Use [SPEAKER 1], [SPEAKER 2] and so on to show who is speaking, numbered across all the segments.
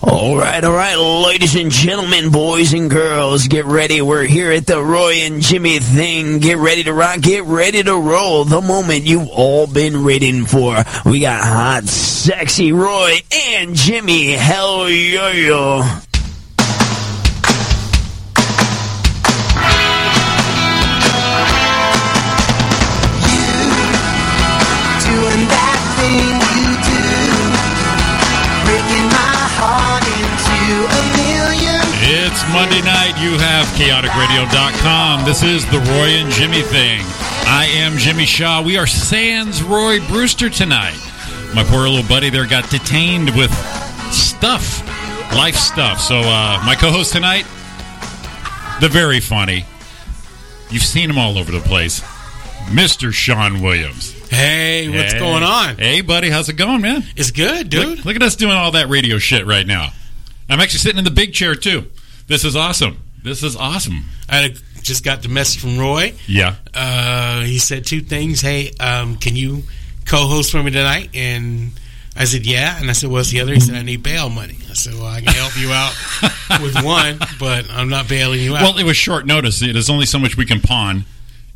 [SPEAKER 1] All right, all right, ladies and gentlemen, boys and girls, get ready. We're here at the Roy and Jimmy thing. Get ready to rock, get ready to roll. The moment you've all been waiting for. We got hot, sexy Roy and Jimmy. Hell yo yo.
[SPEAKER 2] Doing that thing you do, breaking my heart into a million.
[SPEAKER 3] It's Monday night. You have chaoticradio.com. This is the Roy and Jimmy thing. I am Jimmy Shaw. We are Sans Roy Brewster tonight. My poor little buddy there got detained with stuff, life stuff. So, uh, my co host tonight, the very funny. You've seen him all over the place, Mr. Sean Williams.
[SPEAKER 4] Hey, what's
[SPEAKER 3] Hey.
[SPEAKER 4] going on?
[SPEAKER 3] Hey, buddy. How's it going, man?
[SPEAKER 4] It's good, dude.
[SPEAKER 3] Look, look at us doing all that radio shit right now. I'm actually sitting in the big chair too. This is awesome. This is awesome.
[SPEAKER 4] I had a- just got the message from Roy.
[SPEAKER 3] Yeah.
[SPEAKER 4] Uh, he said two things. Hey, um, can you co-host for me tonight? And I said, yeah. And I said, what's the other? He said, I need bail money. I said, well, I can help you out with one, but I'm not bailing you out.
[SPEAKER 3] Well, it was short notice. There's only so much we can pawn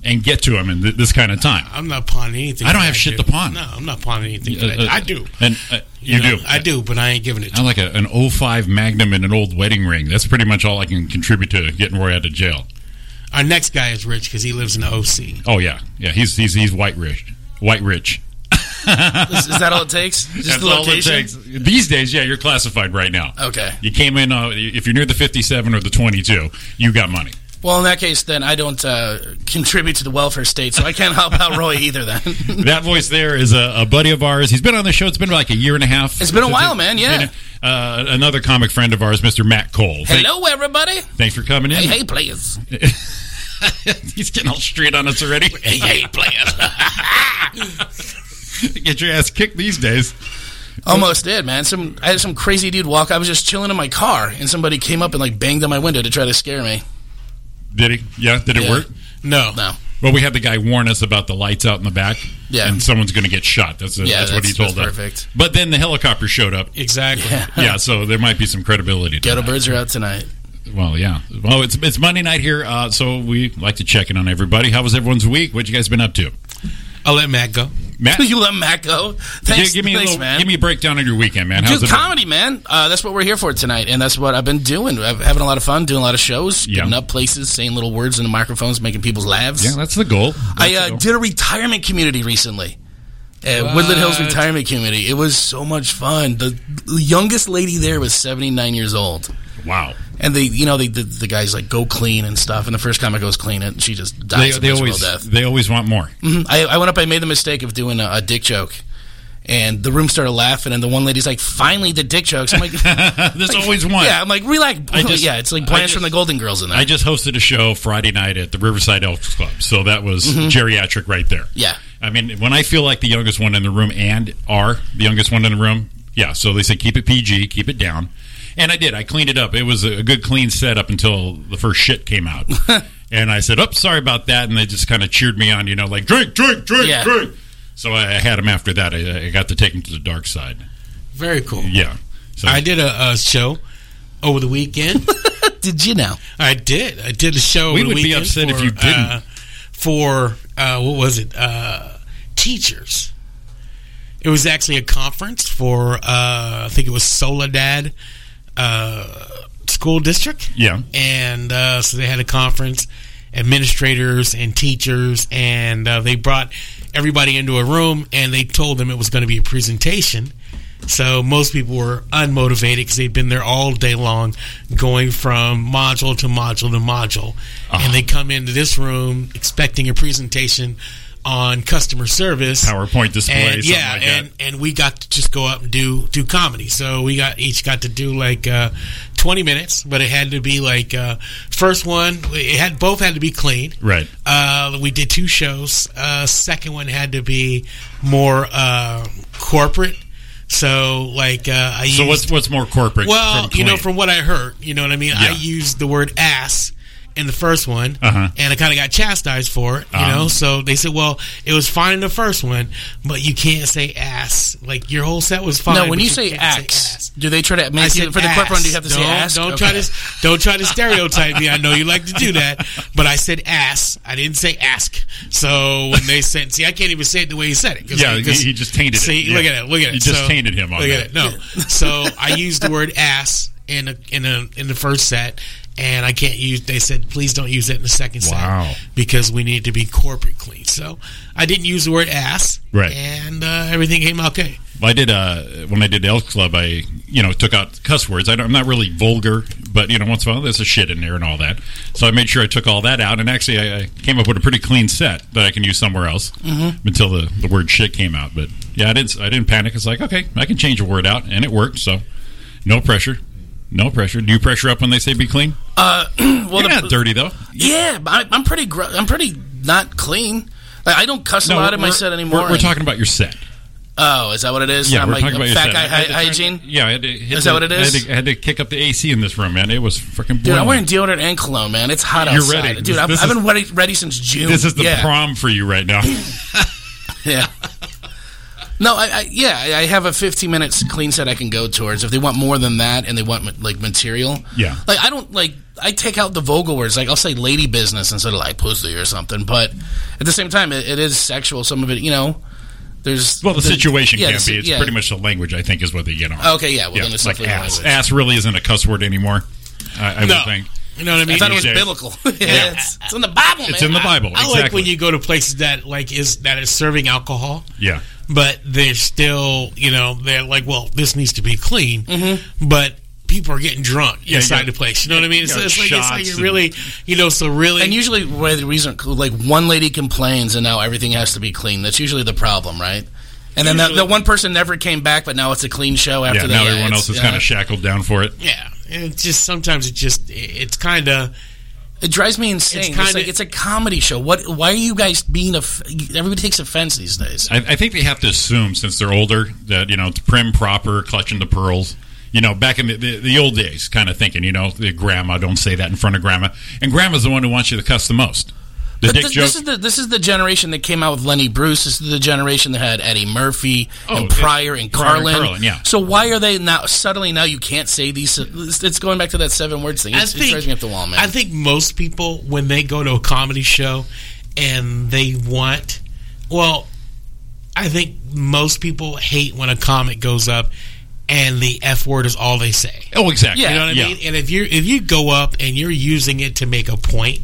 [SPEAKER 3] and get to him in th- this kind of time.
[SPEAKER 4] I'm not pawning anything.
[SPEAKER 3] I don't
[SPEAKER 4] that
[SPEAKER 3] have shit
[SPEAKER 4] do.
[SPEAKER 3] to pawn.
[SPEAKER 4] No, I'm not pawning anything. that
[SPEAKER 3] Uh, uh,
[SPEAKER 4] I do.
[SPEAKER 3] And uh, you,
[SPEAKER 4] know,
[SPEAKER 3] do.
[SPEAKER 4] I do, but I ain't giving it to
[SPEAKER 3] I'm like a, an 05 Magnum and an old wedding ring. That's pretty much all I can contribute to getting Roy out of jail.
[SPEAKER 4] Our next guy is rich because he lives in the OC.
[SPEAKER 3] Oh yeah, yeah. He's he's he's white rich. White rich.
[SPEAKER 5] Is, is that all it takes? Just
[SPEAKER 3] That's
[SPEAKER 5] the
[SPEAKER 3] all it
[SPEAKER 5] location?
[SPEAKER 3] takes. These days, yeah, you're classified right now.
[SPEAKER 5] Okay.
[SPEAKER 3] You came in uh, if you're near the 57 or the 22, you got money.
[SPEAKER 5] Well, in that case, then I don't uh, contribute to the welfare state, so I can't help out Roy either. Then
[SPEAKER 3] that voice there is a, a buddy of ours. He's been on the show. It's been like a year and a half.
[SPEAKER 5] It's been a
[SPEAKER 3] Since
[SPEAKER 5] while,
[SPEAKER 3] it-
[SPEAKER 5] man, yeah.
[SPEAKER 3] been a- uh, another comic friend of ours, Mr. Matt Cole. Thank-
[SPEAKER 5] hello, everybody.
[SPEAKER 3] Thanks for coming in.
[SPEAKER 5] Hey, hey, players.
[SPEAKER 3] He's getting all straight on us already.
[SPEAKER 5] Hey, hey, players.
[SPEAKER 3] Get your ass kicked these days.
[SPEAKER 5] Almost did, man. Some I had some crazy dude walk. I was just chilling in my car, and somebody came up and like banged on my window to try to scare me.
[SPEAKER 3] Did he? Yeah. Did it
[SPEAKER 5] Yeah.
[SPEAKER 3] work?
[SPEAKER 4] No.
[SPEAKER 5] No.
[SPEAKER 3] Well, we had the guy warn us about the lights out in the back.
[SPEAKER 5] Yeah.
[SPEAKER 3] And someone's going to get shot. That's, uh,
[SPEAKER 5] Yeah,
[SPEAKER 3] that's, what he
[SPEAKER 5] that's-
[SPEAKER 3] told
[SPEAKER 5] that's
[SPEAKER 3] us.
[SPEAKER 5] perfect.
[SPEAKER 3] But then the helicopter showed up.
[SPEAKER 4] Exactly.
[SPEAKER 3] Yeah, so there might be some credibility. To
[SPEAKER 5] Ghetto
[SPEAKER 3] that.
[SPEAKER 5] birds are out tonight.
[SPEAKER 3] Well, yeah. Well, it's it's Monday night here, uh, so we like to check in on everybody. How was everyone's week? What you guys been up to?
[SPEAKER 4] I'll let Matt go.
[SPEAKER 3] Matt,
[SPEAKER 5] you let Matt go. Thanks,
[SPEAKER 3] give, give me
[SPEAKER 5] thanks,
[SPEAKER 3] a little,
[SPEAKER 5] man.
[SPEAKER 3] give me a breakdown on your weekend, man. How's
[SPEAKER 5] Dude,
[SPEAKER 3] it been?
[SPEAKER 5] comedy, man. Uh, that's what we're here for tonight, and that's what I've been doing. I've having a lot of fun, doing a lot of shows,
[SPEAKER 3] Yeah.
[SPEAKER 5] getting up places, saying little words in the microphones, making people's laughs.
[SPEAKER 3] Yeah, that's the goal. That's
[SPEAKER 5] I
[SPEAKER 3] the
[SPEAKER 5] uh,
[SPEAKER 3] goal.
[SPEAKER 5] did a retirement community recently. At Woodland Hills
[SPEAKER 4] What?
[SPEAKER 5] Retirement Community. It was so much fun. The youngest lady there was 79 years old.
[SPEAKER 3] Wow,
[SPEAKER 5] And they, you know, they, the, the guy's like, go clean and stuff. And the first comic goes clean it, and she just
[SPEAKER 3] they,
[SPEAKER 5] dies
[SPEAKER 3] they
[SPEAKER 5] a miserable
[SPEAKER 3] always
[SPEAKER 5] death.
[SPEAKER 3] they always want more.
[SPEAKER 5] Mhm. I, I went up, I made the mistake of doing a, a dick joke. And the room started laughing, and the one lady's like, finally the dick jokes. I'm like,
[SPEAKER 3] There's always one.
[SPEAKER 5] Yeah, I'm like, relax.
[SPEAKER 3] I just-
[SPEAKER 5] yeah, it's like
[SPEAKER 3] I
[SPEAKER 5] Blanche
[SPEAKER 3] just-
[SPEAKER 5] from the Golden Girls in there.
[SPEAKER 3] I just hosted a show Friday night at the Riverside Elks Club, so that was geriatric right there.
[SPEAKER 5] Mm-hmm. Yeah.
[SPEAKER 3] I mean, when I feel like the youngest one in the room and are the youngest one in the room, yeah. So they said keep it PG, keep it down, and I did. I cleaned it up. It was a good clean setup until the first shit came out, and I said, "Oops, sorry about that," and they just kind of cheered me on, you know, like drink, drink, drink,
[SPEAKER 5] Yeah.
[SPEAKER 3] drink. So I I had him after that. I, I got to take him to the dark side.
[SPEAKER 4] Very cool.
[SPEAKER 3] Yeah. So
[SPEAKER 4] I did a, a show over the weekend.
[SPEAKER 5] Did you know?
[SPEAKER 4] I did. I did a show.
[SPEAKER 3] We
[SPEAKER 4] over the
[SPEAKER 3] would be
[SPEAKER 4] weekend
[SPEAKER 3] upset if
[SPEAKER 4] for,
[SPEAKER 3] you didn't.
[SPEAKER 4] uh, for uh, what was it? Uh, teachers. It was actually a conference for uh, I think it was Soledad uh, School District,
[SPEAKER 3] Yeah.
[SPEAKER 4] and uh, so they had a conference, administrators and teachers, and uh, they brought everybody into a room and they told them it was going to be a presentation. So most people were unmotivated because they'd been there all day long, going from module to module to module,
[SPEAKER 3] Uh-huh.
[SPEAKER 4] and they come into this room expecting a presentation on customer service,
[SPEAKER 3] PowerPoint display,
[SPEAKER 4] and,
[SPEAKER 3] something
[SPEAKER 4] yeah,
[SPEAKER 3] like
[SPEAKER 4] and
[SPEAKER 3] that.
[SPEAKER 4] and we got to just go up and do do comedy. So we got each got to do like uh, twenty minutes, but it had to be like uh, first one. It had both had to be clean,
[SPEAKER 3] Right.
[SPEAKER 4] uh, we did two shows. Uh, second one had to be more uh, corporate. So like uh, I
[SPEAKER 3] So
[SPEAKER 4] used,
[SPEAKER 3] what's what's more corporate?
[SPEAKER 4] well,
[SPEAKER 3] from
[SPEAKER 4] you know,
[SPEAKER 3] clean?
[SPEAKER 4] from what I heard, you know what I mean. I
[SPEAKER 3] Yeah.
[SPEAKER 4] used the word ass in the first one,
[SPEAKER 3] Uh-huh.
[SPEAKER 4] and I kind of got chastised for it, you know. So they said, "Well, it was fine in the first one, but you can't say ass. Like your whole set was fine."
[SPEAKER 5] No, when
[SPEAKER 4] but
[SPEAKER 5] you say
[SPEAKER 4] can't
[SPEAKER 5] axe, do they try to make
[SPEAKER 4] I
[SPEAKER 5] you,
[SPEAKER 4] said
[SPEAKER 5] for the clip run? Do you have to
[SPEAKER 4] don't,
[SPEAKER 5] say axe?
[SPEAKER 4] Don't try to don't try to stereotype me. I know you like to do that, but I said ass. I didn't say ask. So when they said, see, I can't even say it the way he said it. 'cause-
[SPEAKER 3] Yeah,
[SPEAKER 4] because-
[SPEAKER 3] he- he just tainted it.
[SPEAKER 4] See, look
[SPEAKER 3] Yeah.
[SPEAKER 4] at it. Look at it.
[SPEAKER 3] You just
[SPEAKER 4] So-
[SPEAKER 3] tainted him on
[SPEAKER 4] look
[SPEAKER 3] that.
[SPEAKER 4] At it. No, so I used the word ass in a, in a, in the first set. And I can't use. They said, please don't use that in the second
[SPEAKER 3] Wow.
[SPEAKER 4] set because we need to be corporate clean. So I didn't use the word ass,
[SPEAKER 3] Right.
[SPEAKER 4] And uh, everything came out okay.
[SPEAKER 3] I did uh, when I did Elk Club. I you know took out cuss words. I don't, I'm not really vulgar, but you know once in a while there's a shit in there and all that. So I made sure I took all that out, and actually I, I came up with a pretty clean set that I can use somewhere else
[SPEAKER 5] Mm-hmm.
[SPEAKER 3] until the, the word shit came out. But yeah, I didn't I didn't panic. It's like okay, I can change a word out, and it worked. So no pressure, no pressure. Do you pressure up when they say be clean?
[SPEAKER 5] Uh, well,
[SPEAKER 3] You're
[SPEAKER 5] the-
[SPEAKER 3] not dirty though.
[SPEAKER 5] yeah, but I, I'm pretty. Gr- I'm pretty not clean. Like, I don't cuss a lot in my
[SPEAKER 3] we're-
[SPEAKER 5] set anymore.
[SPEAKER 3] We're, we're talking about your set.
[SPEAKER 5] Oh, is that what it is?
[SPEAKER 3] Yeah,
[SPEAKER 5] I'm
[SPEAKER 3] we're
[SPEAKER 5] like
[SPEAKER 3] talking about
[SPEAKER 5] a
[SPEAKER 3] your
[SPEAKER 5] fat
[SPEAKER 3] set.
[SPEAKER 5] guy
[SPEAKER 3] I had
[SPEAKER 5] hy-
[SPEAKER 3] to turn-
[SPEAKER 5] hygiene.
[SPEAKER 3] Yeah, I had to hit
[SPEAKER 5] Is that
[SPEAKER 3] the-
[SPEAKER 5] what it is?
[SPEAKER 3] I had, to, I had to kick up the AC in this room, man. It was freaking.
[SPEAKER 5] Dude, I'm
[SPEAKER 3] boiling.
[SPEAKER 5] wearing deodorant and cologne, man. It's hot
[SPEAKER 3] You're
[SPEAKER 5] outside,
[SPEAKER 3] ready.
[SPEAKER 5] dude. I've,
[SPEAKER 3] This
[SPEAKER 5] I've
[SPEAKER 3] is-
[SPEAKER 5] been ready, ready since June.
[SPEAKER 3] This is the
[SPEAKER 5] yeah.
[SPEAKER 3] prom for you right now.
[SPEAKER 5] Yeah. No, I, I yeah, I I have a 15 minutes clean set I can go towards. If they want more than that and they want ma- like material,
[SPEAKER 3] Yeah.
[SPEAKER 5] like I don't like I take out the vulgar words. Like I'll say lady business instead of like pussy or something. But at the same time, it, it is sexual. Some of it, you know, there's
[SPEAKER 3] Well, the situation
[SPEAKER 5] yeah,
[SPEAKER 3] can't
[SPEAKER 5] the-
[SPEAKER 3] be. It's
[SPEAKER 5] yeah.
[SPEAKER 3] pretty much the language. I think is what they get on.
[SPEAKER 5] okay. Yeah, well
[SPEAKER 3] yeah,
[SPEAKER 5] then it's
[SPEAKER 3] like
[SPEAKER 5] definitely
[SPEAKER 3] ass.
[SPEAKER 5] language.
[SPEAKER 3] Ass really isn't a cuss word anymore. I, I
[SPEAKER 4] No,
[SPEAKER 3] would think
[SPEAKER 4] you know what I mean.
[SPEAKER 5] I thought it was
[SPEAKER 3] Yeah.
[SPEAKER 5] biblical. yeah, it's, it's in the Bible.
[SPEAKER 3] it's
[SPEAKER 5] man.
[SPEAKER 3] in the Bible.
[SPEAKER 4] I
[SPEAKER 3] exactly.
[SPEAKER 4] like when you go to places that like is that is serving alcohol,
[SPEAKER 3] Yeah.
[SPEAKER 4] but they're still you know they're like, well, this needs to be clean,
[SPEAKER 5] Mm-hmm.
[SPEAKER 4] but people are getting drunk inside
[SPEAKER 3] yeah.
[SPEAKER 4] the place. You know what I mean? It's,
[SPEAKER 3] Yeah,
[SPEAKER 4] it's like it's like
[SPEAKER 3] shots
[SPEAKER 4] you
[SPEAKER 3] and-
[SPEAKER 4] really you know so really
[SPEAKER 5] And usually, where the reason, like one lady complains, and now everything has to be clean. That's usually the problem, right? And then that, that one person never came back, but now it's a clean show after
[SPEAKER 3] Yeah.
[SPEAKER 5] that.
[SPEAKER 3] Now everyone else is kind of
[SPEAKER 5] shit.
[SPEAKER 3] shackled down for it.
[SPEAKER 4] yeah. And it's just sometimes it just it- it's kind of
[SPEAKER 5] It drives me insane. It's,
[SPEAKER 4] kinda-
[SPEAKER 5] like it's a comedy show. What? Why are you guys being? Off- everybody takes offense these days.
[SPEAKER 3] I, I think they have to assume since they're older that you know it's prim, proper, clutching the pearls. You know, back in the, the, the old days, kind of thinking, you know, the grandma don't say that in front of grandma, and grandma's the one who wants you to cuss the most. The
[SPEAKER 5] But
[SPEAKER 3] dick
[SPEAKER 5] this,
[SPEAKER 3] joke.
[SPEAKER 5] this is the this is the generation that came out with Lenny Bruce. This is the generation that had Eddie Murphy
[SPEAKER 3] Oh,
[SPEAKER 5] and Pryor
[SPEAKER 3] yeah.
[SPEAKER 5] and
[SPEAKER 3] Pryor and
[SPEAKER 5] Carlin.
[SPEAKER 3] Carlin, yeah.
[SPEAKER 5] So why are they now suddenly now you can't say these? It's, it's going back to that seven words thing.
[SPEAKER 4] I
[SPEAKER 5] It's, it drives me up the wall, man.
[SPEAKER 4] I think most people when they go to a comedy show and they want well, I think most people hate when a comic goes up and the F word is all they say.
[SPEAKER 3] oh, exactly.
[SPEAKER 5] Yeah.
[SPEAKER 4] You know what I
[SPEAKER 3] Yeah.
[SPEAKER 4] mean? And if you if you go up and you're using it to make a point,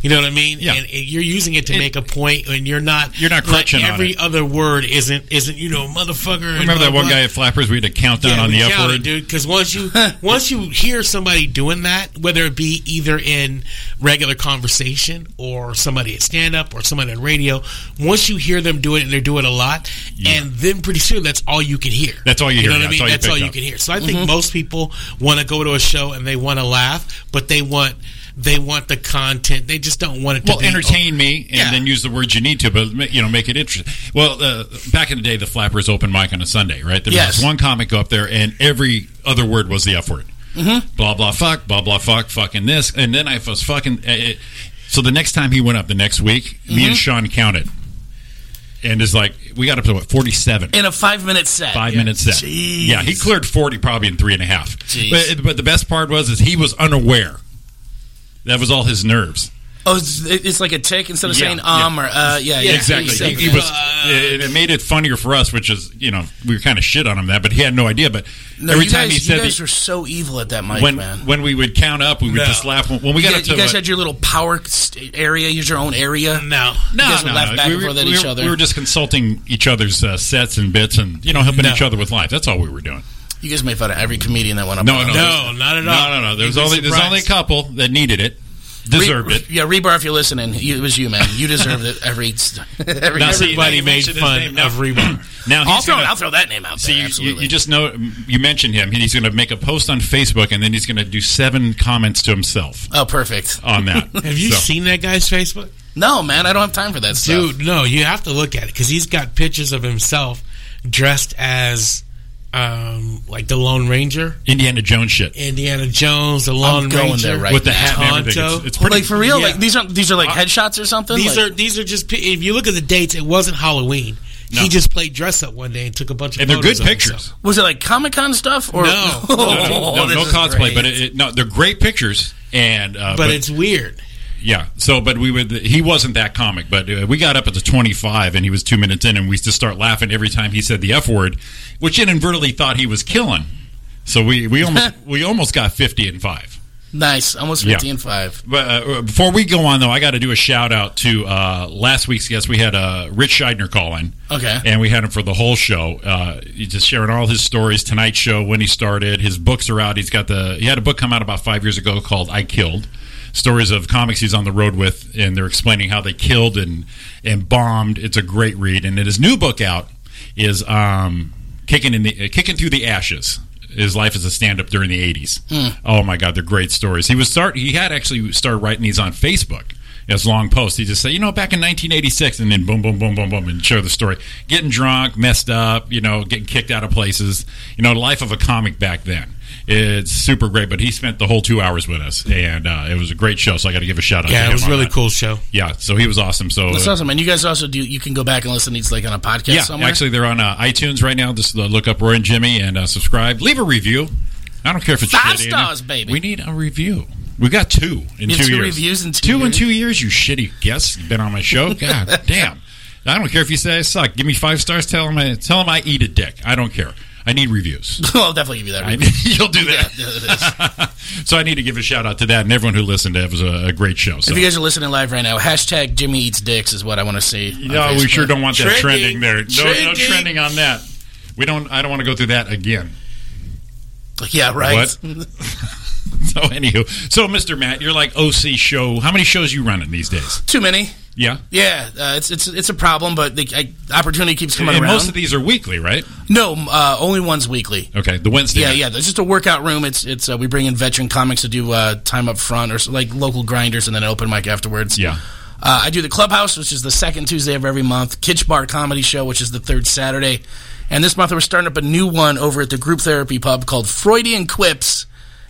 [SPEAKER 4] you know what I mean?
[SPEAKER 3] Yeah.
[SPEAKER 4] And, and you're using it to make a point, and you're not
[SPEAKER 3] You're not crutching on
[SPEAKER 4] like every
[SPEAKER 3] it.
[SPEAKER 4] other word isn't isn't you know motherfucker.
[SPEAKER 3] Remember that one guy at Flappers? We had a countdown on the F word.
[SPEAKER 4] dude. Because once you once you hear somebody doing that, whether it be either in regular conversation or somebody at stand up or someone on radio, once you hear them do it and they're doing it a lot, and then pretty soon that's all you can hear.
[SPEAKER 3] That's all you hear,
[SPEAKER 4] know what
[SPEAKER 3] yeah,
[SPEAKER 4] I mean? That's all you,
[SPEAKER 3] pick Mm-hmm.
[SPEAKER 4] can hear. So I think most people want to go to a show and they want to laugh, but they want they want the content. They just don't want it to
[SPEAKER 3] Well,
[SPEAKER 4] be
[SPEAKER 3] entertain me and
[SPEAKER 4] Yeah.
[SPEAKER 3] then use the words you need to, but ma- you know, make it interesting. Well, uh, back in the day, the Flappers open mic on a Sunday, right? There
[SPEAKER 5] Yes.
[SPEAKER 3] was one comic go up there, and every other word was the F word. Mm-hmm. Blah blah fuck, blah blah fuck, fucking this, and then I was fucking. Uh, it, so the next time he went up, the next week, me and Sean counted, and is like we got up to what forty seven
[SPEAKER 5] in a five minute set.
[SPEAKER 3] five minutes set.
[SPEAKER 5] Jeez.
[SPEAKER 3] Yeah, he cleared forty probably in three and a half.
[SPEAKER 5] Jeez.
[SPEAKER 3] But, but the best part was is he was unaware. That was all his nerves.
[SPEAKER 5] Oh, it's, it's like a tick instead of
[SPEAKER 3] Yeah,
[SPEAKER 5] saying um or uh. Yeah, yeah
[SPEAKER 3] exactly.
[SPEAKER 5] yeah,
[SPEAKER 3] He, he was. It, it made it funnier for us, which is you know we were kind of shit on him that, but he had no idea. But
[SPEAKER 5] No,
[SPEAKER 3] every
[SPEAKER 5] you
[SPEAKER 3] time
[SPEAKER 5] guys,
[SPEAKER 3] he said
[SPEAKER 5] you guys
[SPEAKER 3] the-
[SPEAKER 5] were so evil at that mic,
[SPEAKER 3] when
[SPEAKER 5] man.
[SPEAKER 3] when we would count up, we would
[SPEAKER 4] No.
[SPEAKER 3] just laugh. When, when we got
[SPEAKER 5] you,
[SPEAKER 3] up
[SPEAKER 5] guys-
[SPEAKER 3] to
[SPEAKER 5] you guys
[SPEAKER 3] what-
[SPEAKER 5] had your little power st- area. Use your own area.
[SPEAKER 4] oh, no,
[SPEAKER 5] you guys would laugh back
[SPEAKER 3] we
[SPEAKER 5] and
[SPEAKER 3] were-
[SPEAKER 5] forth at
[SPEAKER 3] we
[SPEAKER 5] each
[SPEAKER 3] were-
[SPEAKER 5] other.
[SPEAKER 3] We were just consulting each other's uh, sets and bits, and you know helping
[SPEAKER 4] No.
[SPEAKER 3] each other with life. That's all we were doing.
[SPEAKER 5] You guys made fun of every comedian that went up.
[SPEAKER 3] No,
[SPEAKER 5] on
[SPEAKER 3] no,
[SPEAKER 5] it.
[SPEAKER 4] no, not at all.
[SPEAKER 3] No, no, no. There was
[SPEAKER 4] You'd be
[SPEAKER 3] only there's only a
[SPEAKER 4] surprised.
[SPEAKER 3] couple that needed it,
[SPEAKER 5] Re-
[SPEAKER 3] deserved it.
[SPEAKER 5] Yeah, rebar. If you're listening, you, it was you, man. You deserved it. Every, st- every
[SPEAKER 3] Now, see, now
[SPEAKER 4] Everybody
[SPEAKER 3] you
[SPEAKER 4] made
[SPEAKER 3] mentioned his name.
[SPEAKER 4] fun
[SPEAKER 3] Now-
[SPEAKER 4] of Rebar.
[SPEAKER 3] Now
[SPEAKER 5] I'll
[SPEAKER 3] he's
[SPEAKER 5] throw,
[SPEAKER 3] gonna-
[SPEAKER 5] I'll throw that name out
[SPEAKER 3] See,
[SPEAKER 5] there.
[SPEAKER 3] you- you,
[SPEAKER 5] absolutely.
[SPEAKER 3] you just know you mentioned him, and he's going to make a post on Facebook, and then he's going to do seven comments to himself
[SPEAKER 5] oh, perfect.
[SPEAKER 3] on that.
[SPEAKER 4] Have you
[SPEAKER 3] So-
[SPEAKER 4] seen that guy's Facebook?
[SPEAKER 5] No, man, I don't have time for that stuff.
[SPEAKER 4] Dude, no, you have to look at it because he's got pictures of himself dressed as um, like the Lone Ranger,
[SPEAKER 3] Indiana Jones shit.
[SPEAKER 4] Indiana Jones, the Lone
[SPEAKER 5] going
[SPEAKER 4] Ranger
[SPEAKER 5] there right
[SPEAKER 3] With the hat and everything. It's,
[SPEAKER 4] Tonto.
[SPEAKER 3] it's pretty. Uh,
[SPEAKER 5] like for real,
[SPEAKER 4] yeah.
[SPEAKER 5] like these aren't these are like headshots or something.
[SPEAKER 4] These are
[SPEAKER 5] Like,
[SPEAKER 4] these are just. pi- If you look at the dates, it wasn't Halloween.
[SPEAKER 3] No.
[SPEAKER 4] He just played dress up one day and took a bunch of.
[SPEAKER 3] and they're good
[SPEAKER 4] photos of
[SPEAKER 3] pictures.
[SPEAKER 4] himself.
[SPEAKER 5] was it like Comic Con stuff or
[SPEAKER 4] No.
[SPEAKER 5] Oh,
[SPEAKER 3] No, no, no,
[SPEAKER 5] this
[SPEAKER 3] no
[SPEAKER 5] is
[SPEAKER 3] cosplay,
[SPEAKER 5] great.
[SPEAKER 3] but it, it, no, they're great pictures. And uh,
[SPEAKER 4] but it's weird.
[SPEAKER 3] Yeah. So, but we would. He wasn't that comic, but uh, we got up at the twenty-five, and he was two minutes in, and we just start laughing every time he said the F word, which inadvertently thought he was killing. So we we almost we almost got fifty and five.
[SPEAKER 5] nice, almost
[SPEAKER 3] Yeah.
[SPEAKER 5] fifty and five.
[SPEAKER 3] But uh, before we go on, though, I got to do a shout out to uh, last week's guest. We had uh, Rich Scheidner call in.
[SPEAKER 5] Okay.
[SPEAKER 3] And we had him for the whole show. Uh, he's just sharing all his stories, tonight's show, when he started. His books are out. He's got the he had a book come out about five years ago called I Killed. Stories of comics he's on the road with, and they're explaining how they killed and and bombed. It's a great read. And then his new book out is um, kicking in the uh, kicking through the ashes. His life as a stand up during the eighties.
[SPEAKER 4] Hmm.
[SPEAKER 3] Oh my god, they're great stories. He was start he had actually started writing these on Facebook as long posts. He just say, you know, back in 1986, and then boom, boom, boom, boom, boom, and share the story. Getting drunk, messed up, you know, getting kicked out of places. You know, life of a comic back then. It's super great, but he spent the whole two hours with us, and uh, it was a great show. So I got to give a shout out. to
[SPEAKER 4] Yeah,
[SPEAKER 3] him
[SPEAKER 4] it was
[SPEAKER 3] on
[SPEAKER 4] really
[SPEAKER 3] that.
[SPEAKER 4] cool show.
[SPEAKER 3] Yeah, so he was awesome. So
[SPEAKER 5] That's
[SPEAKER 3] uh,
[SPEAKER 5] awesome, and you guys also do. You can go back and listen to these like on a podcast
[SPEAKER 3] yeah,
[SPEAKER 5] somewhere.
[SPEAKER 3] actually, they're on uh, iTunes right now. Just uh, look up Roy and Jimmy and uh, subscribe. Leave a review. I don't care if it's
[SPEAKER 5] Five
[SPEAKER 3] shitty.
[SPEAKER 5] stars, baby.
[SPEAKER 3] We need a review. We got two in two,
[SPEAKER 5] You have two
[SPEAKER 3] years.
[SPEAKER 5] reviews in two
[SPEAKER 3] in
[SPEAKER 5] years?
[SPEAKER 3] two years. You shitty guests. You've been on my show. God damn. I don't care if you say I suck. Give me five stars. Tell them I tell them I eat a dick. I don't care. I need reviews.
[SPEAKER 5] I'll definitely give you that.
[SPEAKER 3] I,
[SPEAKER 5] review.
[SPEAKER 3] you'll do that.
[SPEAKER 5] Yeah, it is.
[SPEAKER 3] so I need to give a shout out to that and everyone who listened. to It It was a, a great show. So.
[SPEAKER 5] If you guys are listening live right now, hashtag Jimmy eats dicks is what I want to see. on
[SPEAKER 3] No, we
[SPEAKER 5] Facebook.
[SPEAKER 3] sure don't want that trending
[SPEAKER 4] Trending.
[SPEAKER 3] there. No, no
[SPEAKER 4] Trending.
[SPEAKER 3] trending on that. We don't. I don't want to go through that again.
[SPEAKER 5] Yeah, right.
[SPEAKER 3] So, anywho, so Mr. Matt, you're like OC show. How many shows you running these days?
[SPEAKER 5] Too many.
[SPEAKER 3] Yeah,
[SPEAKER 5] Yeah, uh, it's it's it's a problem, but the I, opportunity keeps coming
[SPEAKER 3] and
[SPEAKER 5] around.
[SPEAKER 3] most of these are weekly, right?
[SPEAKER 5] no, uh, only one's weekly.
[SPEAKER 3] Okay, the Wednesday.
[SPEAKER 5] Yeah,
[SPEAKER 3] night.
[SPEAKER 5] yeah. It's just a workout room. It's it's uh, we bring in veteran comics to do uh, time up front or s- like local grinders and then an open mic afterwards.
[SPEAKER 3] Yeah.
[SPEAKER 5] Uh, I do the clubhouse, which is the second Tuesday of every month. Kitch Bar Comedy Show, which is the third Saturday, and this month we're starting up a new one over at the Group Therapy Pub called Freudian Quips,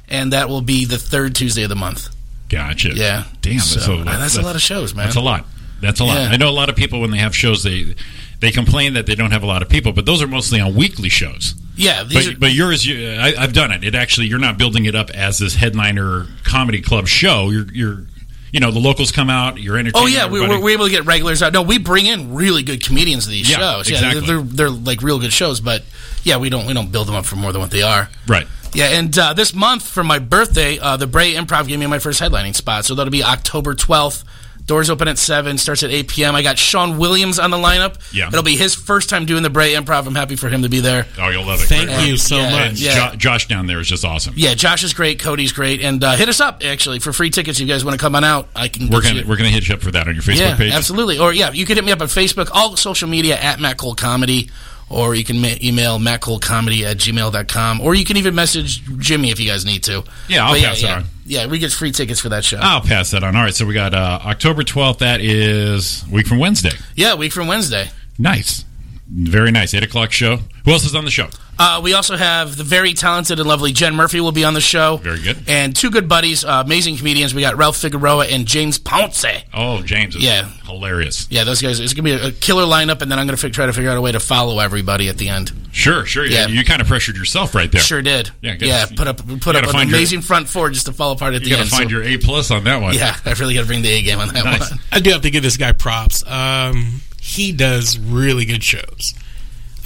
[SPEAKER 5] and that will be the third Tuesday of the month.
[SPEAKER 3] Gotcha.
[SPEAKER 5] Yeah.
[SPEAKER 3] damn. That's,
[SPEAKER 5] So,
[SPEAKER 3] so-
[SPEAKER 5] uh, that's a lot of shows, man.
[SPEAKER 3] That's a lot. That's a lot.
[SPEAKER 5] Yeah.
[SPEAKER 3] I know a lot of people when they have shows, they they complain that they don't have a lot of people, but those are mostly on weekly shows.
[SPEAKER 5] Yeah,
[SPEAKER 3] But,
[SPEAKER 5] these are,
[SPEAKER 3] but yours, you, I, I've done it. It actually, you're not building it up as this headliner comedy club show. You're, you're you know, the locals come out. You're entertaining.
[SPEAKER 5] Oh yeah, we,
[SPEAKER 3] everybody.
[SPEAKER 5] we're, we're able to get regulars out. No, we bring in really good comedians to these
[SPEAKER 3] Yeah,
[SPEAKER 5] shows. Yeah,
[SPEAKER 3] exactly.
[SPEAKER 5] they're, they're like real good shows, but yeah, we don't we don't build them up for more than what they are.
[SPEAKER 3] right.
[SPEAKER 5] Yeah, and uh, this month for my birthday, uh, the Bray Improv gave me my first headlining spot, so that'll be October twelfth. Doors open at seven, starts at eight p.m. I got Sean Williams on the lineup.
[SPEAKER 3] Yeah.
[SPEAKER 5] it'll be his first time doing the Bray Improv. I'm happy for him to be there.
[SPEAKER 3] Oh, you'll love it.
[SPEAKER 4] Thank
[SPEAKER 3] Great.
[SPEAKER 4] you so
[SPEAKER 5] Yeah,
[SPEAKER 4] much.
[SPEAKER 5] yeah.
[SPEAKER 3] Jo- Josh down there is just awesome.
[SPEAKER 5] Yeah, Josh is great, Cody's great, and uh, hit us up actually for free tickets. If you guys want to come on out, I can.
[SPEAKER 3] We're
[SPEAKER 5] get
[SPEAKER 3] gonna
[SPEAKER 5] you-
[SPEAKER 3] we're gonna hit you up for that on your Facebook
[SPEAKER 5] Yeah,
[SPEAKER 3] page.
[SPEAKER 5] absolutely. Or yeah, you can hit me up on Facebook, all social media at Matt Cole Comedy, or you can ma- email mattcolecomedy at gmail.com, or you can even message Jimmy if you guys need to.
[SPEAKER 3] Yeah, I'll
[SPEAKER 5] But
[SPEAKER 3] pass it
[SPEAKER 5] yeah,
[SPEAKER 3] on. Uh,
[SPEAKER 5] Yeah, we get free tickets for that show.
[SPEAKER 3] I'll pass that on. All right, so we got uh, October twelfth. That is a week from Wednesday.
[SPEAKER 5] yeah, week from Wednesday.
[SPEAKER 3] Nice, very nice. Eight o'clock show. Who else is on the show?
[SPEAKER 5] Uh, we also have the very talented and lovely Jen Murphy will be on the show.
[SPEAKER 3] Very good.
[SPEAKER 5] And two good buddies, uh, amazing comedians. We got Ralph Figueroa and James Ponce.
[SPEAKER 3] Oh, James is
[SPEAKER 5] Yeah.
[SPEAKER 3] hilarious.
[SPEAKER 5] Yeah, those guys. It's gonna be a a killer lineup, and then I'm gonna fi- try to figure out a way to follow everybody at the end.
[SPEAKER 3] Sure, sure. Yeah,
[SPEAKER 5] Yeah.
[SPEAKER 3] you kind of pressured yourself right there.
[SPEAKER 5] Sure did.
[SPEAKER 3] Yeah, good.
[SPEAKER 5] yeah. Put up,
[SPEAKER 3] You
[SPEAKER 5] put
[SPEAKER 3] gotta
[SPEAKER 5] up an
[SPEAKER 3] find your-
[SPEAKER 5] amazing front four just to fall apart at
[SPEAKER 3] You
[SPEAKER 5] the
[SPEAKER 3] got
[SPEAKER 5] end.
[SPEAKER 3] to find
[SPEAKER 5] so-
[SPEAKER 3] your A plus on that one.
[SPEAKER 5] yeah, I really got to bring the A game on that
[SPEAKER 3] Nice.
[SPEAKER 5] one.
[SPEAKER 4] I do have to give this guy props. Um, he does really good shows.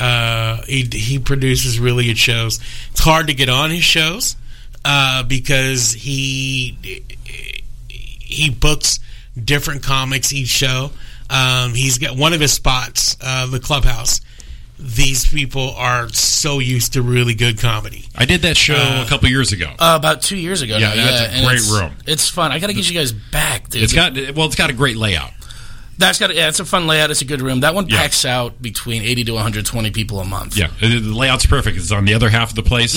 [SPEAKER 4] Uh, he he produces really good shows. It's hard to get on his shows uh, because he he books different comics each show. Um, he's got one of his spots, uh, the clubhouse. These people are so used to really good comedy.
[SPEAKER 3] I did that show a couple years ago.
[SPEAKER 5] Uh, about two years ago.
[SPEAKER 3] Yeah,
[SPEAKER 5] now,
[SPEAKER 3] that's a
[SPEAKER 5] and
[SPEAKER 3] great
[SPEAKER 5] it's-
[SPEAKER 3] room.
[SPEAKER 5] It's fun. I got to get you guys back, dude.
[SPEAKER 3] it's got well, it's got a great layout.
[SPEAKER 5] that's got yeah, it's a fun layout. It's a good room. That one
[SPEAKER 3] Yeah.
[SPEAKER 5] packs out between eighty to one hundred twenty people a month.
[SPEAKER 3] Yeah, Uh, the the layout's perfect. It's on the other half of the place,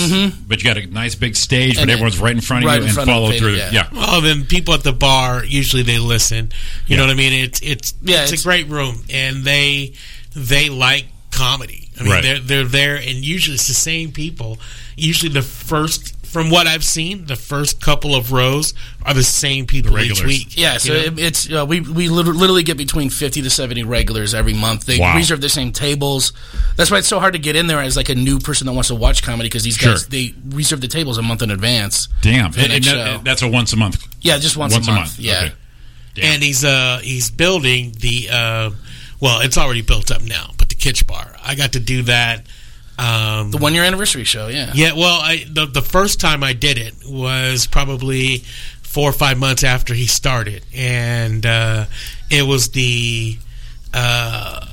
[SPEAKER 3] but you got a nice big stage, but
[SPEAKER 5] Mm-hmm. And-
[SPEAKER 3] everyone's right in front of
[SPEAKER 5] right
[SPEAKER 3] you
[SPEAKER 5] in
[SPEAKER 3] and
[SPEAKER 5] front of
[SPEAKER 3] follow
[SPEAKER 5] the
[SPEAKER 3] through.
[SPEAKER 5] thing,
[SPEAKER 3] yeah,
[SPEAKER 5] yeah.
[SPEAKER 4] Well, then people at the bar usually they listen. You know what I mean? It's it's
[SPEAKER 5] Yeah,
[SPEAKER 4] it's,
[SPEAKER 5] it's-
[SPEAKER 4] a great room, and they they like comedy. I mean,
[SPEAKER 3] Right.
[SPEAKER 4] they're they're there, and usually it's the same people. Usually, the first from what I've seen, the first couple of rows are the same people each
[SPEAKER 3] regulars.
[SPEAKER 4] week.
[SPEAKER 5] Yeah, so
[SPEAKER 4] You know?
[SPEAKER 5] it, it's uh, we we lit- literally get between fifty to seventy regulars every month. They
[SPEAKER 3] Wow.
[SPEAKER 5] reserve the same tables. That's why it's so hard to get in there as like a new person that wants to watch comedy because these guys
[SPEAKER 3] Sure.
[SPEAKER 5] they reserve the tables a month in advance.
[SPEAKER 3] Damn,
[SPEAKER 5] For the
[SPEAKER 3] And- and
[SPEAKER 5] next
[SPEAKER 3] that-
[SPEAKER 5] show.
[SPEAKER 3] that's a once a month.
[SPEAKER 5] Yeah, just once, a, month. Yeah,
[SPEAKER 3] Okay. Yeah.
[SPEAKER 4] and he's uh he's building the uh, well, it's already built up now, but the Kitch Bar. I got to do that. Um,
[SPEAKER 5] the one year anniversary show. Yeah,
[SPEAKER 4] Yeah, well, I, the the first time I did it was probably four or five months after he started, and uh, it was the uh,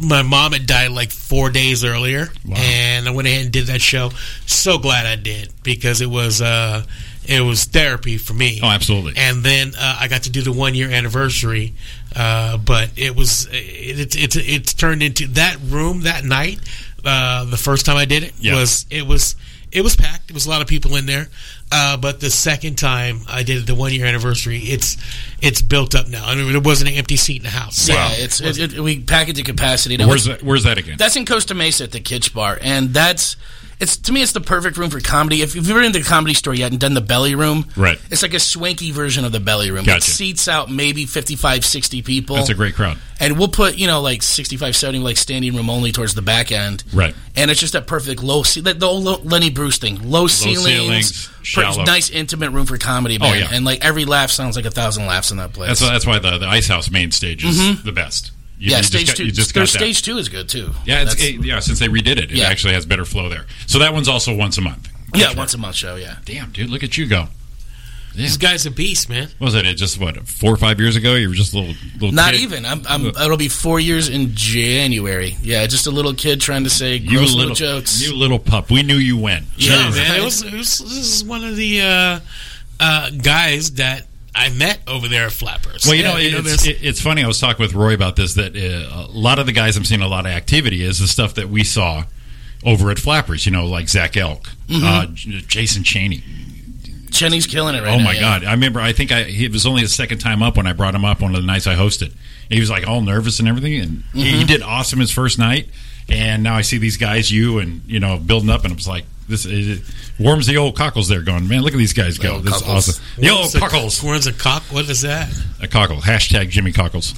[SPEAKER 4] my mom had died like four days earlier, and I went ahead and did that show. So glad I did because it was uh, it was therapy for me.
[SPEAKER 3] Oh, absolutely.
[SPEAKER 4] And then uh, I got to do the one year anniversary, uh, but it was it, it's it's it's turned into that room that night. Uh, the first time I did it
[SPEAKER 3] Yeah.
[SPEAKER 4] was it was it was packed. It was a lot of people in there. Uh, but the second time I did it, the one year anniversary, it's it's built up now. I mean, there wasn't an empty seat in the house.
[SPEAKER 5] yeah.
[SPEAKER 3] Wow.
[SPEAKER 5] It's it, it, we package it capacity. That
[SPEAKER 3] Where's
[SPEAKER 5] was-
[SPEAKER 3] that? Where's that again?
[SPEAKER 5] That's in Costa Mesa at the Kitsch Bar, and that's it's to me it's the perfect room for comedy. If, if you've ever been to the comedy store yet and done the belly room,
[SPEAKER 3] Right.
[SPEAKER 5] It's like a swanky version of the belly room. It
[SPEAKER 3] Gotcha.
[SPEAKER 5] seats out maybe 55, 60 people.
[SPEAKER 3] That's a great crowd.
[SPEAKER 5] and we'll put you know like 65 70 like standing room only towards the back end
[SPEAKER 3] Right.
[SPEAKER 5] and it's just that perfect low ce- like the old Lo- lenny bruce thing low, ceilings,
[SPEAKER 3] ceilings,
[SPEAKER 5] per-
[SPEAKER 3] shallow. Oh,
[SPEAKER 5] nice intimate room for comedy man.
[SPEAKER 3] yeah.
[SPEAKER 5] and like every laugh sounds like a thousand laughs in that
[SPEAKER 3] That's
[SPEAKER 5] place
[SPEAKER 3] that's why the, the Ice House main stage is the best. You,
[SPEAKER 5] Mm-hmm. yeah
[SPEAKER 3] you
[SPEAKER 5] stage
[SPEAKER 3] just got-
[SPEAKER 5] two
[SPEAKER 3] you just
[SPEAKER 5] their
[SPEAKER 3] got that.
[SPEAKER 5] stage two is good too
[SPEAKER 3] Yeah, it's,
[SPEAKER 5] That's-
[SPEAKER 3] it- yeah. Since they redid it, it
[SPEAKER 5] Yeah.
[SPEAKER 3] actually has better flow there. So that one's also once a month.
[SPEAKER 5] yeah once a month show yeah
[SPEAKER 3] Damn, dude, look at you go.
[SPEAKER 4] This guy's a beast, man.
[SPEAKER 3] What was it? It just what four or five years ago? You were just a little little.
[SPEAKER 5] not
[SPEAKER 3] kid.
[SPEAKER 5] even I'm, I'm it'll be four years in january yeah just a little kid trying to say
[SPEAKER 3] You
[SPEAKER 5] gross
[SPEAKER 3] little
[SPEAKER 5] little jokes
[SPEAKER 3] You little pup. We knew you when.
[SPEAKER 5] Yeah,
[SPEAKER 4] Yeah, man.
[SPEAKER 5] right.
[SPEAKER 4] It was, it was this is one of the uh, uh, guys that I met over there at Flappers.
[SPEAKER 3] Well, you
[SPEAKER 4] Yeah,
[SPEAKER 3] know,
[SPEAKER 4] there's-
[SPEAKER 3] it's, it, it's funny. I was talking with Roy about this. That uh, a lot of the guys I'm seeing a lot of activity is the stuff that we saw over at Flappers. You know, like Zach Elk,
[SPEAKER 5] Mm-hmm.
[SPEAKER 3] uh, J- Jason Cheney.
[SPEAKER 5] Cheney's killing it right
[SPEAKER 3] oh
[SPEAKER 5] now,
[SPEAKER 3] my
[SPEAKER 5] yeah.
[SPEAKER 3] God! I remember. I think I, it was only his second time up when I brought him up one of the nights I hosted. And he was like all nervous and everything, and he,
[SPEAKER 5] Mm-hmm.
[SPEAKER 3] he did awesome his first night. And now I see these guys, you and you know, building up, and I was like, this is, it warms the old cockles. There, going, man, look at these guys go.
[SPEAKER 5] old
[SPEAKER 3] This is
[SPEAKER 5] cockles.
[SPEAKER 3] awesome. The old
[SPEAKER 4] What's a-
[SPEAKER 3] cockles,
[SPEAKER 4] Where's a cock? What is that?
[SPEAKER 3] a cockle. Hashtag Jimmy Cockles.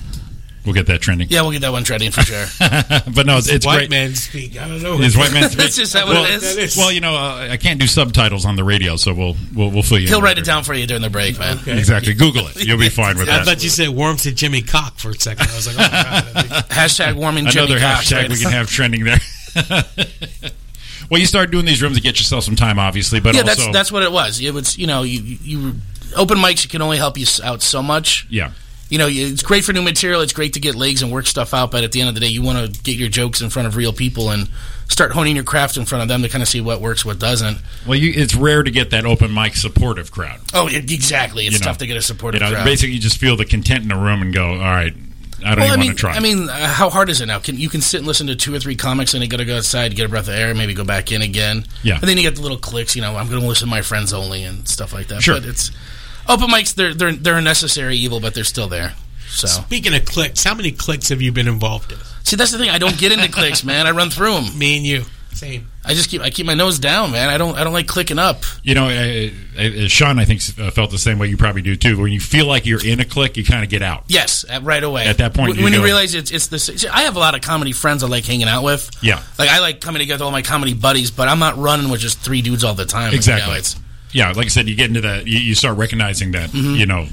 [SPEAKER 3] We'll get that trending.
[SPEAKER 5] yeah we'll get that one tried in for sure
[SPEAKER 3] but no, it's, it's
[SPEAKER 4] White
[SPEAKER 3] great.
[SPEAKER 4] man speak. I don't know.
[SPEAKER 3] It's white man.
[SPEAKER 5] That's just how it
[SPEAKER 3] well,
[SPEAKER 5] is.
[SPEAKER 4] That is-
[SPEAKER 3] Well, you know, uh, I can't do subtitles on the radio, so we'll we'll, we'll fill you.
[SPEAKER 5] he'll
[SPEAKER 3] in
[SPEAKER 5] write it
[SPEAKER 3] later.
[SPEAKER 5] down for you during the break man
[SPEAKER 3] Exactly. Google it. You'll be fine with
[SPEAKER 4] I
[SPEAKER 3] that.
[SPEAKER 4] thought you said worms to Jimmy Cock for a second. I was like, oh my god. that'd be-
[SPEAKER 5] Hashtag warming Jimmy
[SPEAKER 3] Another
[SPEAKER 5] Cox,
[SPEAKER 3] hashtag
[SPEAKER 5] right?
[SPEAKER 3] we can have trending there. well, you start doing these rooms to get yourself some time, obviously, but
[SPEAKER 5] yeah,
[SPEAKER 3] also
[SPEAKER 5] that's that's what it was. It was you know you you open mics can only help you s- out so much.
[SPEAKER 3] yeah.
[SPEAKER 5] You know you- it's great for new material. It's great to get legs and work stuff out. But at the end of the day, you want to get your jokes in front of real people and start honing your craft in front of them to kind of see what works, what doesn't.
[SPEAKER 3] Well, you, it's rare to get that open mic supportive crowd.
[SPEAKER 5] Oh, e- exactly. It's
[SPEAKER 3] You know,
[SPEAKER 5] tough to get a supportive
[SPEAKER 3] you know,
[SPEAKER 5] crowd.
[SPEAKER 3] basically you just feel the content in the room and go, all right, I don't even
[SPEAKER 5] well, I
[SPEAKER 3] want
[SPEAKER 5] mean,
[SPEAKER 3] to try.
[SPEAKER 5] I mean, uh, how hard is it now? Can you can sit and listen to two or three comics, and you got to go outside, get a breath of air, maybe go back in again.
[SPEAKER 3] Yeah.
[SPEAKER 5] and then you get the little clicks. You know, I'm going to listen to my friends only and stuff like that.
[SPEAKER 3] Sure.
[SPEAKER 5] but it's open mics. They're they're they're a necessary evil, but they're still there. So
[SPEAKER 4] Speaking of clicks, how many clicks have you been involved in?
[SPEAKER 5] see, that's the thing. I don't get into clicks, man. I run through them.
[SPEAKER 4] Me and you, same.
[SPEAKER 5] I just keep I keep my nose down, man. I don't I don't like clicking up.
[SPEAKER 3] you know, I, I, Sean, I think, uh, felt the same way you probably do too. When you feel like you're in a click, you kind of get out.
[SPEAKER 5] Yes, at, right away.
[SPEAKER 3] At that point,
[SPEAKER 5] Wh-
[SPEAKER 3] you
[SPEAKER 5] when you
[SPEAKER 3] go-
[SPEAKER 5] realize it's it's the. See, I have a lot of comedy friends I like hanging out with.
[SPEAKER 3] Yeah.
[SPEAKER 5] like I like coming together with all my comedy buddies, but I'm not running with just three dudes all the time. You know,
[SPEAKER 3] Exactly.
[SPEAKER 5] it's- Mm-hmm.
[SPEAKER 3] yeah, like I said, you get into that, you, you start recognizing that, you know,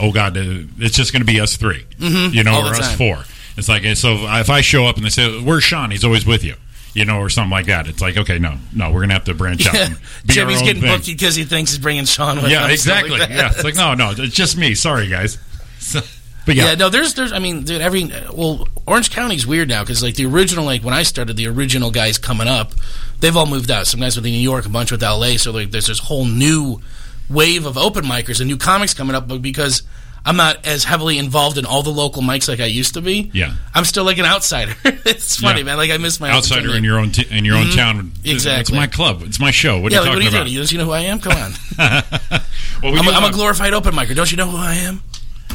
[SPEAKER 3] oh God, uh, it's just going to be us 3 you know,
[SPEAKER 5] Mm-hmm. All
[SPEAKER 3] or
[SPEAKER 5] the
[SPEAKER 3] us
[SPEAKER 5] time.
[SPEAKER 3] four. It's like, so if I show up and they say, where's Sean? He's always with you, you know, or something like that. It's like, okay, no, no, we're going to have to branch out. and be our
[SPEAKER 5] Jimmy's
[SPEAKER 3] own
[SPEAKER 5] getting
[SPEAKER 3] thing.
[SPEAKER 5] booked because he thinks he's bringing Sean with him.
[SPEAKER 3] Yeah,
[SPEAKER 5] and stuff
[SPEAKER 3] exactly.
[SPEAKER 5] like that.
[SPEAKER 3] yeah, it's like, no, no, it's just me. Sorry, guys. So- but yeah,
[SPEAKER 5] Yeah, no, there's, there's, I mean, dude, every, well, Orange County's weird now because, like, the original, like, when I started, the original guys coming up, they've all moved out. Some guys with New York, a bunch with LA. So, like, there's this whole new wave of open micers and new comics coming up, but because I'm not as heavily involved in all the local mics like I used to be,
[SPEAKER 3] Yeah.
[SPEAKER 5] I'm still like an outsider. it's funny,
[SPEAKER 3] Yeah.
[SPEAKER 5] man. Like, I miss my
[SPEAKER 3] outsider
[SPEAKER 5] opportunity.
[SPEAKER 3] in your own t- in your own town. It's
[SPEAKER 5] Mm-hmm. Exactly.
[SPEAKER 3] my club. It's my show. What
[SPEAKER 5] Yeah,
[SPEAKER 3] are you
[SPEAKER 5] like, what are
[SPEAKER 3] talking
[SPEAKER 5] you
[SPEAKER 3] about?
[SPEAKER 5] doing? You don't you know who I am? Come on.
[SPEAKER 3] well, we
[SPEAKER 5] I'm,
[SPEAKER 3] do
[SPEAKER 5] a, I'm a
[SPEAKER 3] have-
[SPEAKER 5] glorified open micer. Don't you know who I am?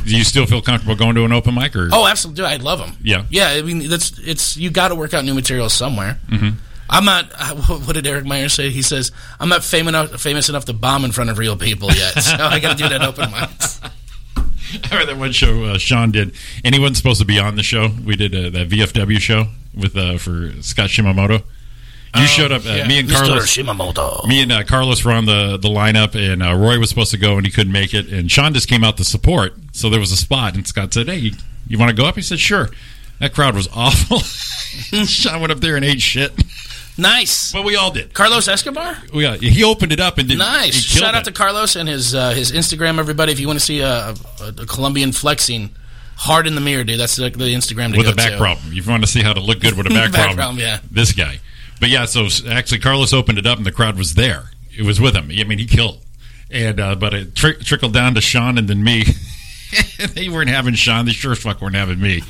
[SPEAKER 3] Do you still feel comfortable going to an open mic? Or
[SPEAKER 5] Oh, absolutely. I love them.
[SPEAKER 3] Yeah.
[SPEAKER 5] Yeah. I mean, that's it's you got to work out new material somewhere. Mm-hmm. I'm not. What did Eric Meyer say? He says I'm not famous enough, famous enough to bomb in front of real people yet. So I got to do that open mics.
[SPEAKER 3] I heard that one show uh, Sean did, and he wasn't supposed to be on the show. We did uh, that VFW show with uh, for Scott Shimamoto. You showed up. Uh,
[SPEAKER 5] Oh, yeah.
[SPEAKER 3] Me and
[SPEAKER 5] Mr.
[SPEAKER 3] Carlos.
[SPEAKER 5] Shimamoto.
[SPEAKER 3] Me and uh, Carlos were on the, the lineup, and uh, Roy was supposed to go, and he couldn't make it. And Sean just came out to support, so there was a spot. And Scott said, "Hey, you, you want to go up?" He said, "Sure." That crowd was awful. Sean went up there and ate shit,
[SPEAKER 5] Nice.
[SPEAKER 3] but we all did.
[SPEAKER 5] Carlos Escobar.
[SPEAKER 3] We, uh, he opened it up and did
[SPEAKER 5] Nice.
[SPEAKER 3] he killed
[SPEAKER 5] Shout out
[SPEAKER 3] it.
[SPEAKER 5] to Carlos and his uh, his Instagram. Everybody, if you want to see uh, a, a, a Colombian flexing hard in the mirror, dude, that's the, the Instagram to
[SPEAKER 3] with
[SPEAKER 5] go
[SPEAKER 3] a back
[SPEAKER 5] to.
[SPEAKER 3] problem. If you want to see how to look good with a back,
[SPEAKER 5] Back
[SPEAKER 3] problem,
[SPEAKER 5] problem, yeah.
[SPEAKER 3] this guy. But yeah, so s- actually, Carlos opened it up, and the crowd was there. It was with him. I mean, he killed. And uh, but it tri- trickled down to Sean and then me. they weren't having Sean. They sure as fuck weren't having me.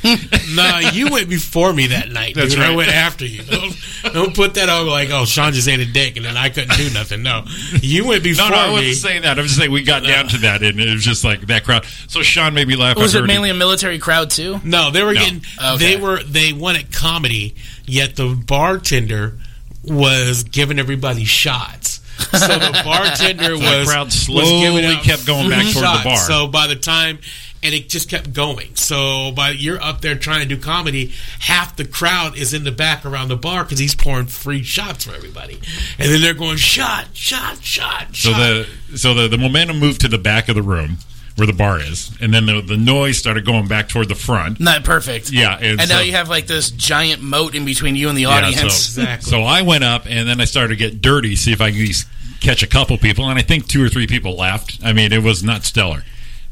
[SPEAKER 4] No, you went before me that night.
[SPEAKER 3] That's
[SPEAKER 4] dude. I
[SPEAKER 3] right.
[SPEAKER 4] went after you. Don't, don't put that on like, oh, Sean just ate a dick and then I couldn't do nothing. No, you went
[SPEAKER 3] No,
[SPEAKER 4] before
[SPEAKER 3] no, I
[SPEAKER 4] me.
[SPEAKER 3] wasn't saying that. I was just saying we got down to that, and it was just like that crowd. So Sean made me laugh.
[SPEAKER 5] Was
[SPEAKER 3] I
[SPEAKER 5] it
[SPEAKER 3] heard
[SPEAKER 5] mainly a military crowd too?
[SPEAKER 4] No, they were
[SPEAKER 3] No.
[SPEAKER 4] getting.
[SPEAKER 5] Okay.
[SPEAKER 4] They were. They wanted comedy, yet the bartender was giving everybody shots. So the bartender
[SPEAKER 3] the
[SPEAKER 4] was
[SPEAKER 3] crowd
[SPEAKER 4] was
[SPEAKER 3] slowly
[SPEAKER 4] giving out
[SPEAKER 3] kept going back toward the
[SPEAKER 4] shots.
[SPEAKER 3] bar.
[SPEAKER 4] So by the time, and it just kept going. So by you're up there trying to do comedy, half the crowd is in the back around the bar because he's pouring free shots for everybody, and then they're going shot, shot, shot,
[SPEAKER 3] So
[SPEAKER 4] shot.
[SPEAKER 3] the so the, the momentum moved to the back of the room where the bar is, and then the the noise started going back toward the front.
[SPEAKER 5] Not perfect.
[SPEAKER 3] Yeah,
[SPEAKER 5] And,
[SPEAKER 3] and
[SPEAKER 5] now
[SPEAKER 3] so-
[SPEAKER 5] you have like this giant moat in between you and the
[SPEAKER 3] Yeah,
[SPEAKER 5] audience.
[SPEAKER 3] so,
[SPEAKER 4] Exactly.
[SPEAKER 3] so I went up and then I started to get dirty, see if I could at least catch a couple people. And I think two or three people laughed. I mean, it was not stellar.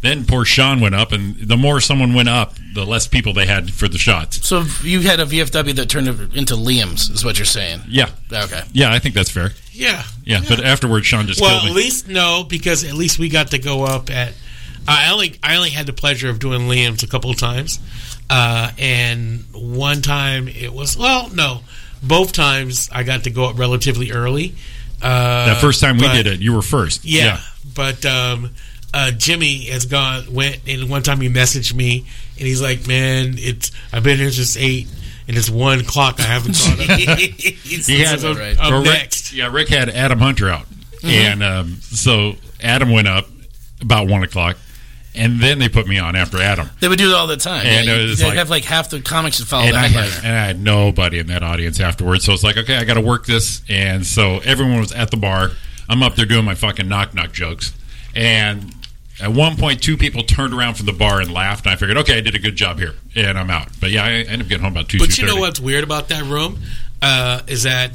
[SPEAKER 3] Then poor Sean went up, and the more someone went up, the less people they had for the shots.
[SPEAKER 5] So you had a VFW that turned into Liam's, is what you're saying?
[SPEAKER 3] Yeah.
[SPEAKER 5] Okay.
[SPEAKER 3] Yeah, I think that's fair.
[SPEAKER 4] yeah,
[SPEAKER 3] Yeah, but afterwards, Sean just
[SPEAKER 4] Well, at
[SPEAKER 3] killed me.
[SPEAKER 4] least no, because at least we got to go up at. I only I only had the pleasure of doing Liam's a couple of times, uh, and one time it was well no, both times I got to go up relatively early. Uh,
[SPEAKER 3] That first time we
[SPEAKER 4] but-
[SPEAKER 3] did it, you were first.
[SPEAKER 4] yeah. But um, uh, Jimmy has gone went and one time he messaged me and he's like, "Man, it's I've been here since eight and it's one o'clock. I haven't gone up. he
[SPEAKER 3] had-
[SPEAKER 4] up,
[SPEAKER 5] right.
[SPEAKER 4] up
[SPEAKER 3] Well, Rick-
[SPEAKER 4] next. Mm-hmm.
[SPEAKER 3] yeah, Rick had Adam Hunter out, and um, so Adam went up about one o'clock, and then they put me on after Adam.
[SPEAKER 5] They would do it all the time.
[SPEAKER 3] And
[SPEAKER 5] yeah,
[SPEAKER 3] it
[SPEAKER 5] you-
[SPEAKER 3] was
[SPEAKER 5] they'd
[SPEAKER 3] like-
[SPEAKER 5] have like half the comics that follow
[SPEAKER 3] and I
[SPEAKER 5] Oh, that.
[SPEAKER 3] had, and I had nobody in that audience afterwards. So it's like, okay, I got to work this. And so everyone was at the bar. I'm up there doing my fucking knock knock jokes. And at one point, two people turned around from the bar and laughed. And I figured, okay, I did a good job here, and I'm out. But yeah, I ended up getting home about two.
[SPEAKER 4] But you know
[SPEAKER 3] 2:30.
[SPEAKER 4] what's weird about that room uh, is that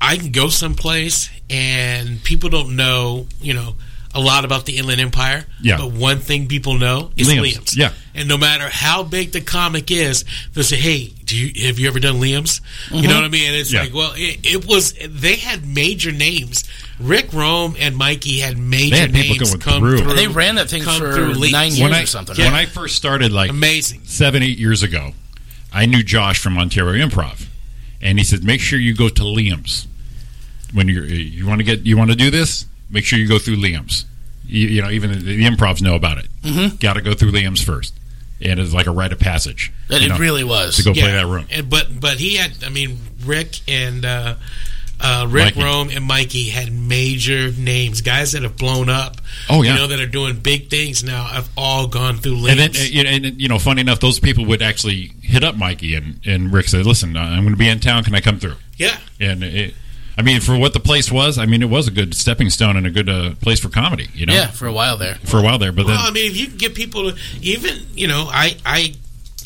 [SPEAKER 4] I can go someplace and people don't know, you know, a lot about the Inland Empire.
[SPEAKER 3] Yeah.
[SPEAKER 4] But one thing people know is
[SPEAKER 3] Liam's,
[SPEAKER 4] Liam's.
[SPEAKER 3] yeah.
[SPEAKER 4] And no matter how big the comic is, they'll say, "Hey, do you have you ever done Liam's?" You
[SPEAKER 5] Mm-hmm.
[SPEAKER 4] know what I mean? And it's
[SPEAKER 3] Yeah.
[SPEAKER 4] like, well, it, it was they had major names. Rick Rome and Mikey had major
[SPEAKER 3] They had people
[SPEAKER 4] names
[SPEAKER 3] going
[SPEAKER 4] come
[SPEAKER 3] through.
[SPEAKER 4] through.
[SPEAKER 5] And they ran that thing
[SPEAKER 4] come
[SPEAKER 5] for
[SPEAKER 4] through leaks.
[SPEAKER 5] nine years
[SPEAKER 3] When I,
[SPEAKER 5] or something.
[SPEAKER 3] when I first started, like
[SPEAKER 4] Amazing.
[SPEAKER 3] seven, eight years ago, I knew Josh from Ontario Improv, and he said, "Make sure you go to Liam's when you're you want to get you want to do this. Make sure you go through Liam's. You, you know, even the, the Improvs know about it. Mm-hmm. Got to go through Liam's first, and it's like a rite of passage.
[SPEAKER 5] That
[SPEAKER 3] you
[SPEAKER 5] it
[SPEAKER 3] know,
[SPEAKER 5] really was.
[SPEAKER 3] to go play that room.
[SPEAKER 4] And, but but he had, I mean, Rick and uh, uh, Rick
[SPEAKER 3] Mikey.
[SPEAKER 4] Rome and Mikey had major names, guys that have blown up.
[SPEAKER 3] Oh, yeah.
[SPEAKER 4] you know that are doing big things now. Have all gone through
[SPEAKER 3] And
[SPEAKER 4] links.
[SPEAKER 3] then, uh, you know, and, you know, funny enough, those people would actually hit up Mikey and, and Rick said, "Listen, uh, I'm going to be in town. Can I come through?"
[SPEAKER 4] yeah,
[SPEAKER 3] and it, I mean, for what the place was, I mean, it was a good stepping stone and a good uh, place for comedy, you know,
[SPEAKER 5] yeah, for a while there.
[SPEAKER 3] for a while there. But then,
[SPEAKER 4] Well, I mean, if you can get people to even, you know, I, I,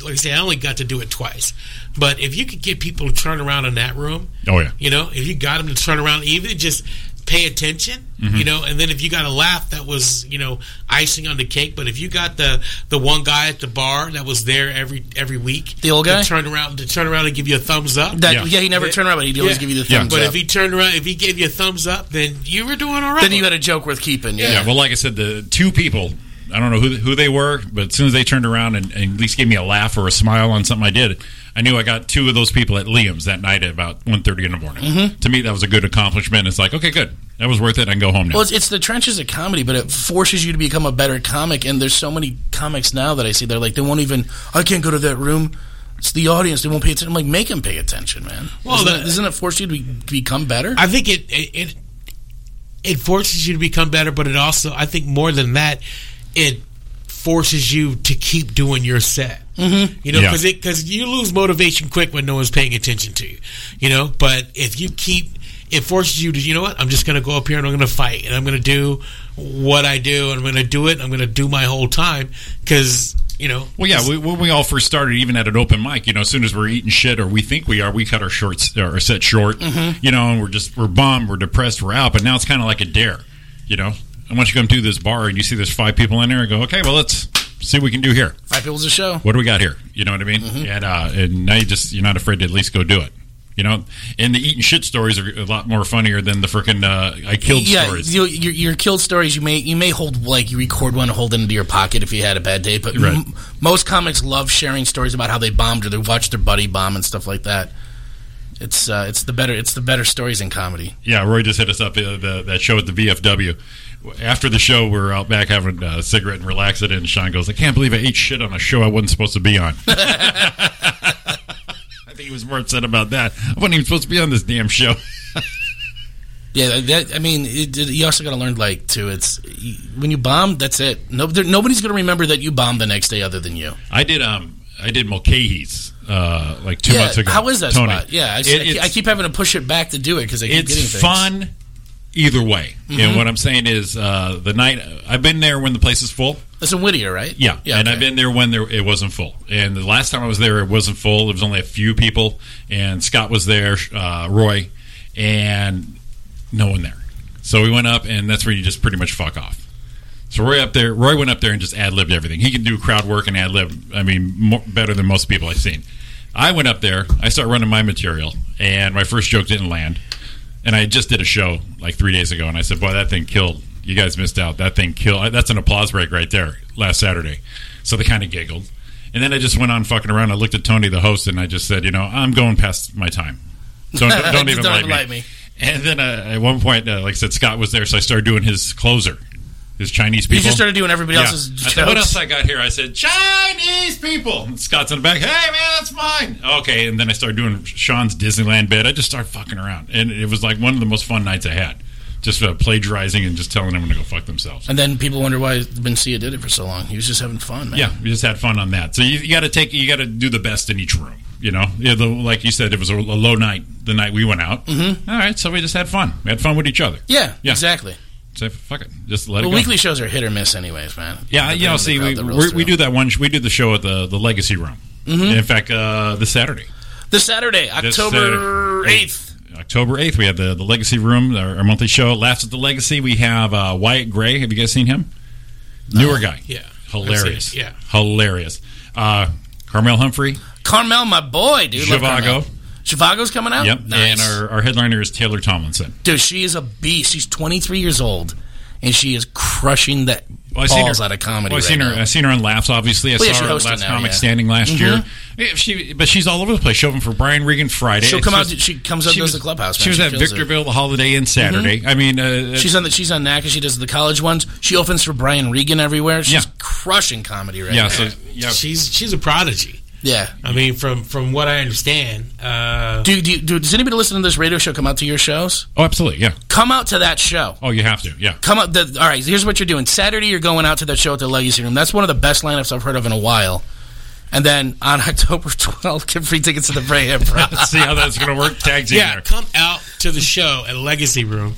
[SPEAKER 4] like I say, I only got to do it twice, but if you could get people to turn around in that room,
[SPEAKER 3] Oh, yeah.
[SPEAKER 4] you know, if you got them to turn around, even just pay attention,
[SPEAKER 5] Mm-hmm.
[SPEAKER 4] you know, and then if you got a laugh, that was, you know, icing on the cake. But if you got the the one guy at the bar that was there every every week,
[SPEAKER 5] The old guy?
[SPEAKER 4] to turn around to turn around and give you a thumbs up.
[SPEAKER 5] That,
[SPEAKER 3] Yeah.
[SPEAKER 5] yeah. he never turned around, but he'd always
[SPEAKER 4] Yeah.
[SPEAKER 5] give you the
[SPEAKER 3] Yeah.
[SPEAKER 5] thumbs
[SPEAKER 4] but
[SPEAKER 5] up.
[SPEAKER 4] if he turned around, if he gave you a thumbs up, then you were doing all right.
[SPEAKER 5] then you had a joke worth keeping. Yeah.
[SPEAKER 3] yeah, well, like I said, the two people, I don't know who who they were, but as soon as they turned around and, and at least gave me a laugh or a smile on something I did, I knew I got two of those people at Liam's that night at about 1.30 in the morning. To me, that was a good accomplishment. It's like, okay, good. That was worth it. I can go home now.
[SPEAKER 5] Well, it's, it's the trenches of comedy, but it forces you to become a better comic. And there's so many comics now that I see they're like they won't even. I can't go to that room. It's the audience. They won't pay attention. I'm like, make them pay attention, man.
[SPEAKER 4] Well,
[SPEAKER 5] Well,
[SPEAKER 4] the-
[SPEAKER 5] doesn't, it force you to, be, to become better?
[SPEAKER 4] I think it, it it it forces you to become better, but it also I think more than that, it forces you to keep doing your set. Mm-hmm. You know,
[SPEAKER 3] Yeah.
[SPEAKER 4] because because you lose motivation quick when no one's paying attention to you. You know, but if you keep it forces you to you know what I'm just going to go up here and I'm going to fight and I'm going to do what I do and I'm going to do it. I'm going to do my whole time because you know
[SPEAKER 3] Well, yeah, we, when we all first started, even at an open mic, you know, as soon as we're eating shit or we think we are, we cut our shorts or our set short, you know, and we're just we're bummed, we're depressed, we're out. But now it's kind of like a dare, you know. And once you come to this bar and you see there's five people in there, and go, okay, well, let's see what we can do here.
[SPEAKER 5] Five people's a show.
[SPEAKER 3] What do we got here? You know what I mean? And uh, and now you just you're not afraid to at least go do it. You know, and the eating shit stories are a lot more funnier than the freaking uh, I killed
[SPEAKER 5] yeah,
[SPEAKER 3] stories.
[SPEAKER 5] you- your, your killed stories. You may you may hold like you record one and hold it into your pocket if you had a bad day. But
[SPEAKER 3] Right.
[SPEAKER 5] m- most comics love sharing stories about how they bombed or they watched their buddy bomb and stuff like that. It's uh, it's the better it's the better stories in comedy.
[SPEAKER 3] Yeah, Roy just hit us up uh, the, that show at the VFW. After the show, we're out back having uh, a cigarette and relaxing, and Sean goes, "I can't believe I ate shit on a show I wasn't supposed to be on." I think he was more upset about that. I wasn't even supposed to be on this damn show.
[SPEAKER 5] Yeah, that, I mean, it, it- you also got to learn like too. It's you- when you bomb, that's it. No, there, nobody's going to remember that you bombed the next day other than you.
[SPEAKER 3] I did um I did Mulcahy's uh like two
[SPEAKER 5] yeah,
[SPEAKER 3] months ago.
[SPEAKER 5] how is that
[SPEAKER 3] Tony.
[SPEAKER 5] spot? Yeah,
[SPEAKER 3] It-
[SPEAKER 5] I, I keep-
[SPEAKER 3] it's-
[SPEAKER 5] I keep having to push it back to do it because I keep getting
[SPEAKER 3] it's
[SPEAKER 5] things. Mm-hmm.
[SPEAKER 3] fun either way. And what I'm saying is, uh, the night I've been there when the place is full.
[SPEAKER 5] That's in Whittier, right?
[SPEAKER 3] Yeah,
[SPEAKER 5] yeah.
[SPEAKER 3] and
[SPEAKER 5] okay.
[SPEAKER 3] I've been there when there it wasn't full. And the last time I was there, it wasn't full. There was only a few people, and Scott was there, uh, Roy, and no one there. So we went up, and that's where you just pretty much fuck off. So Roy up there, Roy went up there and just ad libbed everything. He can do crowd work and ad lib. I mean, more, better than most people I've seen. I went up there, I started running my material, and my first joke didn't land. And I just did a show like three days ago, and I said, "Boy, that thing killed. You guys missed out. That thing killed. That's an applause break right there." Last Saturday, so they kind of giggled, and then I just went on fucking around. I looked at Tony, the host, and I just said, "You know, I'm going past my time. Don't, don't,
[SPEAKER 5] Just
[SPEAKER 3] even
[SPEAKER 5] don't
[SPEAKER 3] light
[SPEAKER 5] even
[SPEAKER 3] me.
[SPEAKER 5] light me.
[SPEAKER 3] And then uh, at one point, uh, like I said, Scott was there, so I started doing his closer, his Chinese people.
[SPEAKER 5] You just started doing everybody
[SPEAKER 3] Yeah.
[SPEAKER 5] else's
[SPEAKER 3] I said, what
[SPEAKER 5] jokes.
[SPEAKER 3] else I got here? I said Chinese people. And Scott's in the back. Hey man, that's mine. Okay, and then I started doing Sean's Disneyland bit. I just started fucking around, and it was like one of the most fun nights I had. Just uh, plagiarizing and just telling everyone to go fuck themselves.
[SPEAKER 5] And then people wonder why Mencia did it for so long. He was just having fun, man.
[SPEAKER 3] Yeah, we just had fun on that. So you, you got to take, you got to do the best in each room. You know, yeah, the, like you said, it was a, a low night the night we went out. Mm-hmm. right, so we just had fun. We had fun with each other.
[SPEAKER 5] Yeah,
[SPEAKER 3] Yeah.
[SPEAKER 5] exactly.
[SPEAKER 3] So fuck it, just let
[SPEAKER 5] Well,
[SPEAKER 3] it go.
[SPEAKER 5] weekly shows are hit or miss, anyways, man.
[SPEAKER 3] yeah, you know,
[SPEAKER 5] Depending
[SPEAKER 3] see,
[SPEAKER 5] on
[SPEAKER 3] we,
[SPEAKER 5] the Mm-hmm. crowd that
[SPEAKER 3] we
[SPEAKER 5] rolls
[SPEAKER 3] we
[SPEAKER 5] through.
[SPEAKER 3] do that one. We do the show at the the Legacy Room. In fact, uh, this Saturday,
[SPEAKER 5] this Saturday,
[SPEAKER 3] This
[SPEAKER 5] October
[SPEAKER 3] Saturday.
[SPEAKER 5] eighth.
[SPEAKER 3] October eighth, we have the the Legacy Room, our, our monthly show. Laughs at the Legacy. We have uh, Wyatt Gray. Have you guys seen him? Newer guy.
[SPEAKER 4] yeah.
[SPEAKER 3] hilarious.
[SPEAKER 4] Yeah.
[SPEAKER 3] hilarious. Uh, Carmel Humphrey,
[SPEAKER 5] Carmel, my boy, dude. Love Carmel.
[SPEAKER 3] Zhivago.
[SPEAKER 5] Zhivago's coming out.
[SPEAKER 3] Yep.
[SPEAKER 5] nice.
[SPEAKER 3] And our, our headliner is Taylor Tomlinson.
[SPEAKER 5] Dude, she is a beast. She's 23 years old, and she is crushing the
[SPEAKER 3] Well, I've seen
[SPEAKER 5] balls
[SPEAKER 3] her-
[SPEAKER 5] out of comedy.
[SPEAKER 3] Well, I've
[SPEAKER 5] right
[SPEAKER 3] seen her.
[SPEAKER 5] now.
[SPEAKER 3] I've seen her in laughs. Obviously, I
[SPEAKER 5] Well, yeah,
[SPEAKER 3] saw
[SPEAKER 5] she
[SPEAKER 3] her at
[SPEAKER 5] hosted
[SPEAKER 3] last
[SPEAKER 5] now,
[SPEAKER 3] Comic
[SPEAKER 5] yeah.
[SPEAKER 3] Standing last
[SPEAKER 5] Mm-hmm.
[SPEAKER 3] year. Yeah, she, but she's all over the place. Showing for Brian Regan Friday.
[SPEAKER 5] She'll
[SPEAKER 3] It's
[SPEAKER 5] come out.
[SPEAKER 3] just-
[SPEAKER 5] She comes out.
[SPEAKER 3] she
[SPEAKER 5] and does
[SPEAKER 3] was-
[SPEAKER 5] the clubhouse. Man.
[SPEAKER 3] She was
[SPEAKER 5] She
[SPEAKER 3] at
[SPEAKER 5] kills it. Mm-hmm.
[SPEAKER 3] Victorville the Holiday Inn Saturday. I mean, uh,
[SPEAKER 5] She's on the. She's on NACA. She does the college ones. She opens for Brian Regan everywhere. She's
[SPEAKER 3] Yeah.
[SPEAKER 5] crushing comedy right
[SPEAKER 3] yeah.
[SPEAKER 5] now.
[SPEAKER 3] So yeah,
[SPEAKER 4] she's she's a prodigy.
[SPEAKER 5] Yeah.
[SPEAKER 4] I mean, from from what I understand, uh,
[SPEAKER 5] Do, do, do, does anybody listening to this radio show come out to your shows?
[SPEAKER 3] oh, absolutely, yeah.
[SPEAKER 5] Come out to that show.
[SPEAKER 3] Oh, you have to, yeah.
[SPEAKER 5] Come up. The, all right, here's what you're doing. Saturday, you're going out to that show at the Legacy Room. That's one of the best lineups I've heard of in a while. And then on October 12th, get free tickets to the Bray Emperor.
[SPEAKER 3] Let's see how that's going to work. Tag team
[SPEAKER 4] yeah,
[SPEAKER 3] there.
[SPEAKER 4] come out to the show at Legacy Room,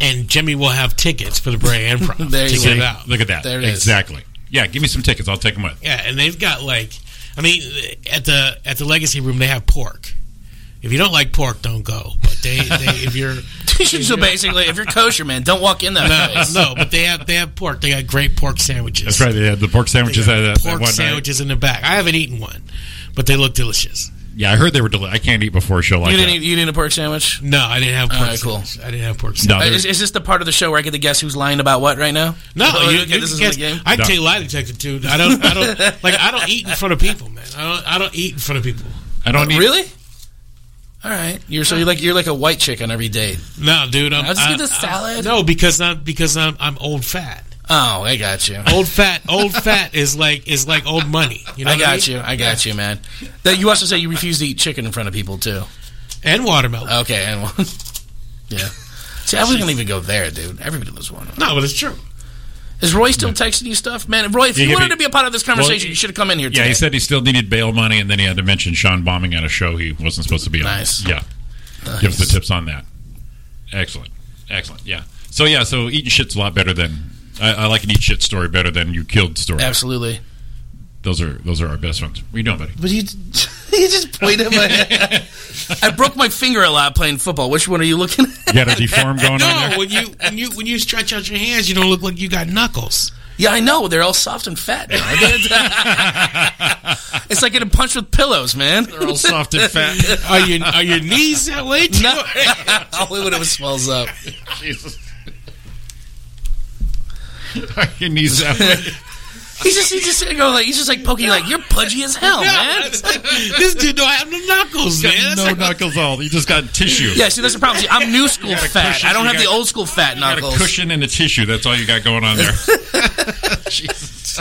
[SPEAKER 4] and Jimmy will have tickets for the Bray Improv.
[SPEAKER 5] There you
[SPEAKER 4] to get
[SPEAKER 5] go.
[SPEAKER 4] out.
[SPEAKER 3] Look at that.
[SPEAKER 5] There it is.
[SPEAKER 3] exactly. Yeah, give me some tickets. I'll take them with.
[SPEAKER 4] Yeah, and they've got like, I mean, at the at the Legacy Room they have pork. If you don't like pork, don't go. But they, they if you're
[SPEAKER 5] so basically, if you're kosher, man, don't walk in that
[SPEAKER 4] no,
[SPEAKER 5] place.
[SPEAKER 4] no, but they have they have pork. They got great pork sandwiches.
[SPEAKER 3] That's right. They had the pork sandwiches. at, uh, that
[SPEAKER 4] pork
[SPEAKER 3] one night.
[SPEAKER 4] sandwiches in the back. I haven't eaten one, but they look delicious.
[SPEAKER 3] Yeah, I heard they were. Deli- I can't eat before a show like
[SPEAKER 5] You
[SPEAKER 3] that.
[SPEAKER 5] didn't, eat, you didn't eat a pork sandwich?
[SPEAKER 4] No, I didn't have pork.
[SPEAKER 5] All right, cool.
[SPEAKER 4] sandwiches. I didn't have pork.
[SPEAKER 3] No,
[SPEAKER 5] Uh,
[SPEAKER 3] they were-
[SPEAKER 5] Is, is this the part of the show where I get to guess who's lying about what right now?
[SPEAKER 4] No,
[SPEAKER 5] Oh,
[SPEAKER 4] you,
[SPEAKER 5] okay,
[SPEAKER 4] you
[SPEAKER 5] this
[SPEAKER 4] can guess-
[SPEAKER 5] is the game.
[SPEAKER 4] I can
[SPEAKER 3] No.
[SPEAKER 4] tell you lie detector too. I don't. I don't like. I don't eat in front of people, man. I don't. I don't eat in front of people.
[SPEAKER 3] I don't. Eat-
[SPEAKER 5] Really? All right, you're so you're like you're like a white chick on every date.
[SPEAKER 4] No, dude, I'm
[SPEAKER 5] I'll just
[SPEAKER 4] I-
[SPEAKER 5] get the
[SPEAKER 4] I'm-
[SPEAKER 5] salad.
[SPEAKER 4] Uh, no, because I'm because I'm I'm old fat.
[SPEAKER 5] Oh, I got you.
[SPEAKER 4] Old fat, old fat is like is like old money. You know,
[SPEAKER 5] I
[SPEAKER 4] what
[SPEAKER 5] got
[SPEAKER 4] mean?
[SPEAKER 5] you. I got you, man. That you also say you refuse to eat chicken in front of people too.
[SPEAKER 4] And watermelon.
[SPEAKER 5] Okay, and well, yeah. See, I wouldn't even go there, dude. Everybody lives one.
[SPEAKER 4] no, but it's true.
[SPEAKER 5] Is Roy still texting you stuff, man? Roy, if
[SPEAKER 3] You
[SPEAKER 5] you,
[SPEAKER 3] give
[SPEAKER 5] wanted
[SPEAKER 3] me-
[SPEAKER 5] to be a part of this conversation,
[SPEAKER 3] Well,
[SPEAKER 5] you should have come in here.
[SPEAKER 3] Yeah,
[SPEAKER 5] today.
[SPEAKER 3] he said he still needed bail money, and then he had to mention Sean bombing at a show he wasn't supposed to be on.
[SPEAKER 5] Nice.
[SPEAKER 3] Yeah. Give us the tips on that. Excellent. Excellent. Yeah. So, yeah, so eating shit's a lot better than. I, I like an eat shit story better than you killed story.
[SPEAKER 5] absolutely.
[SPEAKER 3] Those are those are our best ones. What are you doing, buddy?
[SPEAKER 5] But you, you just pointed at my. I broke my finger a lot playing football. Which one are you looking at?
[SPEAKER 3] You got a deform going on
[SPEAKER 4] No,
[SPEAKER 3] there?
[SPEAKER 4] when you when you when you stretch out your hands, you don't look like you got knuckles.
[SPEAKER 5] Yeah, I know they're all soft and fat. now. I did- it's like getting punched with pillows, man. They're all
[SPEAKER 3] Soft and fat.
[SPEAKER 4] Are your are your knees that way? too?
[SPEAKER 5] No, only when it swells up.
[SPEAKER 3] Jesus. Are your knees that way?
[SPEAKER 5] He's just he's just going like he's just like poking like you're pudgy as hell, man.
[SPEAKER 4] this dude don't have no knuckles, man. That's
[SPEAKER 3] no
[SPEAKER 4] like-
[SPEAKER 3] knuckles all. You just got tissue.
[SPEAKER 5] Yeah, see that's the problem. See, I'm new school
[SPEAKER 3] got a
[SPEAKER 5] fat.
[SPEAKER 3] cushion,
[SPEAKER 5] I don't
[SPEAKER 3] you
[SPEAKER 5] have the
[SPEAKER 3] got-
[SPEAKER 5] old school fat
[SPEAKER 3] You got a
[SPEAKER 5] knuckles.
[SPEAKER 3] cushion and a tissue. That's all you got going on there. Jesus.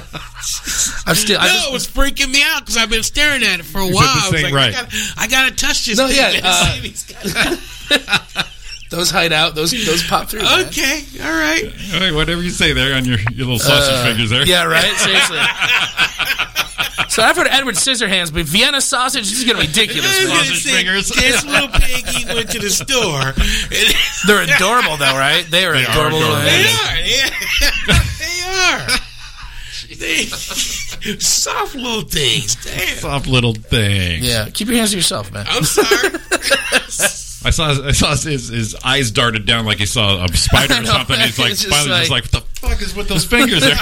[SPEAKER 5] I'm still. I
[SPEAKER 4] no, it was
[SPEAKER 5] just,
[SPEAKER 4] freaking me out because I've been staring at it for a while. I was
[SPEAKER 3] ain't
[SPEAKER 4] like,
[SPEAKER 3] right.
[SPEAKER 4] I, gotta, I gotta touch this.
[SPEAKER 5] No,
[SPEAKER 4] thing,
[SPEAKER 5] yeah,
[SPEAKER 4] man.
[SPEAKER 5] uh,
[SPEAKER 4] See, he's got-
[SPEAKER 5] those hide out. Those those pop through. man.
[SPEAKER 4] okay, all right.
[SPEAKER 3] All right, whatever you say there on your, your little sausage fingers there.
[SPEAKER 5] Uh, Yeah, right. Seriously. so I've heard Edward Scissorhands, but Vienna sausage this is gonna be ridiculous. Man.
[SPEAKER 3] sausage fingers.
[SPEAKER 4] This little piggy went to the store. And
[SPEAKER 5] They're adorable though, right? They are
[SPEAKER 3] They are
[SPEAKER 5] adorable. little
[SPEAKER 3] adorable.
[SPEAKER 4] they
[SPEAKER 5] animals.
[SPEAKER 4] are. They are. They are. They- soft little things. Damn.
[SPEAKER 3] Soft little thing.
[SPEAKER 5] Yeah, keep your hands to yourself, man.
[SPEAKER 4] I'm sorry.
[SPEAKER 3] I saw his, I saw his, his eyes darted down like he saw a spider
[SPEAKER 5] I
[SPEAKER 3] or
[SPEAKER 5] know,
[SPEAKER 3] something. He's like
[SPEAKER 5] it's just
[SPEAKER 3] finally just
[SPEAKER 5] like-
[SPEAKER 3] like, what the fuck is with those fingers there?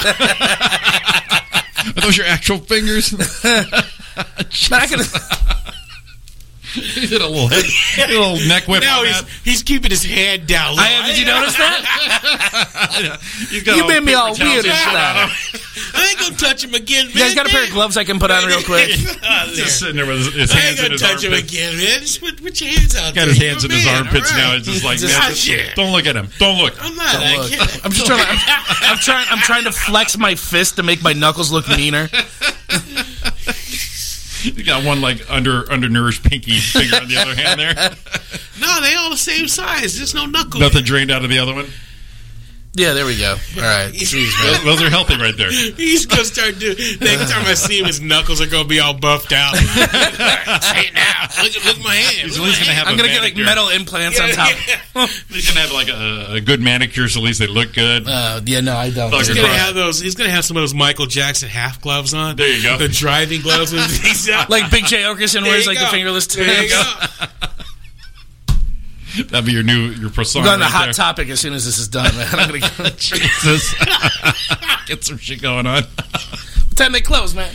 [SPEAKER 3] Are those your actual fingers?
[SPEAKER 5] Man, I could-
[SPEAKER 3] he did a little, he did a little neck whip.
[SPEAKER 4] Now
[SPEAKER 3] on
[SPEAKER 4] he's
[SPEAKER 3] that.
[SPEAKER 4] he's keeping his head down. low.
[SPEAKER 5] I- did you notice that?
[SPEAKER 3] He's got
[SPEAKER 5] You made me
[SPEAKER 3] paper
[SPEAKER 5] all
[SPEAKER 3] towels
[SPEAKER 5] weird and
[SPEAKER 3] on.
[SPEAKER 5] shit. out.
[SPEAKER 4] I ain't gonna touch him again, man.
[SPEAKER 5] You guys got a pair of gloves I can put on real quick?
[SPEAKER 4] Out there.
[SPEAKER 3] He's sitting there with his, his
[SPEAKER 4] I ain't
[SPEAKER 3] hands in
[SPEAKER 4] gonna
[SPEAKER 3] his
[SPEAKER 4] touch him
[SPEAKER 3] armpits.
[SPEAKER 4] again, man. Just put, put your hands out.
[SPEAKER 3] Got his hands in his armpits now. It's just like,
[SPEAKER 5] ah,
[SPEAKER 3] man,
[SPEAKER 4] Just- Gotcha.
[SPEAKER 3] don't look at him. Don't look.
[SPEAKER 4] Ah, I'm not. I
[SPEAKER 5] Look,
[SPEAKER 4] can't.
[SPEAKER 5] I'm just trying. To, I'm, I'm trying. I'm trying to flex my fist to make my knuckles look meaner.
[SPEAKER 3] You got one like under undernourished pinky finger on the other hand there.
[SPEAKER 4] No, they all the same size. There's no knuckle.
[SPEAKER 3] Nothing drained out of the other one.
[SPEAKER 5] Yeah, there we go. All right. Jeez, man.
[SPEAKER 3] Those, those are healthy right there.
[SPEAKER 4] He's gonna start doing. Next time I see him, his knuckles are gonna be all buffed out. Say now, look at look at my
[SPEAKER 3] He's
[SPEAKER 4] hands.
[SPEAKER 3] at
[SPEAKER 4] Look at
[SPEAKER 3] least
[SPEAKER 4] my
[SPEAKER 3] gonna have.
[SPEAKER 5] I'm
[SPEAKER 3] a
[SPEAKER 5] gonna get like
[SPEAKER 3] manicure.
[SPEAKER 5] metal implants on top.
[SPEAKER 4] hands.
[SPEAKER 3] He's gonna have like a, a good manicure, so at least they look good.
[SPEAKER 5] Uh, yeah, no, I don't.
[SPEAKER 3] Fucker.
[SPEAKER 4] He's gonna have those. He's gonna have some of those Michael Jackson half gloves on.
[SPEAKER 3] There you go.
[SPEAKER 4] The driving gloves. With these
[SPEAKER 5] Like Big J Okerson
[SPEAKER 4] There
[SPEAKER 5] wears
[SPEAKER 4] you
[SPEAKER 5] like the
[SPEAKER 4] go.
[SPEAKER 5] fingerless tips.
[SPEAKER 4] There you go.
[SPEAKER 3] That'd be your new your persona.
[SPEAKER 5] I'm on the
[SPEAKER 3] right
[SPEAKER 5] hot
[SPEAKER 3] there.
[SPEAKER 5] topic as soon as this is done, man. I'm gonna go. what
[SPEAKER 3] Jesus. get some shit going on.
[SPEAKER 5] time they close, man?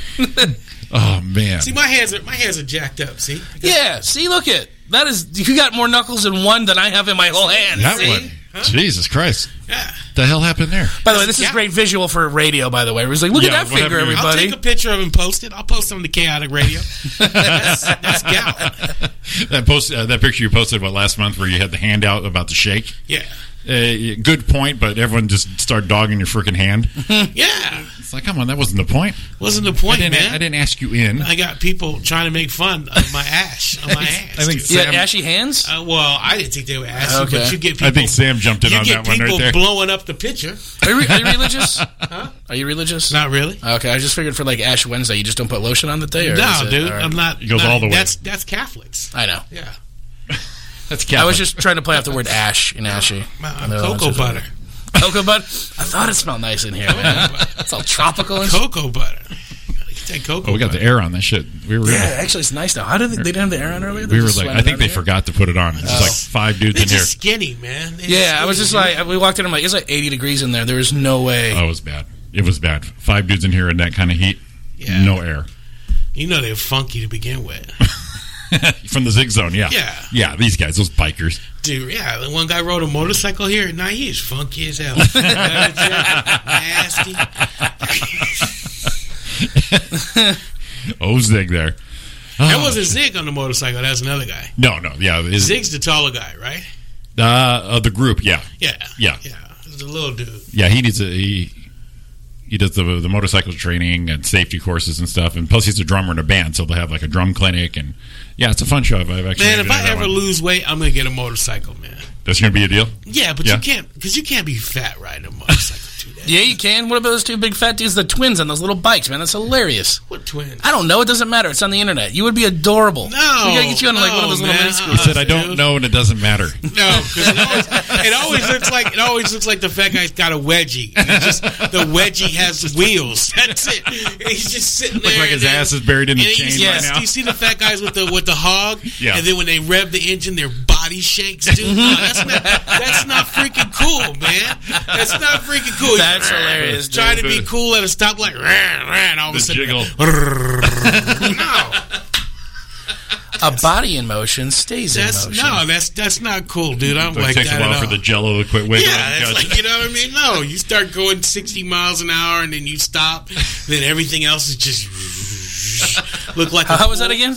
[SPEAKER 3] Oh man.
[SPEAKER 4] See, my hands are my hands are jacked up. See,
[SPEAKER 5] yeah. See, look it. That is, you got more knuckles in one than I have in my whole hand.
[SPEAKER 3] that
[SPEAKER 5] see?
[SPEAKER 3] one. Jesus Christ.
[SPEAKER 4] yeah.
[SPEAKER 3] The hell happened there?
[SPEAKER 5] By the way, this is
[SPEAKER 4] Yeah.
[SPEAKER 5] great visual for radio. By the way, it was like, look
[SPEAKER 3] Yeah,
[SPEAKER 5] at that
[SPEAKER 3] what
[SPEAKER 5] finger,
[SPEAKER 3] happened here?
[SPEAKER 4] I'll
[SPEAKER 5] everybody.
[SPEAKER 4] take a picture of him. Post it. I'll post it on the Chaotic Radio. that's, that's gout.
[SPEAKER 3] That post uh, that picture you posted what last month where you had the handout about the shake.
[SPEAKER 4] Yeah.
[SPEAKER 3] Uh, good point, but everyone just started dogging your freaking hand.
[SPEAKER 4] Yeah.
[SPEAKER 3] It's like, come on, that wasn't the point.
[SPEAKER 4] Wasn't the point,
[SPEAKER 3] I didn't,
[SPEAKER 4] man.
[SPEAKER 3] I didn't ask you in.
[SPEAKER 4] I got people trying to make fun of my ash on my ass.
[SPEAKER 3] I think
[SPEAKER 4] dude.
[SPEAKER 5] yeah,
[SPEAKER 3] Sam,
[SPEAKER 5] ashy hands.
[SPEAKER 4] Uh, well, I didn't think they were ashy,
[SPEAKER 5] Okay.
[SPEAKER 4] but you get people.
[SPEAKER 3] I think Sam jumped in
[SPEAKER 4] you
[SPEAKER 3] on
[SPEAKER 4] get
[SPEAKER 3] that one
[SPEAKER 4] people
[SPEAKER 3] right there.
[SPEAKER 4] blowing up the picture.
[SPEAKER 5] Are you, are you religious? Are you religious?
[SPEAKER 4] Not really.
[SPEAKER 5] Okay, I just figured for like Ash Wednesday, you just don't put lotion on the day. Or is
[SPEAKER 4] no,
[SPEAKER 5] it-
[SPEAKER 4] dude,
[SPEAKER 5] all right.
[SPEAKER 4] I'm not.
[SPEAKER 3] It goes
[SPEAKER 4] not-
[SPEAKER 3] all the way.
[SPEAKER 4] That's that's Catholics.
[SPEAKER 5] I know.
[SPEAKER 4] Yeah,
[SPEAKER 3] That's
[SPEAKER 5] I
[SPEAKER 3] Catholic.
[SPEAKER 5] was just trying to play off the word ash and ashy.
[SPEAKER 4] my,
[SPEAKER 5] No, it's
[SPEAKER 4] cocoa
[SPEAKER 5] just-
[SPEAKER 4] butter,
[SPEAKER 5] Cocoa butter. I thought it smelled nice in here, man. It's all tropical and
[SPEAKER 4] cocoa butter. Gotta get that cocoa.
[SPEAKER 3] Oh, we got the air on that shit. We were.
[SPEAKER 5] Yeah, actually, it's nice now. How did they, they didn't have the air on earlier? They
[SPEAKER 3] We were
[SPEAKER 5] just
[SPEAKER 3] like,
[SPEAKER 5] sweated
[SPEAKER 3] I
[SPEAKER 5] out
[SPEAKER 3] think they
[SPEAKER 5] here?
[SPEAKER 3] forgot to put it on. It's just like five dudes
[SPEAKER 4] They're
[SPEAKER 3] in here.
[SPEAKER 4] Oh. just skinny, man. They're
[SPEAKER 5] Yeah, I was
[SPEAKER 4] skinny.
[SPEAKER 5] just like, we walked in. I'm like, it's like 80 degrees in there. There was no way.
[SPEAKER 3] Oh, it was bad. It was bad. Five dudes in here in that kind of heat.
[SPEAKER 4] Yeah.
[SPEAKER 3] No air.
[SPEAKER 4] you know, they're funky to begin with,
[SPEAKER 3] From the zig zone, yeah.
[SPEAKER 4] Yeah.
[SPEAKER 3] Yeah, these guys, those bikers.
[SPEAKER 4] dude. Yeah, the one guy rode a motorcycle here, and now he is funky as hell. Nasty.
[SPEAKER 3] Oh, zig there.
[SPEAKER 4] That wasn't Zig on the motorcycle. That was another guy.
[SPEAKER 3] No, no, yeah, is
[SPEAKER 4] Zig's the taller guy, right?
[SPEAKER 3] uh, of the group? Yeah,
[SPEAKER 4] Yeah.
[SPEAKER 3] Yeah.
[SPEAKER 4] Yeah. He's a little dude.
[SPEAKER 3] yeah. He needs a he. He does the the motorcycle training and safety courses and stuff, and plus he's a drummer in a band, so they'll have like a drum clinic and yeah, it's a fun show. I've I've actually
[SPEAKER 4] Man, if
[SPEAKER 3] enjoyed
[SPEAKER 4] I
[SPEAKER 3] that
[SPEAKER 4] ever
[SPEAKER 3] one.
[SPEAKER 4] lose weight, I'm gonna get a motorcycle, man.
[SPEAKER 3] that's gonna be a deal.
[SPEAKER 4] Yeah, but
[SPEAKER 3] Yeah.
[SPEAKER 4] you can't because you can't be fat riding a motorcycle. too. That-
[SPEAKER 5] Yeah, you can. What about those two big fat dudes, the twins on those little bikes, man? That's hilarious.
[SPEAKER 4] What twin?
[SPEAKER 5] I don't know. It doesn't matter. It's on the internet. You would be adorable.
[SPEAKER 4] No,
[SPEAKER 5] we gotta get you on like
[SPEAKER 4] no,
[SPEAKER 5] one of those little
[SPEAKER 4] man.
[SPEAKER 5] mini
[SPEAKER 3] He
[SPEAKER 5] scooters.
[SPEAKER 3] said, "I don't know, and it doesn't matter."
[SPEAKER 4] No, because it always, it always looks like it always looks like the fat guy's got a wedgie. And it's just the wedgie has wheels. That's it. And he's just sitting there.
[SPEAKER 3] Looks like his
[SPEAKER 4] and then-
[SPEAKER 3] ass is buried in the
[SPEAKER 4] and you
[SPEAKER 3] chain
[SPEAKER 4] see-
[SPEAKER 3] right now.
[SPEAKER 4] You see the fat guys with the with the hog,
[SPEAKER 3] Yeah. Mm-hmm.
[SPEAKER 4] and then when they rev the engine, their body shakes. Dude, no, that's not that's not freaking cool, man. That's not freaking cool.
[SPEAKER 5] That's hilarious, dude.
[SPEAKER 4] Trying to be cool at a stoplight, ran, ran, all of a
[SPEAKER 3] The
[SPEAKER 4] sudden,
[SPEAKER 3] jiggle.
[SPEAKER 4] no,
[SPEAKER 5] A body in motion stays
[SPEAKER 4] that's
[SPEAKER 5] in motion.
[SPEAKER 4] no, that's that's not cool, dude. I don't
[SPEAKER 3] It
[SPEAKER 4] like
[SPEAKER 3] takes a
[SPEAKER 4] that
[SPEAKER 3] while
[SPEAKER 4] at
[SPEAKER 3] for
[SPEAKER 4] all.
[SPEAKER 3] the Jello to quit wiggling.
[SPEAKER 4] Yeah, it's
[SPEAKER 3] Gotcha.
[SPEAKER 4] like you know what I mean. No, you start going sixty miles an hour and then you stop. Then everything else is just look like a
[SPEAKER 5] Uh, How was that
[SPEAKER 4] pool-
[SPEAKER 5] again?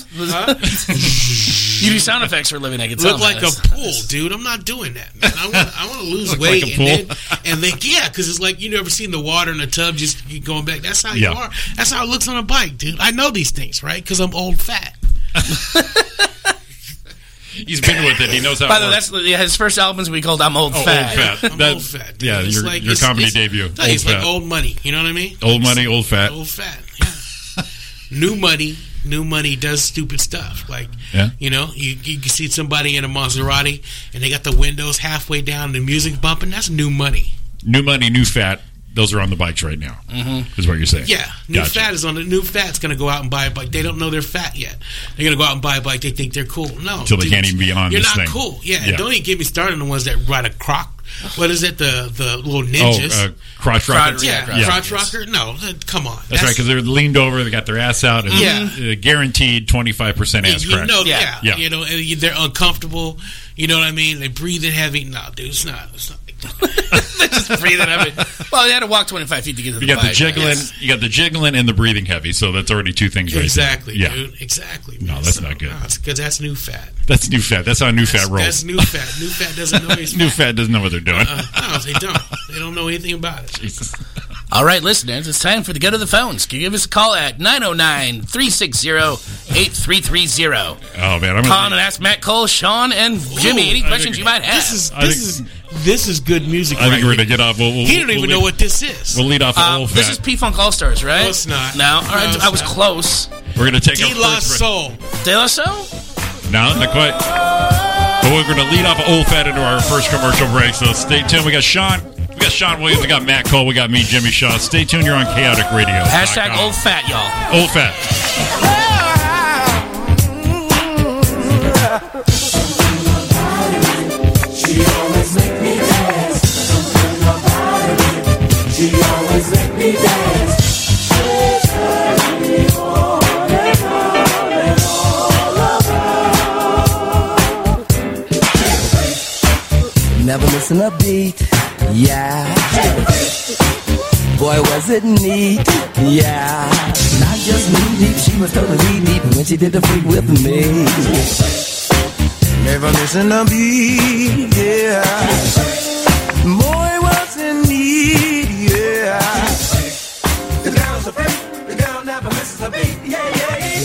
[SPEAKER 5] you do sound effects for a living. I can tell.
[SPEAKER 4] Look like a
[SPEAKER 5] That's-
[SPEAKER 4] pool, dude. I'm not doing that. Man. I want I want to lose
[SPEAKER 3] Look like
[SPEAKER 4] weight
[SPEAKER 3] a
[SPEAKER 4] and
[SPEAKER 3] pool.
[SPEAKER 4] then and then yeah, because it's like you never seen the water in the tub just keep going back. That's how
[SPEAKER 3] Yeah.
[SPEAKER 4] you are. That's how it looks on a bike, dude. I know these things, right? Because I'm old fat.
[SPEAKER 3] He's been with it. He knows how.
[SPEAKER 5] By
[SPEAKER 3] it
[SPEAKER 5] the way,
[SPEAKER 3] works.
[SPEAKER 5] that's yeah, his first album's we called "I'm Old
[SPEAKER 3] Oh,
[SPEAKER 5] Fat."
[SPEAKER 3] old fat.
[SPEAKER 4] I'm
[SPEAKER 3] That-
[SPEAKER 4] old fat. Dude.
[SPEAKER 3] Yeah,
[SPEAKER 4] It's
[SPEAKER 3] your,
[SPEAKER 4] like-
[SPEAKER 3] your
[SPEAKER 4] it's-
[SPEAKER 3] comedy
[SPEAKER 4] it's-
[SPEAKER 3] debut. Old
[SPEAKER 4] It's like
[SPEAKER 3] fat. old,
[SPEAKER 4] old money. You know what I mean?
[SPEAKER 3] money, old Oh, fat.
[SPEAKER 4] old fat. Yeah. new money, new money does stupid stuff. Like,
[SPEAKER 3] Yeah.
[SPEAKER 4] you know, you, you can see somebody in a Maserati and they got the windows halfway down, the music bumping. That's new money.
[SPEAKER 3] New money, new fat. Those are on the bikes right now. Mm-hmm. Is what you're saying?
[SPEAKER 4] Yeah, new
[SPEAKER 3] Gotcha.
[SPEAKER 4] fat is on the new fat's going to go out and buy a bike. They don't know they're fat yet. They're going to go out and buy a bike. They think they're cool. No,
[SPEAKER 3] Till they can't even be on
[SPEAKER 4] You're
[SPEAKER 3] this
[SPEAKER 4] not
[SPEAKER 3] thing.
[SPEAKER 4] cool. Yeah, and
[SPEAKER 3] Yeah.
[SPEAKER 4] don't even get me started on the ones that ride a croc. What is it? The the little
[SPEAKER 3] Oh,
[SPEAKER 4] ninjas.
[SPEAKER 3] uh, crotch rockets.
[SPEAKER 4] yeah,
[SPEAKER 5] yeah,
[SPEAKER 4] crotch
[SPEAKER 5] yes.
[SPEAKER 4] rocker. No, uh, come on.
[SPEAKER 3] That's, right, right, because they're leaned over, they got their ass out, and
[SPEAKER 4] Yeah.
[SPEAKER 3] uh, guaranteed 25% ass
[SPEAKER 4] Mm-hmm. you
[SPEAKER 3] crack.
[SPEAKER 4] know,
[SPEAKER 5] Yeah.
[SPEAKER 4] yeah.
[SPEAKER 3] Yeah.
[SPEAKER 4] you know, and you- they're uncomfortable. You know what I mean? They breathing heavy. No, dude, it's not. It's not like that.
[SPEAKER 5] Just breathing of it. Well, they had to walk 25 feet to get to the
[SPEAKER 3] You got the
[SPEAKER 5] bike.
[SPEAKER 3] jiggling,
[SPEAKER 5] Yes.
[SPEAKER 3] you got the jiggling, and the breathing heavy. So that's already two things, right? there.
[SPEAKER 4] exactly,
[SPEAKER 3] Yeah,
[SPEAKER 4] dude. Exactly.
[SPEAKER 3] No, that's not good.
[SPEAKER 4] because that's new fat.
[SPEAKER 3] that's new fat. That's how new fat rolls.
[SPEAKER 4] That's new fat. New fat doesn't know he's
[SPEAKER 3] new
[SPEAKER 4] fat.
[SPEAKER 3] fat doesn't know what they're doing.
[SPEAKER 4] Uh, no, they don't. They don't know anything about it.
[SPEAKER 3] Jesus.
[SPEAKER 5] All right, listeners, it's time for the go to the phones. Can you give us a call at 909 360 8330?
[SPEAKER 3] Oh man, I'm
[SPEAKER 5] Call
[SPEAKER 3] gonna,
[SPEAKER 5] and ask Matt Cole, Sean, and Jimmy
[SPEAKER 4] Ooh,
[SPEAKER 5] any
[SPEAKER 4] I
[SPEAKER 5] questions you might have.
[SPEAKER 4] This is
[SPEAKER 3] I
[SPEAKER 4] this is this is good music.
[SPEAKER 3] I think
[SPEAKER 4] right
[SPEAKER 3] we're gonna
[SPEAKER 4] here.
[SPEAKER 3] get off. We'll, we'll,
[SPEAKER 4] He don't
[SPEAKER 3] we'll
[SPEAKER 4] even
[SPEAKER 3] lead,
[SPEAKER 4] know what this is.
[SPEAKER 3] We'll lead off with
[SPEAKER 5] Uh,
[SPEAKER 3] old
[SPEAKER 5] this is
[SPEAKER 3] fat.
[SPEAKER 5] P Funk All Stars, right?
[SPEAKER 4] No, it's not.
[SPEAKER 5] No, all right.
[SPEAKER 4] No,
[SPEAKER 5] I was
[SPEAKER 4] it's not.
[SPEAKER 5] close.
[SPEAKER 3] we're gonna take
[SPEAKER 4] D
[SPEAKER 3] our
[SPEAKER 4] La
[SPEAKER 3] first break.
[SPEAKER 4] Soul.
[SPEAKER 5] De La Soul?
[SPEAKER 3] No, not quite. But we're gonna lead off old fat into our first commercial break. So stay tuned. We got Sean. We got Sean Williams. We got Matt Cole. We got me, Jimmy Shaw. Stay tuned. You're on Chaotic Radio.
[SPEAKER 5] Hashtag old fat, y'all.
[SPEAKER 3] Old fat.
[SPEAKER 6] Never missing a beat, yeah. Boy, was it neat, yeah. Not just knee deep, she was totally deep when she did the freak with me. Never missing a beat, yeah. Boy, was it neat, yeah. The girl's a freak, the girl never misses a beat, yeah, yeah, yeah.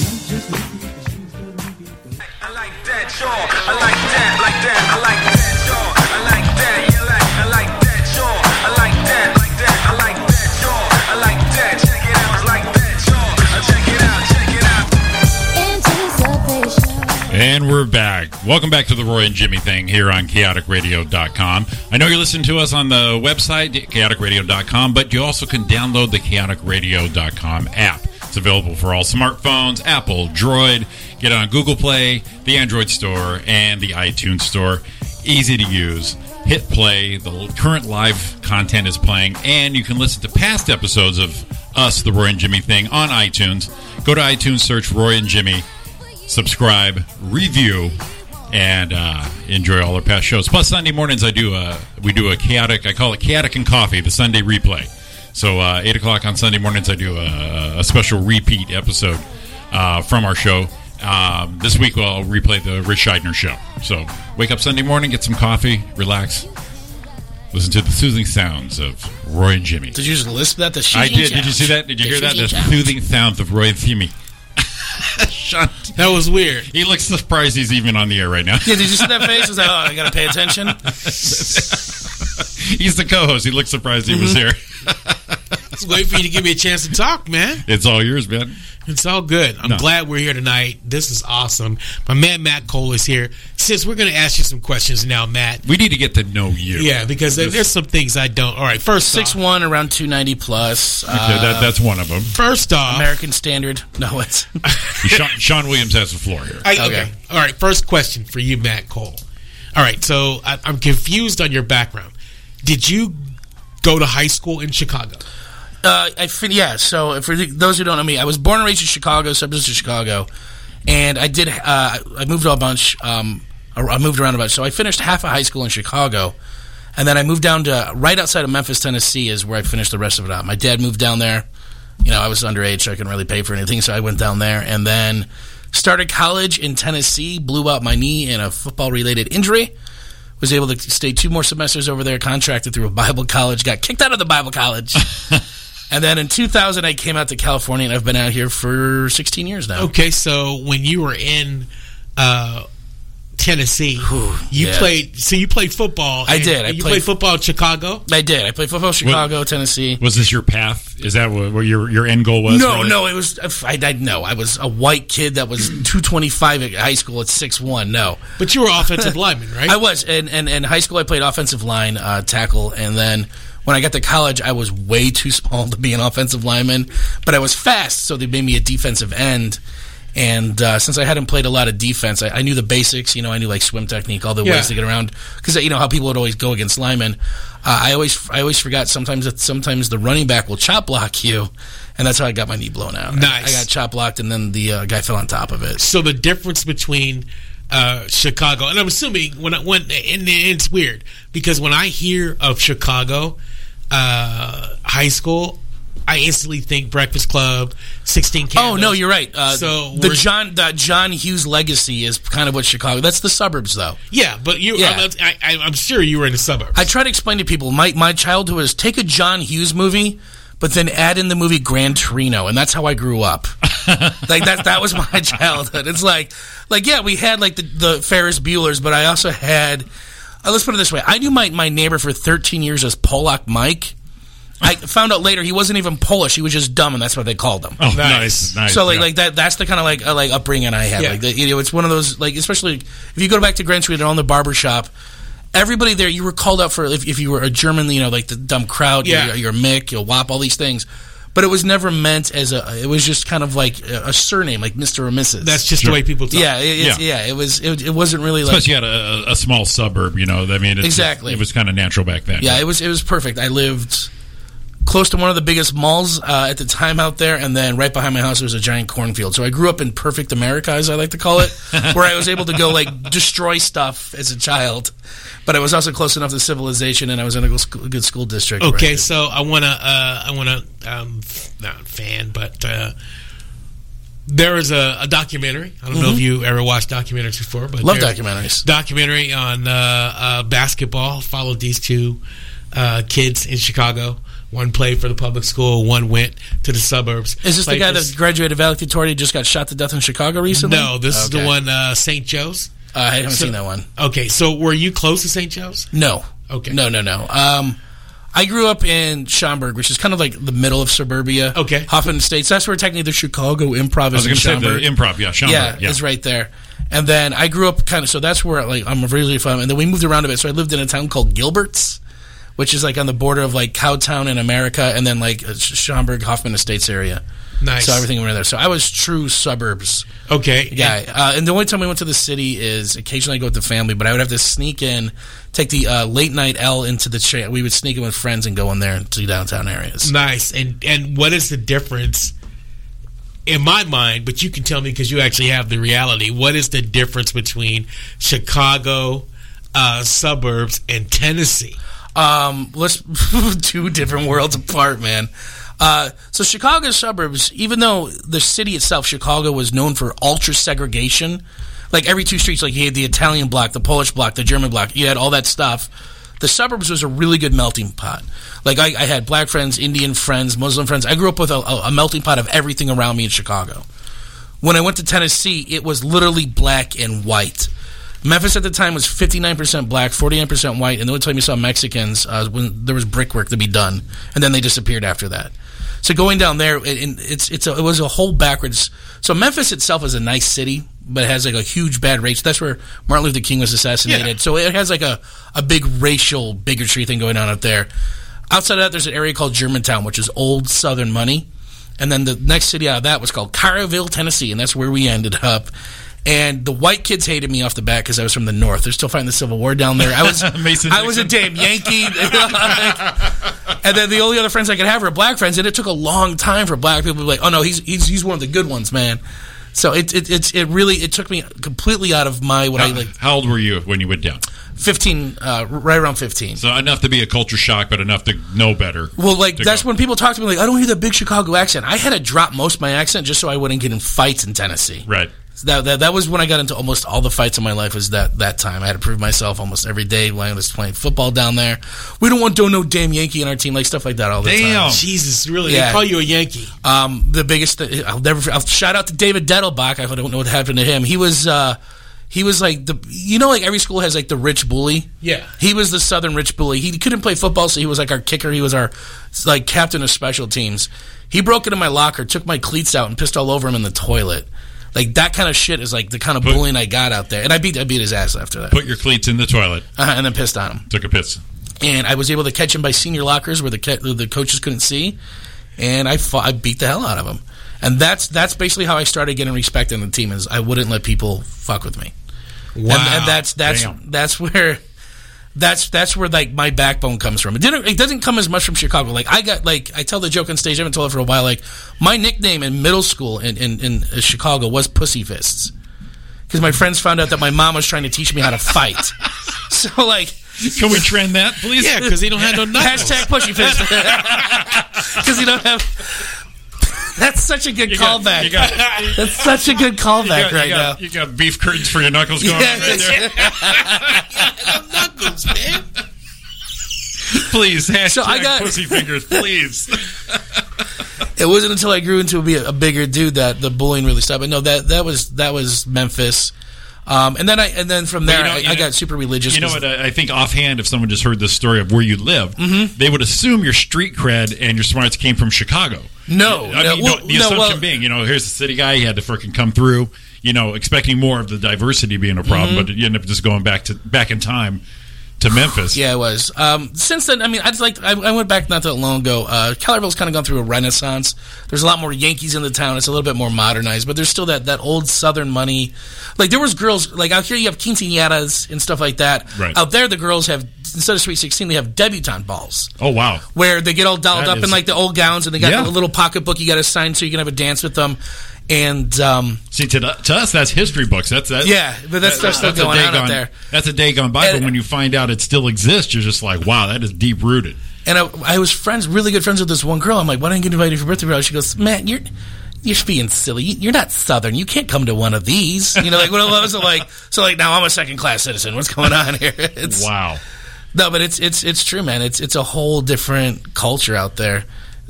[SPEAKER 7] I like that, y'all. I like that, like that, I like that, y'all. I like that, yeah, like, I like that, y'all. I like that, like that, I like that, y'all. I like that, check it out, I like that, y'all. Uh, Check it out, check it out.
[SPEAKER 8] Anticipation.
[SPEAKER 3] And we're back. Welcome back to the Roy and Jimmy thing here on chaoticradio.com. I know you're listening to us on the website, chaoticradio.com, but you also can download the chaoticradio.com app. It's available for all smartphones, Apple, Droid. Get it on Google Play, the Android Store, and the iTunes Store. Easy to use. Hit play. The l- current live content is playing, and you can listen to past episodes of us, the Roy and Jimmy thing, on iTunes. Go to iTunes, search Roy and Jimmy subscribe, review, and uh, enjoy all our past shows. Plus, Sunday mornings I do a we do a chaotic I call it chaotic and coffee, the Sunday replay. So uh, eight o'clock on Sunday mornings I do a, a special repeat episode uh, from our show. Um, this week, I'll replay the Rich Scheidner show. So wake up Sunday morning, get some coffee, relax, listen to the soothing sounds of Roy and Jimmy.
[SPEAKER 5] Did you just lisp that? The
[SPEAKER 3] I
[SPEAKER 5] shooting
[SPEAKER 3] did. Did you
[SPEAKER 5] challenge.
[SPEAKER 3] see that? Did you
[SPEAKER 5] The
[SPEAKER 3] hear that?
[SPEAKER 5] shooting
[SPEAKER 3] The
[SPEAKER 5] challenge.
[SPEAKER 3] soothing sounds of Roy and Jimmy. Sean,
[SPEAKER 4] That was weird.
[SPEAKER 3] he looks surprised he's even on the air right now.
[SPEAKER 5] Yeah, did you see that face? I was like, oh, I gotta pay attention.
[SPEAKER 3] He's the co-host. He looks surprised he
[SPEAKER 5] Mm-hmm.
[SPEAKER 3] was here.
[SPEAKER 4] It's wait for you to give me a chance to talk, man.
[SPEAKER 3] It's all yours, man.
[SPEAKER 4] It's all good. I'm
[SPEAKER 3] No.
[SPEAKER 4] glad we're here tonight. This is awesome. My man Matt Cole is here. Since we're going to ask you some questions now, Matt.
[SPEAKER 3] We need to get to know you.
[SPEAKER 4] Yeah, because there- there's some things I don't. All right, first
[SPEAKER 5] Six
[SPEAKER 4] off,
[SPEAKER 5] one, around two ninety plus. Uh,
[SPEAKER 3] Yeah, that, that's one of them.
[SPEAKER 4] first off,
[SPEAKER 5] American standard. No, it's
[SPEAKER 3] Sean, Sean Williams has the floor here.
[SPEAKER 4] I, okay.
[SPEAKER 5] Okay.
[SPEAKER 4] All right. First question for you, Matt Cole. All right. So I, I'm confused on your background. Did you go to high school in Chicago?
[SPEAKER 5] Uh, I fin- yeah. So for the- those who don't know me, I was born and raised in Chicago, suburbs of Chicago, and I did. Uh, I moved a bunch. Um, I I moved around a bunch. So I finished half of high school in Chicago, and then I moved down to right outside of Memphis, Tennessee, is where I finished the rest of it out. My dad moved down there. You know, I was underage, so I couldn't really pay for anything. So I went down there, and then started college in Tennessee. Blew out my knee in a football-related injury was able to stay two more semesters over there, contracted through a Bible college, got kicked out of the Bible college. and then in 2000, I came out to California, and I've been out here for 16 years now.
[SPEAKER 4] Okay. So when you were in uh, Tennessee, you
[SPEAKER 5] yeah.
[SPEAKER 4] played. So you played football.
[SPEAKER 5] I
[SPEAKER 4] and
[SPEAKER 5] did. I
[SPEAKER 4] you
[SPEAKER 5] played-
[SPEAKER 4] played football in Chicago.
[SPEAKER 5] I did. I played football, Chicago, Tennessee.
[SPEAKER 3] Was this your path? Is that what, what your your end goal was?
[SPEAKER 5] no,
[SPEAKER 3] really?
[SPEAKER 5] no, it was. I, I no, I was a white kid that was 225 at high school at 6'1". No,
[SPEAKER 4] But you were offensive lineman, right?
[SPEAKER 5] I was. And and in high school, I played offensive line uh, tackle, and then when I got to college, I was way too small to be an offensive lineman, but I was fast, so they made me a defensive end. And uh, since I hadn't played a lot of defense, I, I knew the basics. You know, I knew like swim technique, all the
[SPEAKER 4] Yeah.
[SPEAKER 5] ways to get around. Because you know how people would always go against linemen. Uh, I always, I always forgot sometimes that sometimes the running back will chop block you, and that's how I got my knee blown out. I- I,
[SPEAKER 4] Nice.
[SPEAKER 5] got chop blocked, and then the uh, guy fell on top of it.
[SPEAKER 4] So the difference between uh, Chicago, and I'm assuming when I, when and it's weird because when I hear of Chicago uh, high school, I instantly think Breakfast Club, Sixteen
[SPEAKER 5] Oh
[SPEAKER 4] Candles.
[SPEAKER 5] no, you're right. Uh,
[SPEAKER 4] So
[SPEAKER 5] the
[SPEAKER 4] we're-
[SPEAKER 5] John the John Hughes legacy is kind of what Chicago. That's the suburbs, though.
[SPEAKER 4] yeah, but you,
[SPEAKER 5] Yeah.
[SPEAKER 4] I'm, I, I- I'm sure you were in the suburbs.
[SPEAKER 5] I try to explain to people my my childhood is take a John Hughes movie, but then add in the movie Gran Torino, and that's how I grew up. like that that was my childhood. It's like like yeah, we had like the, the Ferris Bueller's, but I also had. Uh, let's put it this way: I knew my my neighbor for 13 years as Polak Mike. I found out later he wasn't even Polish; he was just dumb, and that's what they called him.
[SPEAKER 3] Oh, nice, nice.
[SPEAKER 5] So like
[SPEAKER 3] yeah.
[SPEAKER 5] like that that's the kind of like uh, like upbringing I had.
[SPEAKER 4] Yeah.
[SPEAKER 5] Like the, you know, it's one of those like especially if you go back to Grand Street they're on the barber shop. Everybody there, you were called out for if, if you were a German, you know, like the dumb crowd.
[SPEAKER 4] Yeah.
[SPEAKER 5] You're, you're a Mick, you're a Wop, all these things. But it was never meant as a. It was just kind of like a, a surname, like Mister or Mrs.
[SPEAKER 4] That's just the way people talk.
[SPEAKER 5] yeah, it, it's,
[SPEAKER 3] Yeah.
[SPEAKER 5] yeah, It was it, it wasn't really like
[SPEAKER 3] Plus, you had a, a- a small suburb. You know, I mean, it's,
[SPEAKER 5] Exactly.
[SPEAKER 3] It was kind of natural back then.
[SPEAKER 5] Yeah, it was it was perfect. I lived close to one of the biggest malls uh, at the time out there, and then right behind my house there was a giant cornfield. So I grew up in perfect America, as I like to call it, where I was able to go like destroy stuff as a child, but I was also close enough to civilization, and I was in a good school, good school district. where I
[SPEAKER 4] Okay,
[SPEAKER 5] could-
[SPEAKER 4] so I wanna uh, I wanna um, f- not fan, but uh, there is a, a documentary. I don't know if you ever watched documentaries before, but
[SPEAKER 5] Mm-hmm. love
[SPEAKER 4] there's-
[SPEAKER 5] documentaries.
[SPEAKER 4] documentary on uh, uh, basketball. Followed these two uh, kids in Chicago. One played for the public school. One went to the suburbs.
[SPEAKER 5] Is this the
[SPEAKER 4] Played
[SPEAKER 5] guy
[SPEAKER 4] for-
[SPEAKER 5] that graduated valedictorian just got shot to death in Chicago recently?
[SPEAKER 4] No, this is the
[SPEAKER 5] Okay.
[SPEAKER 4] one uh, St. Joe's.
[SPEAKER 5] Uh, I haven't
[SPEAKER 4] So-
[SPEAKER 5] seen that one.
[SPEAKER 4] Okay, so were you close to St. Joe's?
[SPEAKER 5] No.
[SPEAKER 4] Okay.
[SPEAKER 5] No, no, no. Um, I grew up in Schaumburg, which is kind of like the middle of suburbia.
[SPEAKER 4] Okay.
[SPEAKER 5] Hoffman Estates. That's where technically the Chicago Improv
[SPEAKER 3] I
[SPEAKER 5] is
[SPEAKER 3] was
[SPEAKER 5] in
[SPEAKER 3] going to say the
[SPEAKER 5] Schaumburg.
[SPEAKER 3] improv. Yeah, Sean.
[SPEAKER 5] yeah, it's right there. And then I grew up kind of so that's where like I'm originally from. And then we moved around a bit. So I lived in a town called Gilbert's, which is like on the border of like Cowtown in America, and then like uh, Sch- Schaumburg Hoffman Estates area.
[SPEAKER 4] Nice.
[SPEAKER 5] So everything went there. So I was true suburbs
[SPEAKER 4] Okay.
[SPEAKER 5] guy. Uh, and the only time we went to the city is occasionally I go with the family, but I would have to sneak in, take the uh, late night L into the train. We would sneak in with friends and go in there to downtown areas.
[SPEAKER 4] Nice. And and what is the difference? In my mind, but you can tell me because you actually have the reality. What is the difference between Chicago uh, suburbs and Tennessee?
[SPEAKER 5] Um, let's two different worlds apart, man. Uh, so Chicago's suburbs, even though the city itself, Chicago, was known for ultra segregation, like every two streets, like you had the Italian block, the Polish block, the German block, you had all that stuff. The suburbs was a really good melting pot. Like I, I had black friends, Indian friends, Muslim friends. I grew up with a, a a melting pot of everything around me in Chicago when I went to Tennessee, it was literally black and white. Memphis at the time was 59% black, 49% white, and the only time you saw Mexicans uh, when there was brickwork to be done, and then they disappeared after that. So going down there, it, it- it's it's a, it was a whole backwards. So Memphis itself is a nice city, but it has like a huge bad race. That's where Martin Luther King was assassinated.
[SPEAKER 4] Yeah.
[SPEAKER 5] So it has like a, a big racial bigotry thing going on out there. Outside of that, there's an area called Germantown, which is old Southern money. And then the next city out of that was called Caraville, Tennessee, and that's where we ended up. And the white kids hated me off the bat because I was from the north. They're still fighting the Civil War down there. I was,
[SPEAKER 3] Mason
[SPEAKER 5] I was a
[SPEAKER 3] Dixon.
[SPEAKER 5] damn Yankee. Like, and then the only other friends I could have were black friends, and it took a long time for black people to be like, "Oh no, he's he's, he's one of the good ones, man." So it it it's, it really it took me completely out of my what I like
[SPEAKER 3] How old were you when you went down?
[SPEAKER 5] fifteen, uh, right around fifteen.
[SPEAKER 3] So enough to be a culture shock, but enough to know better.
[SPEAKER 5] Well, like
[SPEAKER 3] to
[SPEAKER 5] that's
[SPEAKER 3] go.
[SPEAKER 5] when people talk to me like, I don't hear the big Chicago accent. I had to drop most of my accent just so I wouldn't get in fights in Tennessee.
[SPEAKER 3] Right.
[SPEAKER 5] So that, that that was when I got into almost all the fights in my life. Was that that time I had to prove myself almost every day when I was playing football down there. We don't want don't know damn Yankee in our team like stuff like that all the
[SPEAKER 3] Damn.
[SPEAKER 5] time.
[SPEAKER 4] Jesus, really?
[SPEAKER 5] Yeah.
[SPEAKER 4] They call you a Yankee.
[SPEAKER 5] Um, the biggest th- I'll never I'll shout out to David Dettelbach. I don't know what happened to him. He was uh, he was like the you know like every school has like the rich bully.
[SPEAKER 4] Yeah.
[SPEAKER 5] He was the Southern Rich Bully. He couldn't play football, so he was like our kicker. He was our like captain of special teams. He broke into my locker, took my cleats out, and pissed all over him in the toilet. Like that kind of shit is like the kind of bullying I got out there, and I beat I beat his ass after that,
[SPEAKER 3] Put your cleats in the toilet.
[SPEAKER 5] uh, and then pissed on him.
[SPEAKER 3] Took a piss.
[SPEAKER 5] And I was able to catch him by senior lockers where the ca- the coaches couldn't see, and I fought, I beat the hell out of him. And that's that's basically how I started getting respect in the team is I wouldn't let people fuck with me.
[SPEAKER 3] Wow.
[SPEAKER 5] And, and that's that's
[SPEAKER 3] Damn.
[SPEAKER 5] that's where that's that's where like my backbone comes from. It didn't it doesn't come as much from Chicago. Like I got like I tell the joke on stage, I haven't told it for a while, like my nickname in middle school in, in, in Chicago was Pussy Fists. Because my friends found out that my mom was trying to teach me how to fight. so like
[SPEAKER 3] Can we trend that, please?
[SPEAKER 4] Yeah, because they don't have no knuckles.
[SPEAKER 5] Hashtag pushy fist. Because you don't have. That's such a good
[SPEAKER 3] You got-
[SPEAKER 5] callback.
[SPEAKER 3] you got- you
[SPEAKER 5] That's such a good callback
[SPEAKER 3] got-
[SPEAKER 5] right
[SPEAKER 3] you got-
[SPEAKER 5] now.
[SPEAKER 3] You got beef curtains for your knuckles going on right there.
[SPEAKER 4] knuckles, man.
[SPEAKER 3] Please, hashtag
[SPEAKER 5] So I got-
[SPEAKER 3] pussy fingers, please.
[SPEAKER 5] it wasn't until I grew into be a bigger dude that the bullying really stopped. But no, that that was that was Memphis, um, and then I and then from there
[SPEAKER 3] you know-
[SPEAKER 5] I,
[SPEAKER 3] you
[SPEAKER 5] I
[SPEAKER 3] know-
[SPEAKER 5] got super religious.
[SPEAKER 3] You know
[SPEAKER 5] 'cause-
[SPEAKER 3] what? I I think offhand, if someone just heard the story of where you lived,
[SPEAKER 5] Mm-hmm.
[SPEAKER 3] they would assume your street cred and your smarts came from Chicago.
[SPEAKER 5] No,
[SPEAKER 3] I
[SPEAKER 5] no,
[SPEAKER 3] mean,
[SPEAKER 5] well,
[SPEAKER 3] no, the
[SPEAKER 5] no,
[SPEAKER 3] assumption
[SPEAKER 5] well-
[SPEAKER 3] being, you know, here's the city guy. He had to freaking come through. You know, expecting more of the diversity being a problem, but you end up just going back to back in time to Memphis.
[SPEAKER 5] Mm-hmm. Yeah, it was. Um, since then, I mean, I just like I, I went back not that long ago. Uh, Kellerville's kind of gone through a renaissance. There's a lot more Yankees in the town. It's a little bit more modernized, but there's still that that old Southern money. Like there was girls like out here, you have quinceañeras and stuff like that.
[SPEAKER 3] Right.
[SPEAKER 5] Out there, the girls have instead of sweet sixteen, they have debutante balls
[SPEAKER 3] Oh wow.
[SPEAKER 5] where they get all dolled
[SPEAKER 3] That
[SPEAKER 5] up in
[SPEAKER 3] is-
[SPEAKER 5] like the old gowns and they got
[SPEAKER 3] Yeah.
[SPEAKER 5] a little pocketbook you got to sign so you can have a dance with them. And um,
[SPEAKER 3] See, to, the- to us, that's history books. That's that.
[SPEAKER 5] yeah, but that stuff's still
[SPEAKER 3] That's a
[SPEAKER 5] going
[SPEAKER 3] day
[SPEAKER 5] on out
[SPEAKER 3] gone-
[SPEAKER 5] there.
[SPEAKER 3] That's a day gone by.
[SPEAKER 5] And-
[SPEAKER 3] but when you find out it still exists, you're just like, wow, that is deep rooted.
[SPEAKER 5] And I, I was friends, really good friends with this one girl. I'm like, why didn't you get invited for birthday party? She goes, Matt, you're you're being silly. You- You're not Southern. You can't come to one of these. You know, like what was it like? So like now I'm a second class citizen. What's going on here? It's,
[SPEAKER 3] Wow.
[SPEAKER 5] No, but it's it's it's true, man. It's it's a whole different culture out there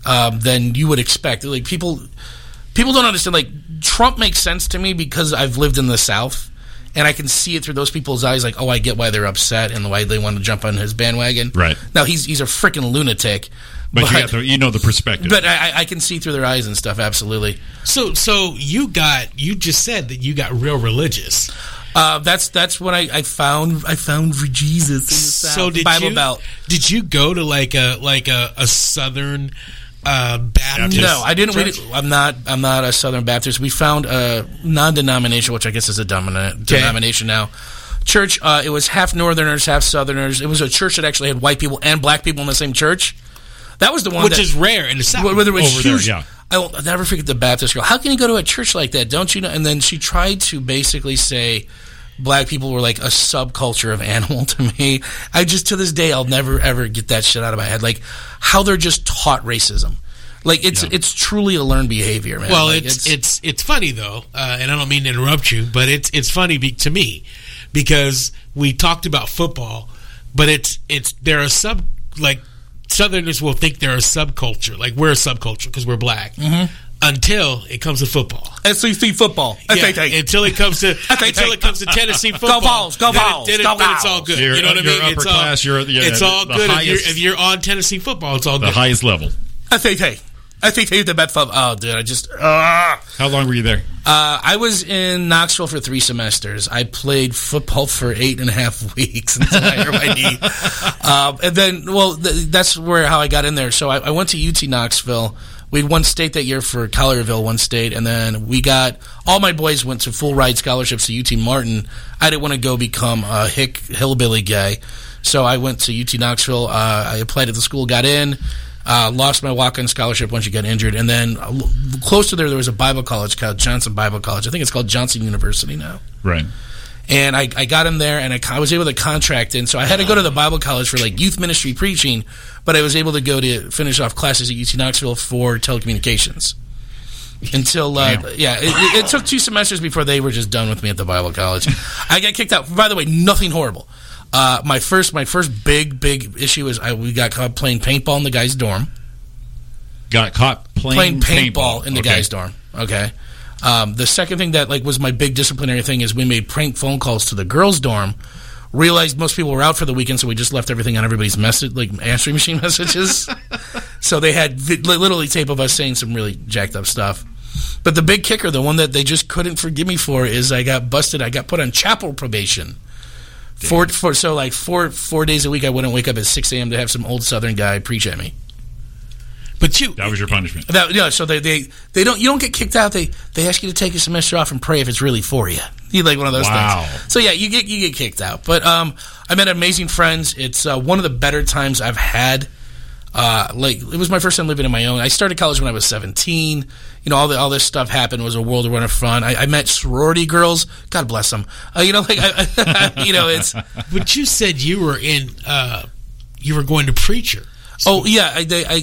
[SPEAKER 5] um, than you would expect. Like people people don't understand. Like Trump makes sense to me because I've lived in the South. And I can see it through those people's eyes, like, oh, I get why they're upset and why they want to jump on his bandwagon.
[SPEAKER 3] Right.
[SPEAKER 5] Now he's he's a freaking lunatic,
[SPEAKER 3] But, you, got the, you know the perspective.
[SPEAKER 5] but I, I- I can see through their eyes and stuff. Absolutely.
[SPEAKER 4] So, so you got you just said that you got real religious.
[SPEAKER 5] Uh, that's that's what I, I found. I found Jesus. In the
[SPEAKER 4] So
[SPEAKER 5] South.
[SPEAKER 4] did
[SPEAKER 5] Bible
[SPEAKER 4] you?
[SPEAKER 5] Belt.
[SPEAKER 4] Did you go to like a like a, a Southern uh, Baptist?
[SPEAKER 3] Baptist.
[SPEAKER 5] No, I didn't. We, didn't- I'm not. I'm not a Southern Baptist. We found a non-denominational, which I guess is a dominant denomination now. Church. Uh, it was half Northerners, half Southerners. It was a church that actually had white people and black people in the same church. That was the one
[SPEAKER 4] which
[SPEAKER 5] that,
[SPEAKER 4] is rare in the South.
[SPEAKER 5] Wh- whether it was
[SPEAKER 3] Over there,
[SPEAKER 5] huge.
[SPEAKER 3] yeah.
[SPEAKER 5] I will I'll never forget the Baptist girl. How can you go to a church like that? Don't you know? And then she tried to basically say black people were like a subculture of animal to me. I just to this day I'll never ever get that shit out of my head. Like how they're just taught racism. Like it's it's truly a learned behavior, man.
[SPEAKER 4] Well,
[SPEAKER 5] Like,
[SPEAKER 4] it's, it's it's funny though, uh, and I don't mean to interrupt you, but it's it's funny be, to me because we talked about football, but it's it's there are sub like Southerners will think they're a subculture, like we're a subculture because we're black, until it comes to football.
[SPEAKER 5] SEC E football.
[SPEAKER 4] Yeah, until it comes to until it comes to Tennessee football.
[SPEAKER 5] Vols, go
[SPEAKER 4] then it-
[SPEAKER 5] Vols,
[SPEAKER 4] then it-
[SPEAKER 5] go
[SPEAKER 4] then it's all
[SPEAKER 5] Vols.
[SPEAKER 4] good.
[SPEAKER 3] You're-
[SPEAKER 4] you know what I
[SPEAKER 3] you're
[SPEAKER 4] mean? it's
[SPEAKER 3] upper
[SPEAKER 4] all,
[SPEAKER 3] class, you're- yeah,
[SPEAKER 4] it's all
[SPEAKER 3] the
[SPEAKER 4] good. if,
[SPEAKER 3] highest-
[SPEAKER 4] you're, if you're on Tennessee football, it's all
[SPEAKER 3] The
[SPEAKER 4] good.
[SPEAKER 3] highest level.
[SPEAKER 5] SEC. SEC the best. Oh, dude, I just. ah.
[SPEAKER 3] How long were you there?
[SPEAKER 5] Uh, I was in Knoxville for three semesters. I played football for eight and a half weeks until I hurt my knee. Um, and then, well, th- that's where how I got in there. So I, I went to UT Knoxville. We won state that year for Collierville, one state, and then we got all my boys went to full ride scholarships to UT Martin. I didn't want to go become a hick hillbilly guy, so I went to UT Knoxville. Uh, I applied at the school, got in. Uh, lost my walk-on scholarship once you got injured, and then uh, l- close to there, there was a Bible college called Johnson Bible College. I think it's called Johnson University now.
[SPEAKER 3] Right.
[SPEAKER 5] And I, I got in there, and I, con- I was able to contract in. So I had to go to the Bible college for like youth ministry preaching, but I was able to go to finish off classes at UT Knoxville for telecommunications. Until uh, yeah, it- it, it took two semesters before they were just done with me at the Bible college. I got kicked out. By the way, nothing horrible. Uh, my first, my first big, big issue is I, we got caught playing paintball in the guy's dorm
[SPEAKER 3] Got caught
[SPEAKER 5] playing
[SPEAKER 3] playing,
[SPEAKER 5] paintball, in the
[SPEAKER 3] Okay.
[SPEAKER 5] guys' dorm. Okay. Um, the second thing that like was my big disciplinary thing is we made prank phone calls to the girls' dorm. Realized most people were out for the weekend, so we just left everything on everybody's message, like answering machine messages. so they had vi- li- literally tape of us saying some really jacked up stuff. But the big kicker, the one that they just couldn't forgive me for, is I got busted. I got put on chapel probation. Four, four, so like four four days a week, I wouldn't wake up at six a.m. to have some old Southern guy preach at me.
[SPEAKER 4] But you,
[SPEAKER 3] That was your punishment.
[SPEAKER 5] That, yeah, so they, they they don't you don't get kicked out. They they ask you to take a semester off and pray if it's really for you. You like one of those
[SPEAKER 3] Wow.
[SPEAKER 5] things. So yeah, you get you get kicked out. But um, I met amazing friends. It's uh, one of the better times I've had. Uh, like it was my first time living on my own. I started college when I was seventeen. You know, all the all this stuff happened It was a world of fun. I, I met sorority girls. God bless them. Uh, you know, like I, you know, it's
[SPEAKER 4] but you said you were in, uh, you were going to preacher
[SPEAKER 5] oh yeah. I, they, I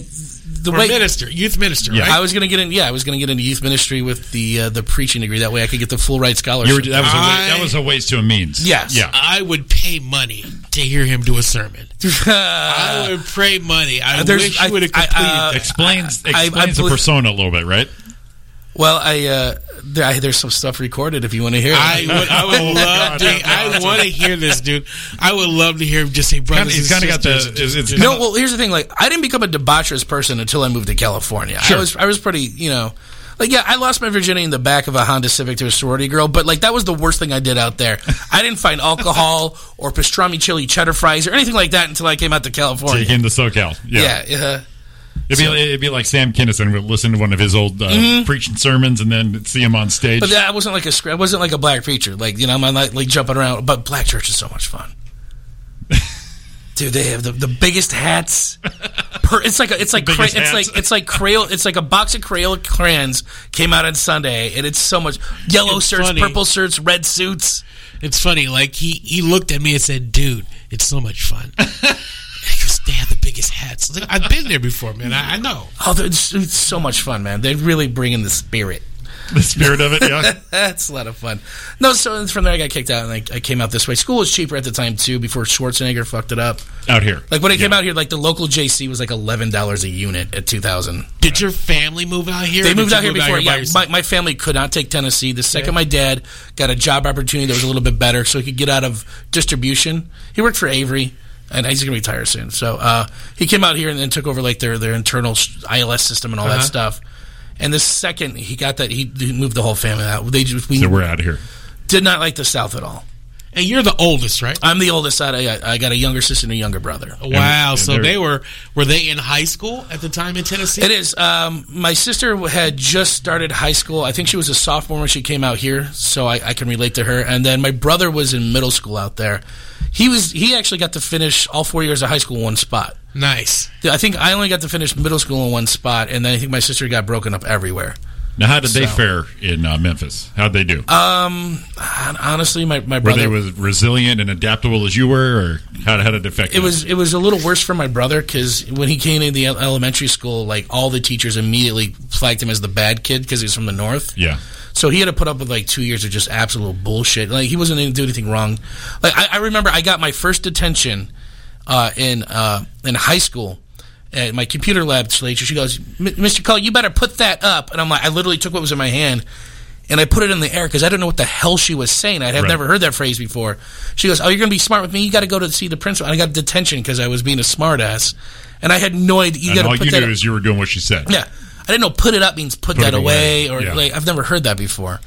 [SPEAKER 5] the
[SPEAKER 4] or
[SPEAKER 5] way
[SPEAKER 4] minister, youth minister,
[SPEAKER 3] Yeah.
[SPEAKER 4] right?
[SPEAKER 5] I was gonna get in. Yeah, I was gonna get into youth ministry with the uh, the preaching degree. That way, I could get the full ride scholarship.
[SPEAKER 3] You were, that was a wa-
[SPEAKER 4] I-
[SPEAKER 3] that was a ways to a means.
[SPEAKER 5] Yes.
[SPEAKER 3] Yeah.
[SPEAKER 4] I would pay money to hear him do a sermon. I would pay money. I
[SPEAKER 5] Uh, There's-
[SPEAKER 4] wish you
[SPEAKER 5] I-
[SPEAKER 4] would have
[SPEAKER 5] I-
[SPEAKER 4] completed
[SPEAKER 5] uh,
[SPEAKER 4] that.
[SPEAKER 3] explains
[SPEAKER 5] I- I
[SPEAKER 3] explains the
[SPEAKER 5] believe-
[SPEAKER 3] persona a little bit, right?
[SPEAKER 5] well, I, uh, there, I there's some stuff recorded if you want to hear.
[SPEAKER 4] I
[SPEAKER 5] it.
[SPEAKER 4] would, I would love to. I want to hear this, dude. I would love to hear him just say, brothers
[SPEAKER 3] He's
[SPEAKER 4] and
[SPEAKER 3] kind of got the.
[SPEAKER 4] sisters."
[SPEAKER 3] It's, it's
[SPEAKER 5] no, well, here's the thing. Like, I didn't become a debaucherous person until I moved to California.
[SPEAKER 3] Sure.
[SPEAKER 5] I was I was pretty, you know, like yeah, I lost my virginity in the back of a Honda Civic to a sorority girl, but like that was the worst thing I did out there. I didn't find alcohol or pastrami chili cheddar fries or anything like that until I came out to California.
[SPEAKER 3] taking the SoCal. Yeah.
[SPEAKER 5] yeah, uh-huh. yeah.
[SPEAKER 3] It'd be, it'd be like Sam Kinison would listen to one of his old uh, preaching sermons and then see him on stage.
[SPEAKER 5] Mm-hmm. But I wasn't like a scr- I wasn't like a black preacher. Like you know, I'm not like jumping around. But black church is so much fun. Dude, they have the, the biggest hats. Per, it's like a, it's like cra-
[SPEAKER 3] biggest
[SPEAKER 5] it's like
[SPEAKER 3] hats.
[SPEAKER 5] it's like Crayola. It's like a box of Crayola crayons came out on Sunday, and it's so much yellow
[SPEAKER 4] It's
[SPEAKER 5] shirts,
[SPEAKER 4] funny.
[SPEAKER 5] purple shirts, red suits.
[SPEAKER 4] It's funny. Like he he looked at me and said, "Dude, it's so much fun." he goes, "They have the biggest hats." I was like, I've been there before, man. I, I know.
[SPEAKER 5] Oh, they're- it's, it's so much fun, man. They really bring in the spirit.
[SPEAKER 3] the spirit of it, yeah.
[SPEAKER 5] That's a lot of fun. No, so from there I got kicked out, and I, I came out this way. School was cheaper at the time too, before Schwarzenegger fucked it up.
[SPEAKER 3] Out here.
[SPEAKER 5] Like when I came out here, like the local JC was like eleven dollars a unit at two thousand.
[SPEAKER 4] Did your family move out here?
[SPEAKER 5] They
[SPEAKER 4] or did
[SPEAKER 5] moved
[SPEAKER 4] you
[SPEAKER 5] out here
[SPEAKER 4] move
[SPEAKER 5] before.
[SPEAKER 4] by
[SPEAKER 5] yeah,
[SPEAKER 4] yourself?
[SPEAKER 5] my, my family could not take Tennessee. The second my dad got a job opportunity that was a little bit better, so he could get out of distribution. He worked for Avery, and he's gonna retire soon. So uh, he came out here and then took over like their their internal s- ILS system and all that
[SPEAKER 4] Uh-huh.
[SPEAKER 5] stuff. And the second he got that, he, he moved the whole family out. They just, we
[SPEAKER 3] So we're out of here.
[SPEAKER 5] did not like the South at all.
[SPEAKER 4] and you're the oldest, right?
[SPEAKER 5] I'm the oldest. out. I, I got a younger sister and a younger brother.
[SPEAKER 4] Oh, wow.
[SPEAKER 3] and
[SPEAKER 4] so
[SPEAKER 3] they're-
[SPEAKER 4] they were were they in high school at the time in Tennessee?
[SPEAKER 5] It is. Um, my sister had just started high school. I think she was a sophomore when she came out here, so I, I can relate to her. And then my brother was in middle school out there. He was. He actually got to finish all four years of high school in one spot.
[SPEAKER 4] Nice.
[SPEAKER 5] I think I only got to finish middle school in one spot, and then I think my sister got broken up everywhere.
[SPEAKER 3] Now, how did they
[SPEAKER 5] So- Uh,
[SPEAKER 3] fare in uh, Memphis? How'd they do?
[SPEAKER 5] Hon- Honestly, my, my
[SPEAKER 3] were
[SPEAKER 5] brother
[SPEAKER 3] they as resilient and adaptable as you were, or how, how did it affect
[SPEAKER 5] it
[SPEAKER 3] you?
[SPEAKER 5] was it was a little worse for my brother because when he came into the el- elementary school, like all the teachers immediately flagged him as the bad kid because he was from the north.
[SPEAKER 3] Yeah.
[SPEAKER 5] So he had to put up with like two years of just absolute bullshit. Like he wasn't going to do anything wrong. Like I, I remember, I got my first detention uh, in uh, in high school. At my computer lab teacher, she goes, "M- "Mr. Cole, you better put that up." And I'm like, I literally took what was in my hand and I put it in the air because I didn't know what the hell she was saying. I had
[SPEAKER 3] Right.
[SPEAKER 5] never heard that phrase before. She goes, "Oh, you're going to be smart with me. You got to go to see the principal." And I got detention because I was being a smartass, and I had no idea. You
[SPEAKER 3] And
[SPEAKER 5] got
[SPEAKER 3] all
[SPEAKER 5] to put
[SPEAKER 3] you
[SPEAKER 5] that.
[SPEAKER 3] knew
[SPEAKER 5] up-
[SPEAKER 3] is you were doing what she said.
[SPEAKER 5] yeah, I didn't know put it up means put,
[SPEAKER 3] Put
[SPEAKER 5] that
[SPEAKER 3] it away.
[SPEAKER 5] away, or
[SPEAKER 3] Yeah.
[SPEAKER 5] like I've never heard that before.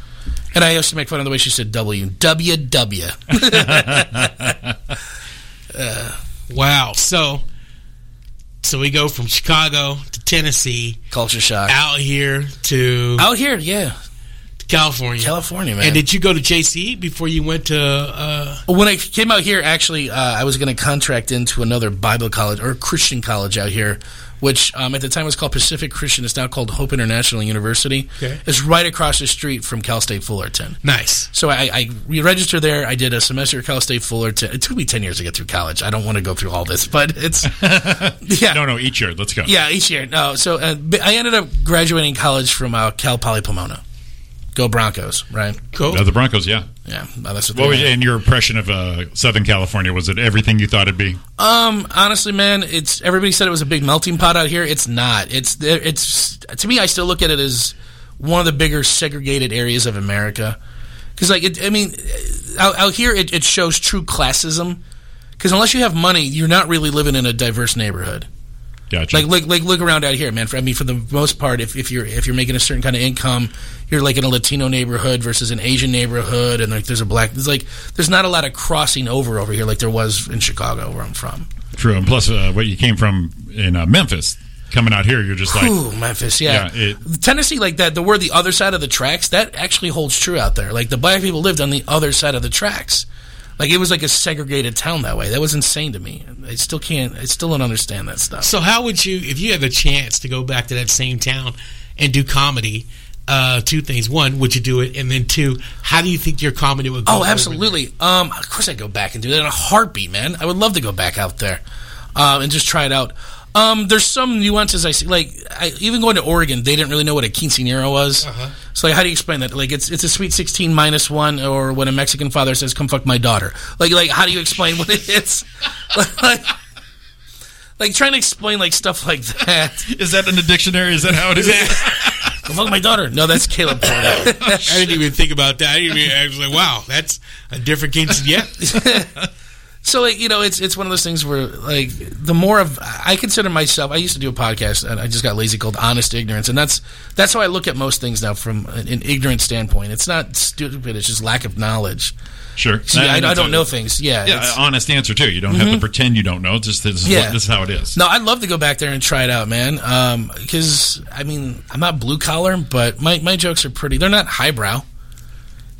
[SPEAKER 5] And I used to make fun of the way she said W W W.
[SPEAKER 4] Wow. So, so we go from Chicago to Tennessee,
[SPEAKER 5] Culture shock.
[SPEAKER 4] out here to
[SPEAKER 5] Out here, yeah,
[SPEAKER 4] California.
[SPEAKER 5] California, man.
[SPEAKER 4] And did you go to JC before you went to? Uh,
[SPEAKER 5] when I came out here, actually, uh, I was going to contract into another Bible college or Christian college out here, which um, at the time was called Pacific Christian. It's now called Hope International University.
[SPEAKER 4] Okay.
[SPEAKER 5] It's right across the street from Cal State Fullerton.
[SPEAKER 4] nice.
[SPEAKER 5] So I, I re registered there. I did a semester at Cal State Fullerton. It took me 10 years to get through college. I don't want to go through all this, but it's. yeah.
[SPEAKER 3] No, no, each year. Let's go.
[SPEAKER 5] Yeah, each year. No, so uh, b- I ended up graduating college from uh, Cal Poly Pomona. Go Broncos, right?
[SPEAKER 4] Cool.
[SPEAKER 3] Uh, the Broncos, yeah.
[SPEAKER 5] Yeah, well, that's what.
[SPEAKER 3] What was
[SPEAKER 5] they are.
[SPEAKER 3] and your impression of uh, Southern California? Was it everything you thought it'd be?
[SPEAKER 5] Um, honestly, man, it's everybody said it was a big melting pot out here. It's not. It's it's to me, I still look at it as one of the bigger segregated areas of America. Because, like, it, I mean, uh, out, out here, it, it shows true classism. Because unless you have money, you're not really living in a diverse neighborhood.
[SPEAKER 3] Gotcha.
[SPEAKER 5] Like, like, like, look around out here, man. For, I mean, for the most part, if, if you're if you're making a certain kind of income, you're like in a Latino neighborhood versus an Asian neighborhood, and like there's a black. There's like there's not a lot of crossing over over here, like there was in Chicago, where I'm from.
[SPEAKER 3] True. And plus, uh, what you came from in uh, Memphis, coming out here, you're just like,
[SPEAKER 5] Ooh, Memphis, yeah.
[SPEAKER 3] Yeah, it-
[SPEAKER 5] Tennessee, like that, the word the other side of the tracks, that actually holds true out there. Like the black people lived on the other side of the tracks. Like it was like a segregated town that way. That was insane to me. I still can't, I still don't understand that stuff.
[SPEAKER 4] So how would you, if you had the chance to go back to that same town and do comedy? Uh, two things. One, would you do it? And then two, how do you think your comedy would go?
[SPEAKER 5] Oh,
[SPEAKER 4] over
[SPEAKER 5] absolutely. Um, of course, I'd go back and do that in a heartbeat, man. I would love to go back out there uh, and just try it out. Um, there's some nuances I see. Like, I, even going to Oregon, they didn't really know what a quinceanera was. So, like, how do you explain that? Like, it's it's a sweet sixteen minus one, or when a Mexican father says, "Come fuck my daughter." Like, like, how do you explain what it is? like, like trying to explain like stuff like that.
[SPEAKER 3] is that in the dictionary? Is that how it is?
[SPEAKER 5] Come fuck my daughter. No, that's Caleb. Porter.
[SPEAKER 4] I didn't even think about that. I didn't even. I was like, wow, that's a different game. Yeah.
[SPEAKER 5] So like you know, it's it's one of those things where like the more of I consider myself. I used to do a podcast and I just got lazy called Honest Ignorance, and that's that's how I look at most things now from an, an ignorant standpoint. It's not stupid; it's just lack of knowledge.
[SPEAKER 3] Sure.
[SPEAKER 5] See, I, I
[SPEAKER 3] that's
[SPEAKER 5] don't
[SPEAKER 3] a-
[SPEAKER 5] know things. Yeah,
[SPEAKER 3] Yeah, uh,
[SPEAKER 5] it's- Mm-hmm.
[SPEAKER 3] honest answer too. You don't have to pretend you don't know. It's just this is,
[SPEAKER 5] Yeah.
[SPEAKER 3] what, this is how it is.
[SPEAKER 5] No, I'd love to go back there and try it out, man. Because I mean, I'm not blue collar, but my, my jokes are pretty. They're not highbrow.